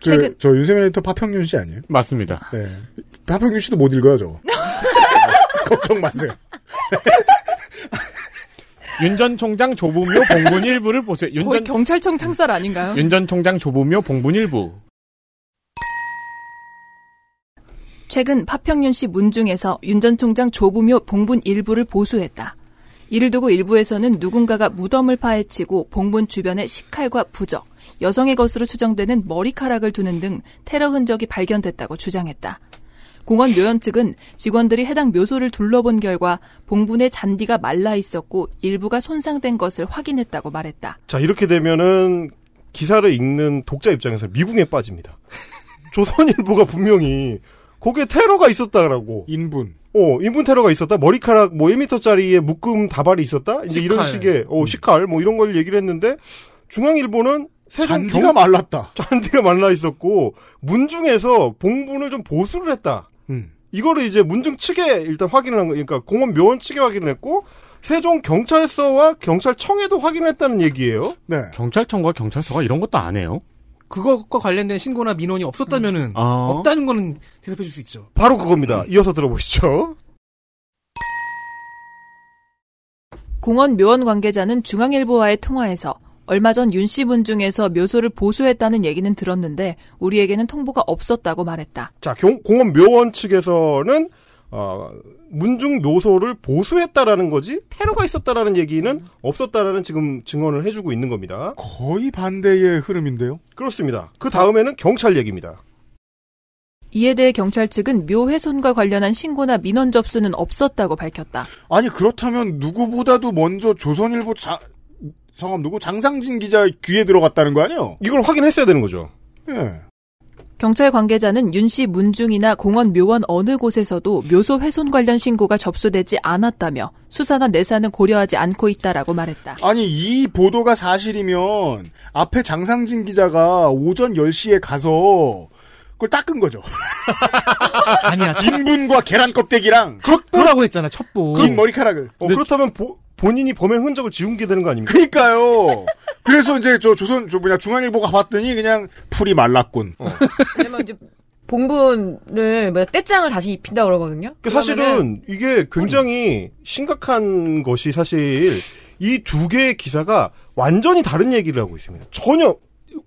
Speaker 6: 최근-
Speaker 3: 그, 저 윤세민 에디터 파평윤 씨 아니에요?
Speaker 2: 맞습니다.
Speaker 3: 네. 파평윤 씨도 못 읽어요, 저거. 걱정 마세요.
Speaker 2: 윤 전 총장 조부묘 봉분 일부를 보세요. 윤
Speaker 6: 거의
Speaker 2: 전
Speaker 6: 경찰청 창살 아닌가요?
Speaker 2: 윤 전 총장 조부묘 봉분 일부.
Speaker 6: 최근 파평윤씨 문중에서 윤 전 총장 조부묘 봉분 일부를 보수했다. 이를 두고 일부에서는 누군가가 무덤을 파헤치고 봉분 주변에 식칼과 부적, 여성의 것으로 추정되는 머리카락을 두는 등 테러 흔적이 발견됐다고 주장했다. 공원 묘연 측은 직원들이 해당 묘소를 둘러본 결과 봉분의 잔디가 말라 있었고 일부가 손상된 것을 확인했다고 말했다.
Speaker 8: 자, 이렇게 되면은 기사를 읽는 독자 입장에서 미궁에 빠집니다. 조선일보가 분명히 거기에 테러가 있었다라고.
Speaker 3: 인분.
Speaker 8: 어, 인분 테러가 있었다. 머리카락 뭐 1m짜리의 묶음 다발이 있었다. 이제 이런
Speaker 3: 식칼.
Speaker 8: 식의 어, 식칼 뭐 이런 걸 얘기를 했는데 중앙일보는 세종
Speaker 3: 잔디가 말랐다.
Speaker 8: 잔디가 말라 있었고 문중에서 봉분을 좀 보수를 했다.
Speaker 3: 음.
Speaker 8: 이거를 이제 문중 측에 일단 확인을 한 거, 그러니까 공원 묘원 측에 확인을 했고 세종 경찰서와 경찰청에도 확인을 했다는 얘기예요.
Speaker 3: 네.
Speaker 2: 경찰청과 경찰서가 이런 것도 안 해요.
Speaker 7: 그것과 관련된 신고나 민원이 없었다면은
Speaker 3: 음.
Speaker 8: 아.
Speaker 7: 없다는 거는 대답해 줄 수 있죠.
Speaker 8: 바로 그겁니다. 이어서 들어보시죠.
Speaker 6: 공원 묘원 관계자는 중앙일보와의 통화에서 얼마 전 윤씨분 중에서 묘소를 보수했다는 얘기는 들었는데 우리에게는 통보가 없었다고 말했다.
Speaker 8: 자, 경- 공원 묘원 측에서는 어, 문중 묘소를 보수했다라는 거지 테러가 있었다라는 얘기는 없었다라는 지금 증언을 해주고 있는 겁니다.
Speaker 3: 거의 반대의 흐름인데요.
Speaker 8: 그렇습니다. 그 다음에는 경찰 얘기입니다.
Speaker 6: 이에 대해 경찰 측은 묘훼손과 관련한 신고나 민원 접수는 없었다고 밝혔다.
Speaker 3: 아니 그렇다면 누구보다도 먼저 조선일보 자, 성함 누구 장상진 기자 귀에 들어갔다는 거 아니에요?
Speaker 8: 이걸 확인했어야 되는 거죠.
Speaker 3: 예.
Speaker 6: 경찰 관계자는 윤씨 문중이나 공원 묘원 어느 곳에서도 묘소 훼손 관련 신고가 접수되지 않았다며 수사나 내사는 고려하지 않고 있다라고 말했다.
Speaker 3: 아니 이 보도가 사실이면 앞에 장상진 기자가 오전 10시에 가서 그걸 닦은 거죠.
Speaker 7: 아니야.
Speaker 3: 인분과 계란 껍데기랑
Speaker 7: 첩보라고 했잖아. 첩보.
Speaker 3: 긴그 머리카락을.
Speaker 8: 어, 그렇다면 보- 본인이 범행 흔적을 지운게 되는 거 아닙니까?
Speaker 3: 그니까요. 그래서 이제 저 조선 저 뭐냐 중앙일보가 봤더니 그냥 풀이 말랐군.
Speaker 4: 왜냐면 이제 봉분을 뭐 떼짱을 다시 입힌다 그러거든요.
Speaker 8: 그 사실은 이게 굉장히 심각한 것이 사실 이 두 개의 기사가 완전히 다른 얘기를 하고 있습니다. 전혀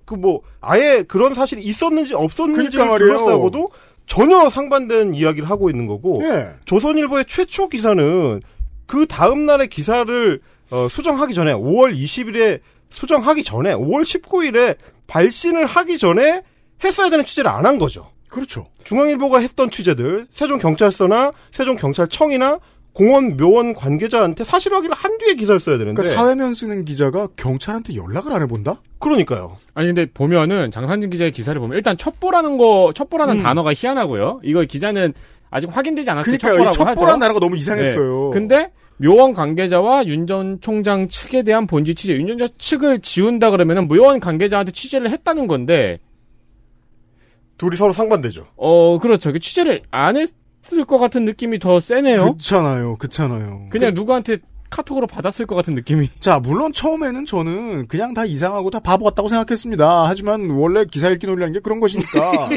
Speaker 8: 그 뭐 아예 그런 사실이 있었는지 없었는지를
Speaker 3: 그러니까 말이에요.
Speaker 8: 둘러싸고도 전혀 상반된 이야기를 하고 있는 거고
Speaker 3: 예.
Speaker 8: 조선일보의 최초 기사는 그 다음 날의 기사를 어, 수정하기 전에 5월 20일에 수정하기 전에 5월 19일에 발신을 하기 전에 했어야 되는 취재를 안 한 거죠.
Speaker 3: 그렇죠.
Speaker 8: 중앙일보가 했던 취재들 세종경찰서나 세종경찰청이나 공원 묘원 관계자한테 사실 확인을 한 뒤에 기사를 써야 되는데
Speaker 3: 그러니까 사회면 쓰는 기자가 경찰한테 연락을 안 해본다?
Speaker 8: 그러니까요.
Speaker 2: 아니 근데 보면은 장산진 기자의 기사를 보면 일단 첩보라는 거 첩보라는
Speaker 3: 음.
Speaker 2: 단어가 희한하고요. 이거 기자는 아직 확인되지 않았기
Speaker 3: 그러니까요.
Speaker 2: 첩보라고
Speaker 3: 이 첩보라는
Speaker 2: 하죠. 네.
Speaker 3: 단어가 너무 이상했어요.
Speaker 2: 근데 묘원 관계자와 윤 전 총장 측에 대한 본지 취재, 윤 전 측을 지운다 그러면은 묘원 관계자한테 취재를 했다는 건데
Speaker 8: 둘이 서로 상반되죠.
Speaker 2: 어 그렇죠. 그 취재를 안 했을 것 같은 느낌이 더 세네요.
Speaker 3: 그렇잖아요. 그렇잖아요.
Speaker 2: 그냥 누구한테 카톡으로 받았을 것 같은 느낌이.
Speaker 3: 자, 물론 처음에는 저는 그냥 다 이상하고 다 바보 같다고 생각했습니다. 하지만 원래 기사 읽기 논리라는 게 그런 것이니까.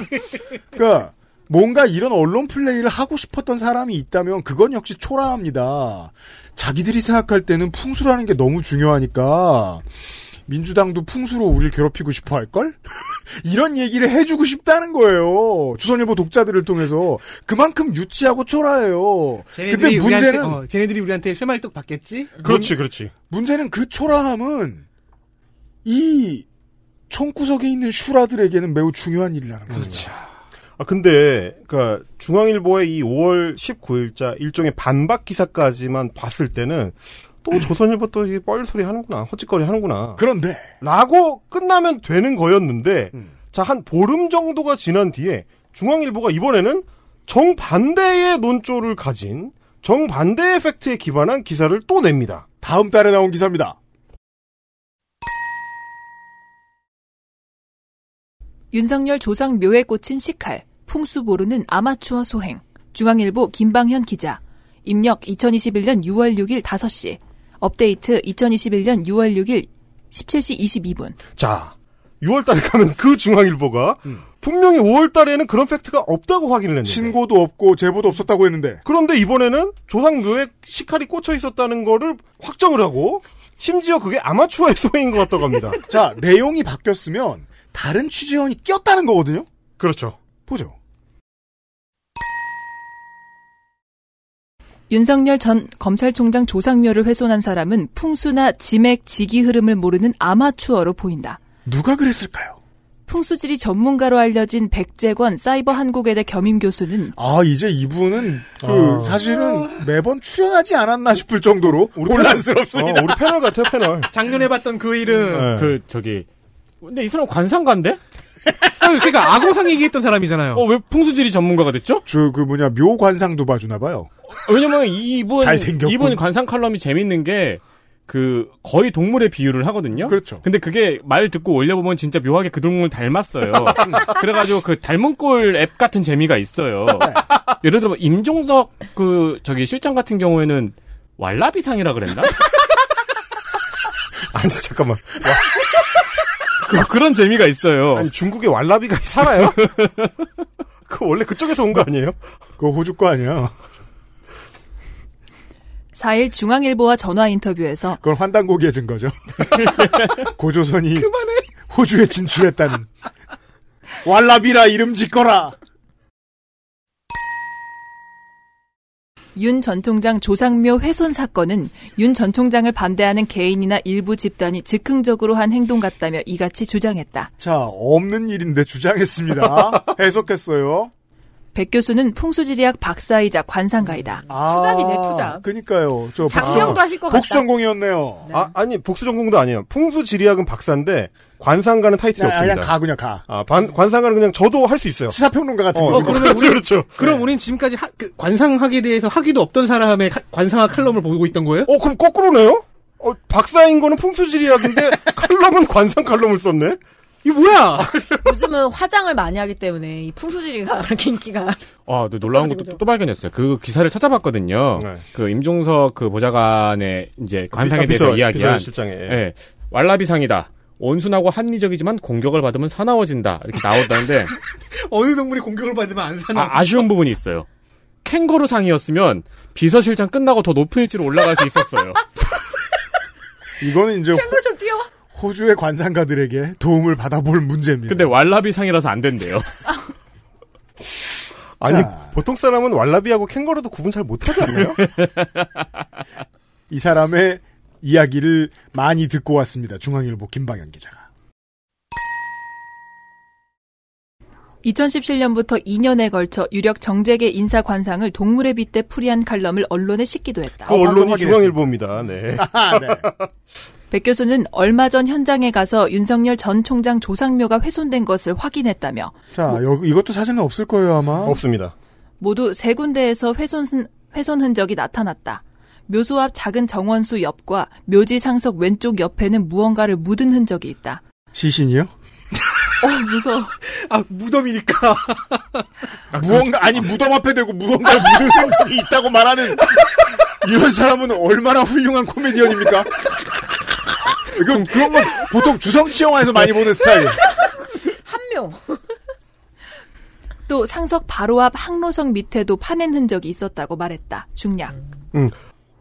Speaker 3: 그러니까 뭔가 이런 언론 플레이를 하고 싶었던 사람이 있다면 그건 역시 초라합니다. 자기들이 생각할 때는 풍수라는 게 너무 중요하니까 민주당도 풍수로 우리를 괴롭히고 싶어 할걸? 이런 얘기를 해주고 싶다는 거예요. 조선일보 독자들을 통해서. 그만큼 유치하고 초라해요.
Speaker 7: 쟤네들이
Speaker 3: 근데
Speaker 7: 우리한테,
Speaker 3: 문제는
Speaker 7: 어, 쟤네들이 우리한테 쇠말뚝 받겠지?
Speaker 8: 그렇지, 그렇지.
Speaker 3: 문제는 그 초라함은 이 총구석에 있는 슈라들에게는 매우 중요한 일이라는 거죠.
Speaker 8: 아 근데 그러니까 중앙일보의 이 5월 19일자 일종의 반박 기사까지만 봤을 때는 또 조선일보 또 이게 뻘 소리 하는구나 헛짓거리 하는구나
Speaker 3: 그런데
Speaker 8: 라고 끝나면 되는 거였는데
Speaker 3: 음.
Speaker 8: 자 한 보름 정도가 지난 뒤에 중앙일보가 이번에는 정반대의 논조를 가진 정반대의 팩트에 기반한 기사를 또 냅니다.
Speaker 3: 다음 달에 나온 기사입니다.
Speaker 6: 윤석열 조상 묘에 꽂힌 식칼, 풍수 모르는 아마추어 소행. 중앙일보 김방현 기자. 입력 2021년 6월 6일 5시. 업데이트 2021년 6월 6일 17시 22분.
Speaker 8: 자, 6월달에 가면 그 중앙일보가 분명히 5월달에는 그런 팩트가 없다고 확인을 했는데
Speaker 3: 음. 신고도 없고 제보도 없었다고 했는데
Speaker 8: 그런데 이번에는 조상묘에 시칼이 꽂혀 있었다는 거를 확정을 하고 심지어 그게 아마추어의 소행인 것 같다고 합니다.
Speaker 3: 자, 내용이 바뀌었으면 다른 취재원이 꼈다는 거거든요.
Speaker 8: 그렇죠.
Speaker 3: 보죠.
Speaker 6: 윤석열 전 검찰총장 조상묘를 훼손한 사람은 풍수나 지맥, 지기 흐름을 모르는 아마추어로 보인다.
Speaker 3: 누가 그랬을까요?
Speaker 6: 풍수지리 전문가로 알려진 백재권 사이버 한국외대 겸임 교수는
Speaker 3: 아, 이제 이분은 그
Speaker 6: 아.
Speaker 3: 사실은 매번 출연하지 않았나 싶을 정도로 혼란스럽습니다.
Speaker 8: 어, 우리 패널 같아요, 패널. 네.
Speaker 7: 작년에 봤던 그 일은
Speaker 2: 그 저기 근데 이 사람 관상가인데?
Speaker 7: 그러니까 악어상 얘기했던 사람이잖아요.
Speaker 2: 어 왜 풍수지리 전문가가 됐죠?
Speaker 3: 저, 그 뭐냐, 묘관상도 봐주나 봐요.
Speaker 2: 왜냐면 이분
Speaker 3: 잘생겼군.
Speaker 2: 이분 관상 칼럼이 재밌는 게 그 거의 동물의 비유를 하거든요.
Speaker 3: 그렇죠.
Speaker 2: 근데 그게 말 듣고 올려보면 진짜 묘하게 그 동물 닮았어요. 그래가지고 그 닮은 꼴 앱 같은 재미가 있어요.
Speaker 3: 네.
Speaker 2: 예를 들어 임종석 그 저기 실장 같은 경우에는 왈라비상이라 그랬나?
Speaker 8: 아니 잠깐만.
Speaker 2: 그, 런 재미가 있어요.
Speaker 8: 아니, 중국에 왈라비가 살아요? 그 원래 그쪽에서 온 거 아니에요?
Speaker 3: 그거 호주 거 아니야.
Speaker 6: 4일 중앙일보와 전화 인터뷰에서
Speaker 3: 그건 환단고기의 증거죠. 고조선이 호주에 진출했다는. 왈라비라 이름 짓거라.
Speaker 6: 윤 전 총장 조상묘 훼손 사건은 윤 전 총장을 반대하는 개인이나 일부 집단이 즉흥적으로 한 행동 같다며 이같이 주장했다.
Speaker 3: 자, 없는 일인데 주장했습니다. 해석했어요.
Speaker 6: 백 교수는 풍수지리학 박사이자 관상가이다.
Speaker 3: 투잡이네, 투잡. 아, 그니까요. 저
Speaker 6: 장시영도
Speaker 3: 복수-
Speaker 6: 하실 것
Speaker 3: 복수
Speaker 6: 같다.
Speaker 3: 전공이었네요.
Speaker 8: 아, 아니, 복수 전공도 아니에요. 풍수 지리학은 박사인데, 관상가는 타이틀이
Speaker 3: 아, 그냥-
Speaker 8: 네, 없습니다.
Speaker 3: 그냥 가, 그냥 가.
Speaker 8: 아, 관, 관상가는 그냥 저도 할 수 있어요.
Speaker 3: 시사평론가
Speaker 7: 같은 거.
Speaker 8: 그러면 우리, 그렇죠.
Speaker 7: 그럼 우린 지금까지 하- 그 관상학에 대해서 학위도 없던 사람의 가- 관상학 칼럼을 보고 있던 거예요?
Speaker 8: 어, 그럼 거꾸로네요? 어, 박사인 거는 풍수지리학인데, 칼럼은 관상 칼럼을 썼네? 아,
Speaker 7: 이 뭐야?
Speaker 12: 요즘은 화장을 많이 하기 때문에 이 풍수지리가 그렇게 인기가.
Speaker 2: 아, 또 놀라운 것도 또, 또 발견했어요. 그 기사를 찾아봤거든요.
Speaker 3: 네.
Speaker 2: 그 임종석 그 보좌관의 이제 관상에
Speaker 8: 아,
Speaker 2: 대해서
Speaker 8: 비서-
Speaker 2: 이야기한
Speaker 8: 비서실장에, 예.
Speaker 2: 예, 왈라비상이다. 온순하고 합리적이지만 공격을 받으면 사나워진다. 이렇게 나왔다는데
Speaker 7: 어느 동물이 공격을 받으면 안 사나?
Speaker 2: 아, 아쉬운 부분이 있어요. 캥거루상이었으면 비서실장 끝나고 더 높은 위치로 올라갈 수 있었어요.
Speaker 3: 이거는 이제 호, 주의 관상가들에게 도움을 받아볼
Speaker 7: 예.
Speaker 3: 문제입니다.
Speaker 2: 근데 왈라비상이라서 안 된대요.
Speaker 8: 아니, 보통 사람은 왈라비하고 캥거루도 구분 잘 못하지 않나요?
Speaker 3: 이 사람의 이야기를 많이 듣고 왔습니다. 중앙일보 김방현 기자가.
Speaker 6: 2017년부터 2년에 걸쳐 유력 정재계 인사 관상을 동물의 빗대 풀이한 칼럼을 언론에 싣기도 했다.
Speaker 8: 그 언론이 중앙일보입니다. 네.
Speaker 6: 백 교수는 얼마 전 현장에 가서 윤석열 전 총장 조상묘가 훼손된 것을 확인했다며
Speaker 3: 자, 여- 이것도 사진은 없을 거예요, 아마.
Speaker 8: 없습니다.
Speaker 6: 모두 세 군데에서 훼손, 흔- 훼손 흔적이 나타났다. 묘소 앞 작은 정원수 옆과 묘지 상석 왼쪽 옆에는 무언가를 묻은 흔적이 있다.
Speaker 3: 시신이요?
Speaker 6: 어, 무서워.
Speaker 7: 아, 무덤이니까.
Speaker 2: 그
Speaker 3: 무언가 아니 무덤 앞에 대고 무언가 를 묻은 흔적이 있다고 말하는 이런 사람은 얼마나 훌륭한 코미디언입니까? 이건 그런 건 보통 주성치 영화에서 많이 보는 스타일.
Speaker 6: 한 명. 또 상석 바로 앞 항로석 밑에도 파낸 흔적이 있었다고 말했다. 중략.
Speaker 8: 음.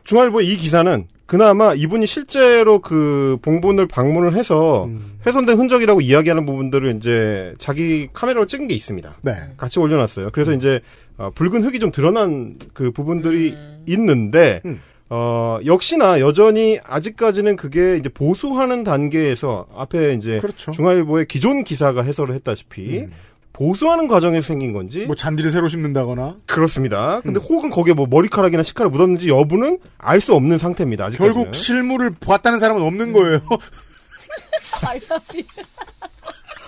Speaker 8: 중앙일보 이 기사는 그나마 이분이 실제로 그 봉본을 방문을 해서
Speaker 3: 음.
Speaker 8: 훼손된 흔적이라고 이야기하는 부분들을 이제 자기 카메라로 찍은 게 있습니다.
Speaker 3: 네.
Speaker 8: 같이 올려놨어요. 그래서 이제 어, 붉은 흙이 좀 드러난 그 부분들이 있는데
Speaker 3: 음.
Speaker 8: 어, 역시나 여전히 아직까지는 그게 이제 보수하는 단계에서 앞에 이제
Speaker 3: 그렇죠.
Speaker 8: 중앙일보의 기존 기사가 해설을 했다시피 보수하는 과정에서 생긴 건지
Speaker 3: 음. 뭐 잔디를 새로 심는다거나
Speaker 8: 그렇습니다. 근데 혹은 거기에 뭐 머리카락이나 식칼이 묻었는지 여부는 알 수 없는 상태입니다. 아직까지는.
Speaker 3: 결국 실물을 봤다는 사람은 없는 거예요.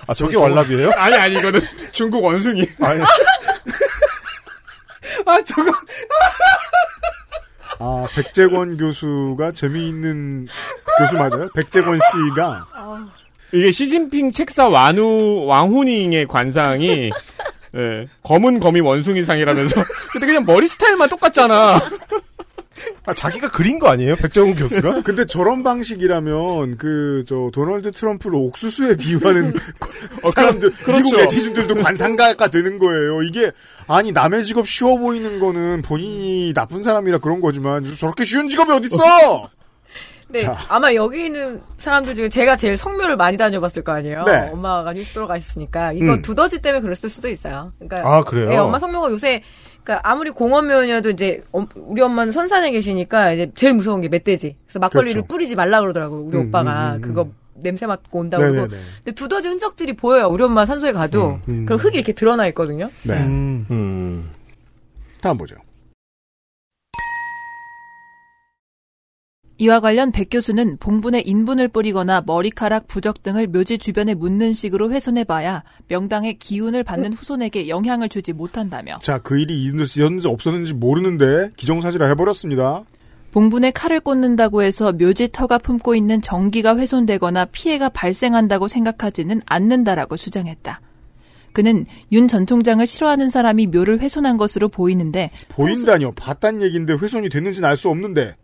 Speaker 8: 아 저게 왈라비예요?
Speaker 2: 아니 아니 이거는 중국 원숭이.
Speaker 8: 아니.
Speaker 7: 아, 저거.
Speaker 3: 아 백재권 교수가 재미있는 교수 맞아요? 백재권 씨가
Speaker 2: 이게 시진핑 책사 완우 왕후닝의 관상이 예, 검은 거미 원숭이상이라면서 근데 그냥 머리 스타일만 똑같잖아.
Speaker 8: 아 자기가 그린 거 아니에요? 백정훈 교수가?
Speaker 3: 근데 저런 방식이라면 그 저 도널드 트럼프를 옥수수에 비유하는
Speaker 8: 어,
Speaker 3: 사람들
Speaker 2: 그렇-
Speaker 3: 미국
Speaker 2: 그렇죠.
Speaker 3: 네티즌들도 관상가가 되는 거예요. 이게 아니 남의 직업 쉬워 보이는 거는 본인이 나쁜 사람이라 그런 거지만 저렇게 쉬운 직업이 어딨어?
Speaker 4: 네,
Speaker 3: 자.
Speaker 4: 아마 여기 있는 사람들 중에 제가 제일 성묘를 많이 다녀봤을 거 아니에요.
Speaker 3: 네.
Speaker 4: 엄마가 육도로 가셨으니까 이거
Speaker 3: 음.
Speaker 4: 두더지 때문에 그랬을 수도 있어요. 그러니까
Speaker 8: 아, 그래요?
Speaker 4: 네, 엄마 성묘가 요새 그러니까 아무리 공원묘녀도 이제 엄- 우리 엄마는 선산에 계시니까 이제 제일 무서운 게 멧돼지. 그래서 막걸리를
Speaker 12: 그렇죠.
Speaker 4: 뿌리지 말라 그러더라고요. 우리
Speaker 12: 음,
Speaker 4: 오빠가
Speaker 12: 음, 음,
Speaker 4: 그거 냄새 맡고 온다고 그러고.
Speaker 12: 네네네.
Speaker 4: 근데 두더지 흔적들이 보여요. 우리 엄마 산소에 가도
Speaker 8: 음, 음.
Speaker 4: 그 흙이 이렇게 드러나 있거든요.
Speaker 3: 네.
Speaker 8: 음.
Speaker 3: 다음 보죠.
Speaker 6: 이와 관련 백 교수는 봉분에 인분을 뿌리거나 머리카락, 부적 등을 묘지 주변에 묻는 식으로 훼손해봐야 명당의 기운을 받는 후손에게 영향을 주지 못한다며
Speaker 3: 자 그 일이 있었는지 없었는지 모르는데 기정사실화 해버렸습니다.
Speaker 6: 봉분에 칼을 꽂는다고 해서 묘지 터가 품고 있는 정기가 훼손되거나 피해가 발생한다고 생각하지는 않는다라고 주장했다. 그는 윤 전 총장을 싫어하는 사람이 묘를 훼손한 것으로 보이는데
Speaker 3: 보인다니요. 봤단 얘기인데 훼손이 됐는지는 알 수 없는데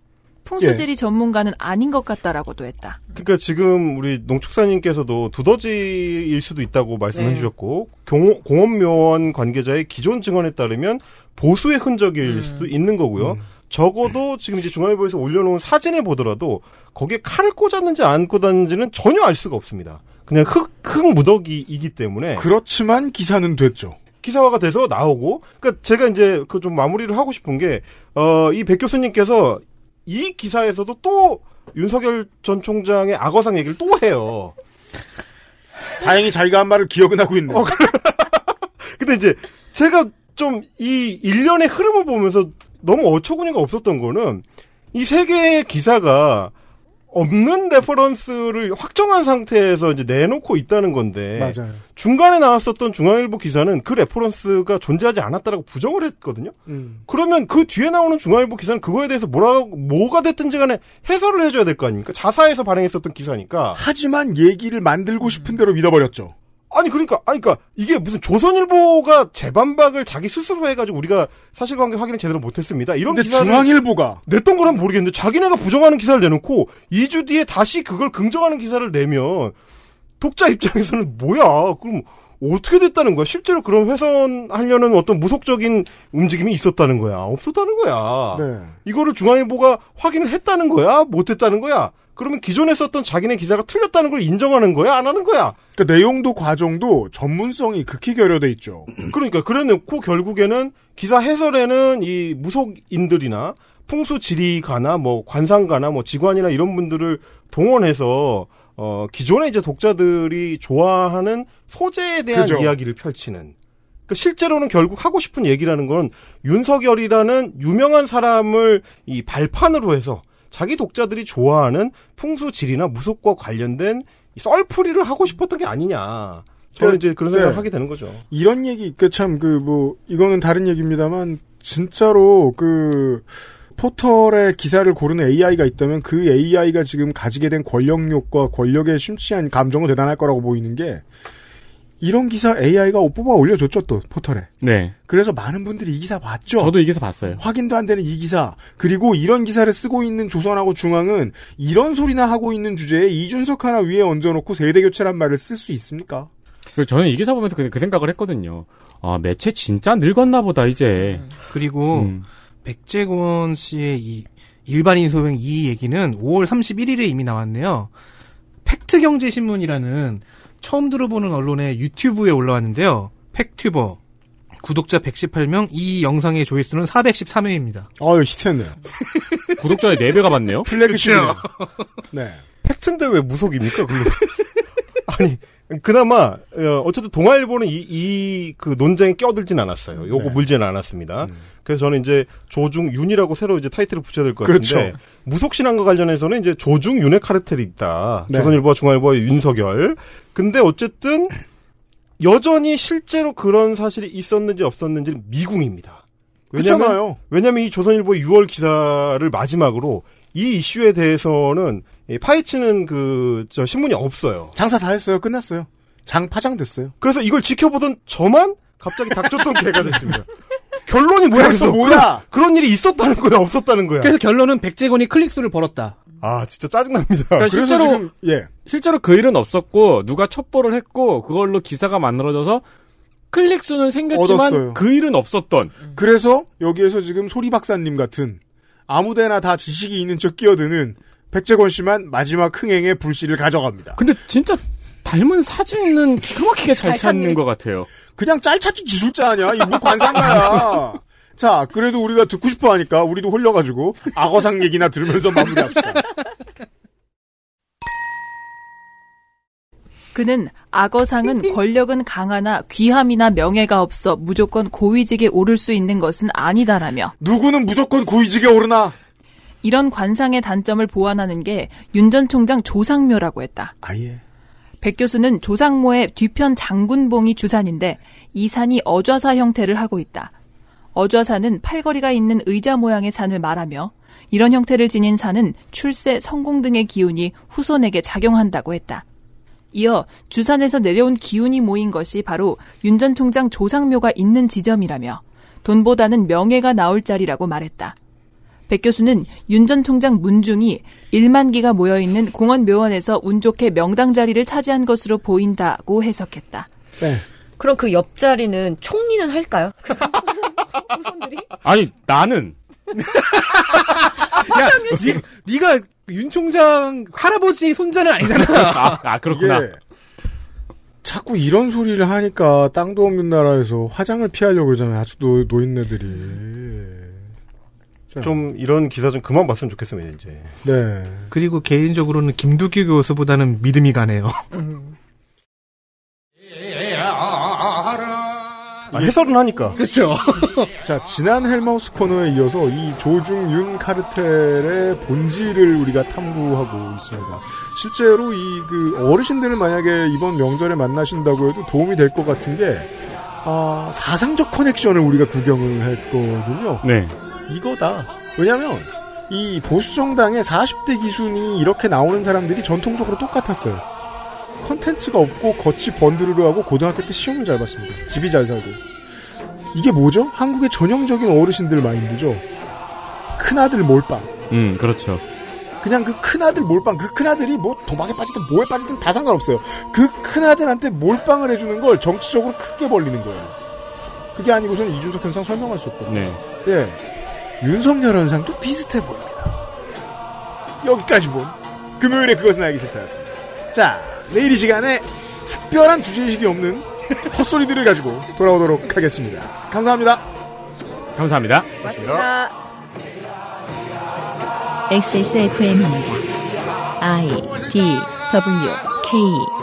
Speaker 6: 풍수지리 전문가는 아닌 것 같다라고도 했다.
Speaker 8: 그러니까 지금 우리 농축사님께서도 두더지일 수도 있다고 말씀해
Speaker 6: 네.
Speaker 8: 주셨고 공, 공업묘원 관계자의 기존 증언에 따르면 보수의 흔적일 수도 있는 거고요. 적어도 지금 이제 중앙일보에서 올려놓은 사진을 보더라도 거기에 칼을 꽂았는지 안 꽂았는지는 전혀 알 수가 없습니다. 그냥 흙, 흙 무더기이기 때문에
Speaker 3: 그렇지만 기사는 됐죠.
Speaker 8: 기사화가 돼서 나오고 그러니까 제가 이제 그 좀 마무리를 하고 싶은 게어이백 교수님께서 이 기사에서도 또 윤석열 전 총장의 악어상 얘기를 또 해요.
Speaker 3: 다행히 자기가 한 말을 기억은 하고
Speaker 8: 어,
Speaker 3: 있네.
Speaker 8: 근데 이제 제가 좀 이 일련의 흐름을 보면서 너무 어처구니가 없었던 거는 이 세 개의 기사가 없는 레퍼런스를 확정한 상태에서 이제 내놓고 있다는 건데
Speaker 3: 맞아요.
Speaker 8: 중간에 나왔었던 중앙일보 기사는 그 레퍼런스가 존재하지 않았다라고 부정을 했거든요. 그러면 그 뒤에 나오는 중앙일보 기사는 그거에 대해서 뭐라고 뭐가 됐든지 간에 해설을 해줘야 될 거 아닙니까? 자사에서 발행했었던 기사니까.
Speaker 3: 하지만 얘기를 만들고 싶은 대로 믿어버렸죠.
Speaker 8: 아니 그러니까 아니 그러니까 이게 무슨 조선일보가 재반박을 자기 스스로 해가지고 우리가 사실관계 확인을 제대로 못했습니다. 이런
Speaker 3: 근데
Speaker 8: 기사를
Speaker 3: 중앙일보가
Speaker 8: 냈던 거란 모르겠는데 자기네가 부정하는 기사를 내놓고 2주 뒤에 다시 그걸 긍정하는 기사를 내면 독자 입장에서는 뭐야 그럼 어떻게 됐다는 거야? 실제로 그런 훼손하려는 어떤 무속적인 움직임이 있었다는 거야? 없었다는 거야?
Speaker 3: 네.
Speaker 8: 이거를 중앙일보가 확인을 했다는 거야? 못했다는 거야? 그러면 기존에 썼던 자기네 기사가 틀렸다는 걸 인정하는 거야? 안 하는 거야?
Speaker 3: 그러니까 내용도 과정도 전문성이 극히 결여돼 있죠.
Speaker 8: 그러니까 그래놓고 결국에는 기사 해설에는 이 무속인들이나 풍수지리가나 뭐 관상가나 뭐 지관이나 이런 분들을 동원해서 어 기존의 이제 독자들이 좋아하는 소재에 대한
Speaker 3: 그죠.
Speaker 8: 이야기를 펼치는. 그 실제로는 결국 하고 싶은 얘기라는 건 윤석열이라는 유명한 사람을 이 발판으로 해서 자기 독자들이 좋아하는 풍수지리나 무속과 관련된 이 썰풀이를 하고 싶었던 게 아니냐. 저는
Speaker 3: 그,
Speaker 8: 이제 그런 생각을
Speaker 3: 네.
Speaker 8: 하게 되는 거죠.
Speaker 3: 이런 얘기, 그 참, 그 뭐, 이거는 다른 얘기입니다만, 진짜로 그, 포털에 기사를 고르는 AI가 있다면 그 AI가 지금 가지게 된 권력욕과 권력에 심취한 감정은 대단할 거라고 보이는 게, 이런 기사 AI가 뽑아 올려줬죠, 또, 포털에.
Speaker 2: 네.
Speaker 3: 그래서 많은 분들이 이 기사 봤죠?
Speaker 2: 저도 이 기사 봤어요.
Speaker 3: 확인도 안 되는 이 기사. 그리고 이런 기사를 쓰고 있는 조선하고 중앙은 이런 소리나 하고 있는 주제에 이준석 하나 위에 얹어놓고 세대교체란 말을 쓸 수 있습니까?
Speaker 2: 그리고 저는 이 기사 보면서 그, 그 생각을 했거든요. 아 매체 진짜 늙었나 보다 이제. 음.
Speaker 7: 그리고 백재권 씨의 이 일반인 소행 이 얘기는 5월 31일에 이미 나왔네요. 팩트경제신문이라는 처음 들어보는 언론의 유튜브에 올라왔는데요. 팩튜버 구독자 118명 이 영상의 조회수는 413회입니다.
Speaker 3: 아유 히트했네요.
Speaker 2: 구독자의 4배가 많네요.
Speaker 3: 플래그십이네요. 네.
Speaker 8: 팩트인데 왜 무속입니까? 근데 아니 그나마 어, 어쨌든 동아일보는 이 이 그 논쟁에 껴들진 않았어요. 요거
Speaker 3: 네.
Speaker 8: 물지는 않았습니다. 그래서 저는 이제 조중윤이라고 새로 이제 타이틀을 붙여야 될 것 같은데
Speaker 3: 그렇죠.
Speaker 8: 무속신앙과 관련해서는 이제 조중윤의 카르텔이 있다.
Speaker 3: 네.
Speaker 8: 조선일보와 중앙일보와 윤석열. 근데 어쨌든 여전히 실제로 그런 사실이 있었는지 없었는지는 미궁입니다. 왜냐면-
Speaker 3: 그렇잖아요.
Speaker 8: 왜냐면 이 조선일보의 6월 기사를 마지막으로 이 이슈에 대해서는 이 파헤치는 그, 저, 신문이 없어요.
Speaker 3: 장사 다 했어요. 끝났어요. 장 파장됐어요.
Speaker 8: 그래서 이걸 지켜보던 저만 갑자기 닥쳤던 개가 됐습니다. 결론이 뭐야?
Speaker 7: 그래서
Speaker 8: 그래서
Speaker 7: 뭐야?
Speaker 8: 그런, 그런 일이 있었다는 거야, 없었다는 거야.
Speaker 7: 그래서 결론은 백재권이 클릭수를 벌었다.
Speaker 8: 아, 진짜 짜증납니다.
Speaker 2: 그러니까 실제로
Speaker 3: 예.
Speaker 2: 실제로 그 일은 없었고 누가 첩보를 했고 그걸로 기사가 만들어져서 클릭 수는 생겼지만
Speaker 3: 얻었어요.
Speaker 2: 그 일은 없었던.
Speaker 3: 그래서 여기에서 지금 소리 박사님 같은 아무데나 다 지식이 있는 척 끼어드는 백재권 씨만 마지막 흥행의 불씨를 가져갑니다.
Speaker 2: 근데 진짜 닮은 사진은 기가 막히게 잘,
Speaker 3: 잘
Speaker 2: 찾는
Speaker 3: 찾네.
Speaker 2: 것 같아요.
Speaker 3: 그냥 짤찾기 기술자 아니야? 이뭐 관상가야. 자, 그래도 우리가 듣고 싶어 하니까 우리도 홀려가지고 악어상 얘기나 들으면서 마무리합시다.
Speaker 6: 그는 악어상은 권력은 강하나 귀함이나 명예가 없어 무조건 고위직에 오를 수 있는 것은 아니다라며
Speaker 3: 누구는 무조건 고위직에 오르나
Speaker 6: 이런 관상의 단점을 보완하는 게 윤 전 총장 조상묘라고 했다.
Speaker 3: 아예.
Speaker 6: 백 교수는 조상모의 뒤편 장군봉이 주산인데 이 산이 어좌사 형태를 하고 있다. 어좌사는 팔걸이가 있는 의자 모양의 산을 말하며 이런 형태를 지닌 산은 출세, 성공 등의 기운이 후손에게 작용한다고 했다. 이어 주산에서 내려온 기운이 모인 것이 바로 윤 전 총장 조상묘가 있는 지점이라며 돈보다는 명예가 나올 자리라고 말했다. 백 교수는 윤 전 총장 문중이 1만 기가 모여있는 공원 묘원에서 운 좋게 명당 자리를 차지한 것으로 보인다고 해석했다.
Speaker 4: 그럼 그 옆자리는 총리는 할까요?
Speaker 5: 아니 나는
Speaker 7: 야, 네. 니, 가윤 총장 할아버지 손자는 아니잖아.
Speaker 5: 아, 아 그렇구나.
Speaker 3: 이게 예. 자꾸 이런 소리를 하니까 땅도 없는 나라에서 화장을 피하려고 그러잖아요. 아직도 노인네들이.
Speaker 8: 좀 이런 기사 좀 그만 봤으면 좋겠습니다 이제.
Speaker 3: 네.
Speaker 7: 그리고 개인적으로는 김두기 교수보다는 믿음이 가네요.
Speaker 8: 아, 해설은 하니까.
Speaker 7: 그렇죠.
Speaker 3: 자 지난 헬마우스 코너에 이어서 이 조중 윤 카르텔의 본질을 우리가 탐구하고 있습니다. 실제로 이 그 어르신들을 만약에 이번 명절에 만나신다고 해도 도움이 될 것 같은 게 아, 사상적 커넥션을 우리가 구경을 했거든요.
Speaker 5: 네.
Speaker 3: 이거다. 왜냐하면 이 보수 정당의 40대 기준이 이렇게 나오는 사람들이 전통적으로 똑같았어요. 컨텐츠가 없고 겉이 번드르르하고 고등학교 때 시험을 잘 봤습니다. 집이 잘 살고. 이게 뭐죠? 한국의 전형적인 어르신들 마인드죠. 큰아들 몰빵.
Speaker 5: 음 그렇죠.
Speaker 3: 그냥 그 큰아들 몰빵. 그 큰아들이 뭐 도박에 빠지든 뭐에 빠지든 다 상관없어요. 그 큰아들한테 몰빵을 해주는 걸 정치적으로 크게 벌리는 거예요. 그게 아니고서는 이준석 현상 설명할 수 없거든요.
Speaker 5: 네.
Speaker 3: 예. 윤석열 현상도 비슷해 보입니다. 여기까지 본 금요일에 그것은 알기 싫다였습니다. 자, 내일 이 시간에 특별한 주제의식이 없는 헛소리들을 가지고 돌아오도록 하겠습니다. 감사합니다.
Speaker 5: 감사합니다.
Speaker 1: XSFM입니다. I D W K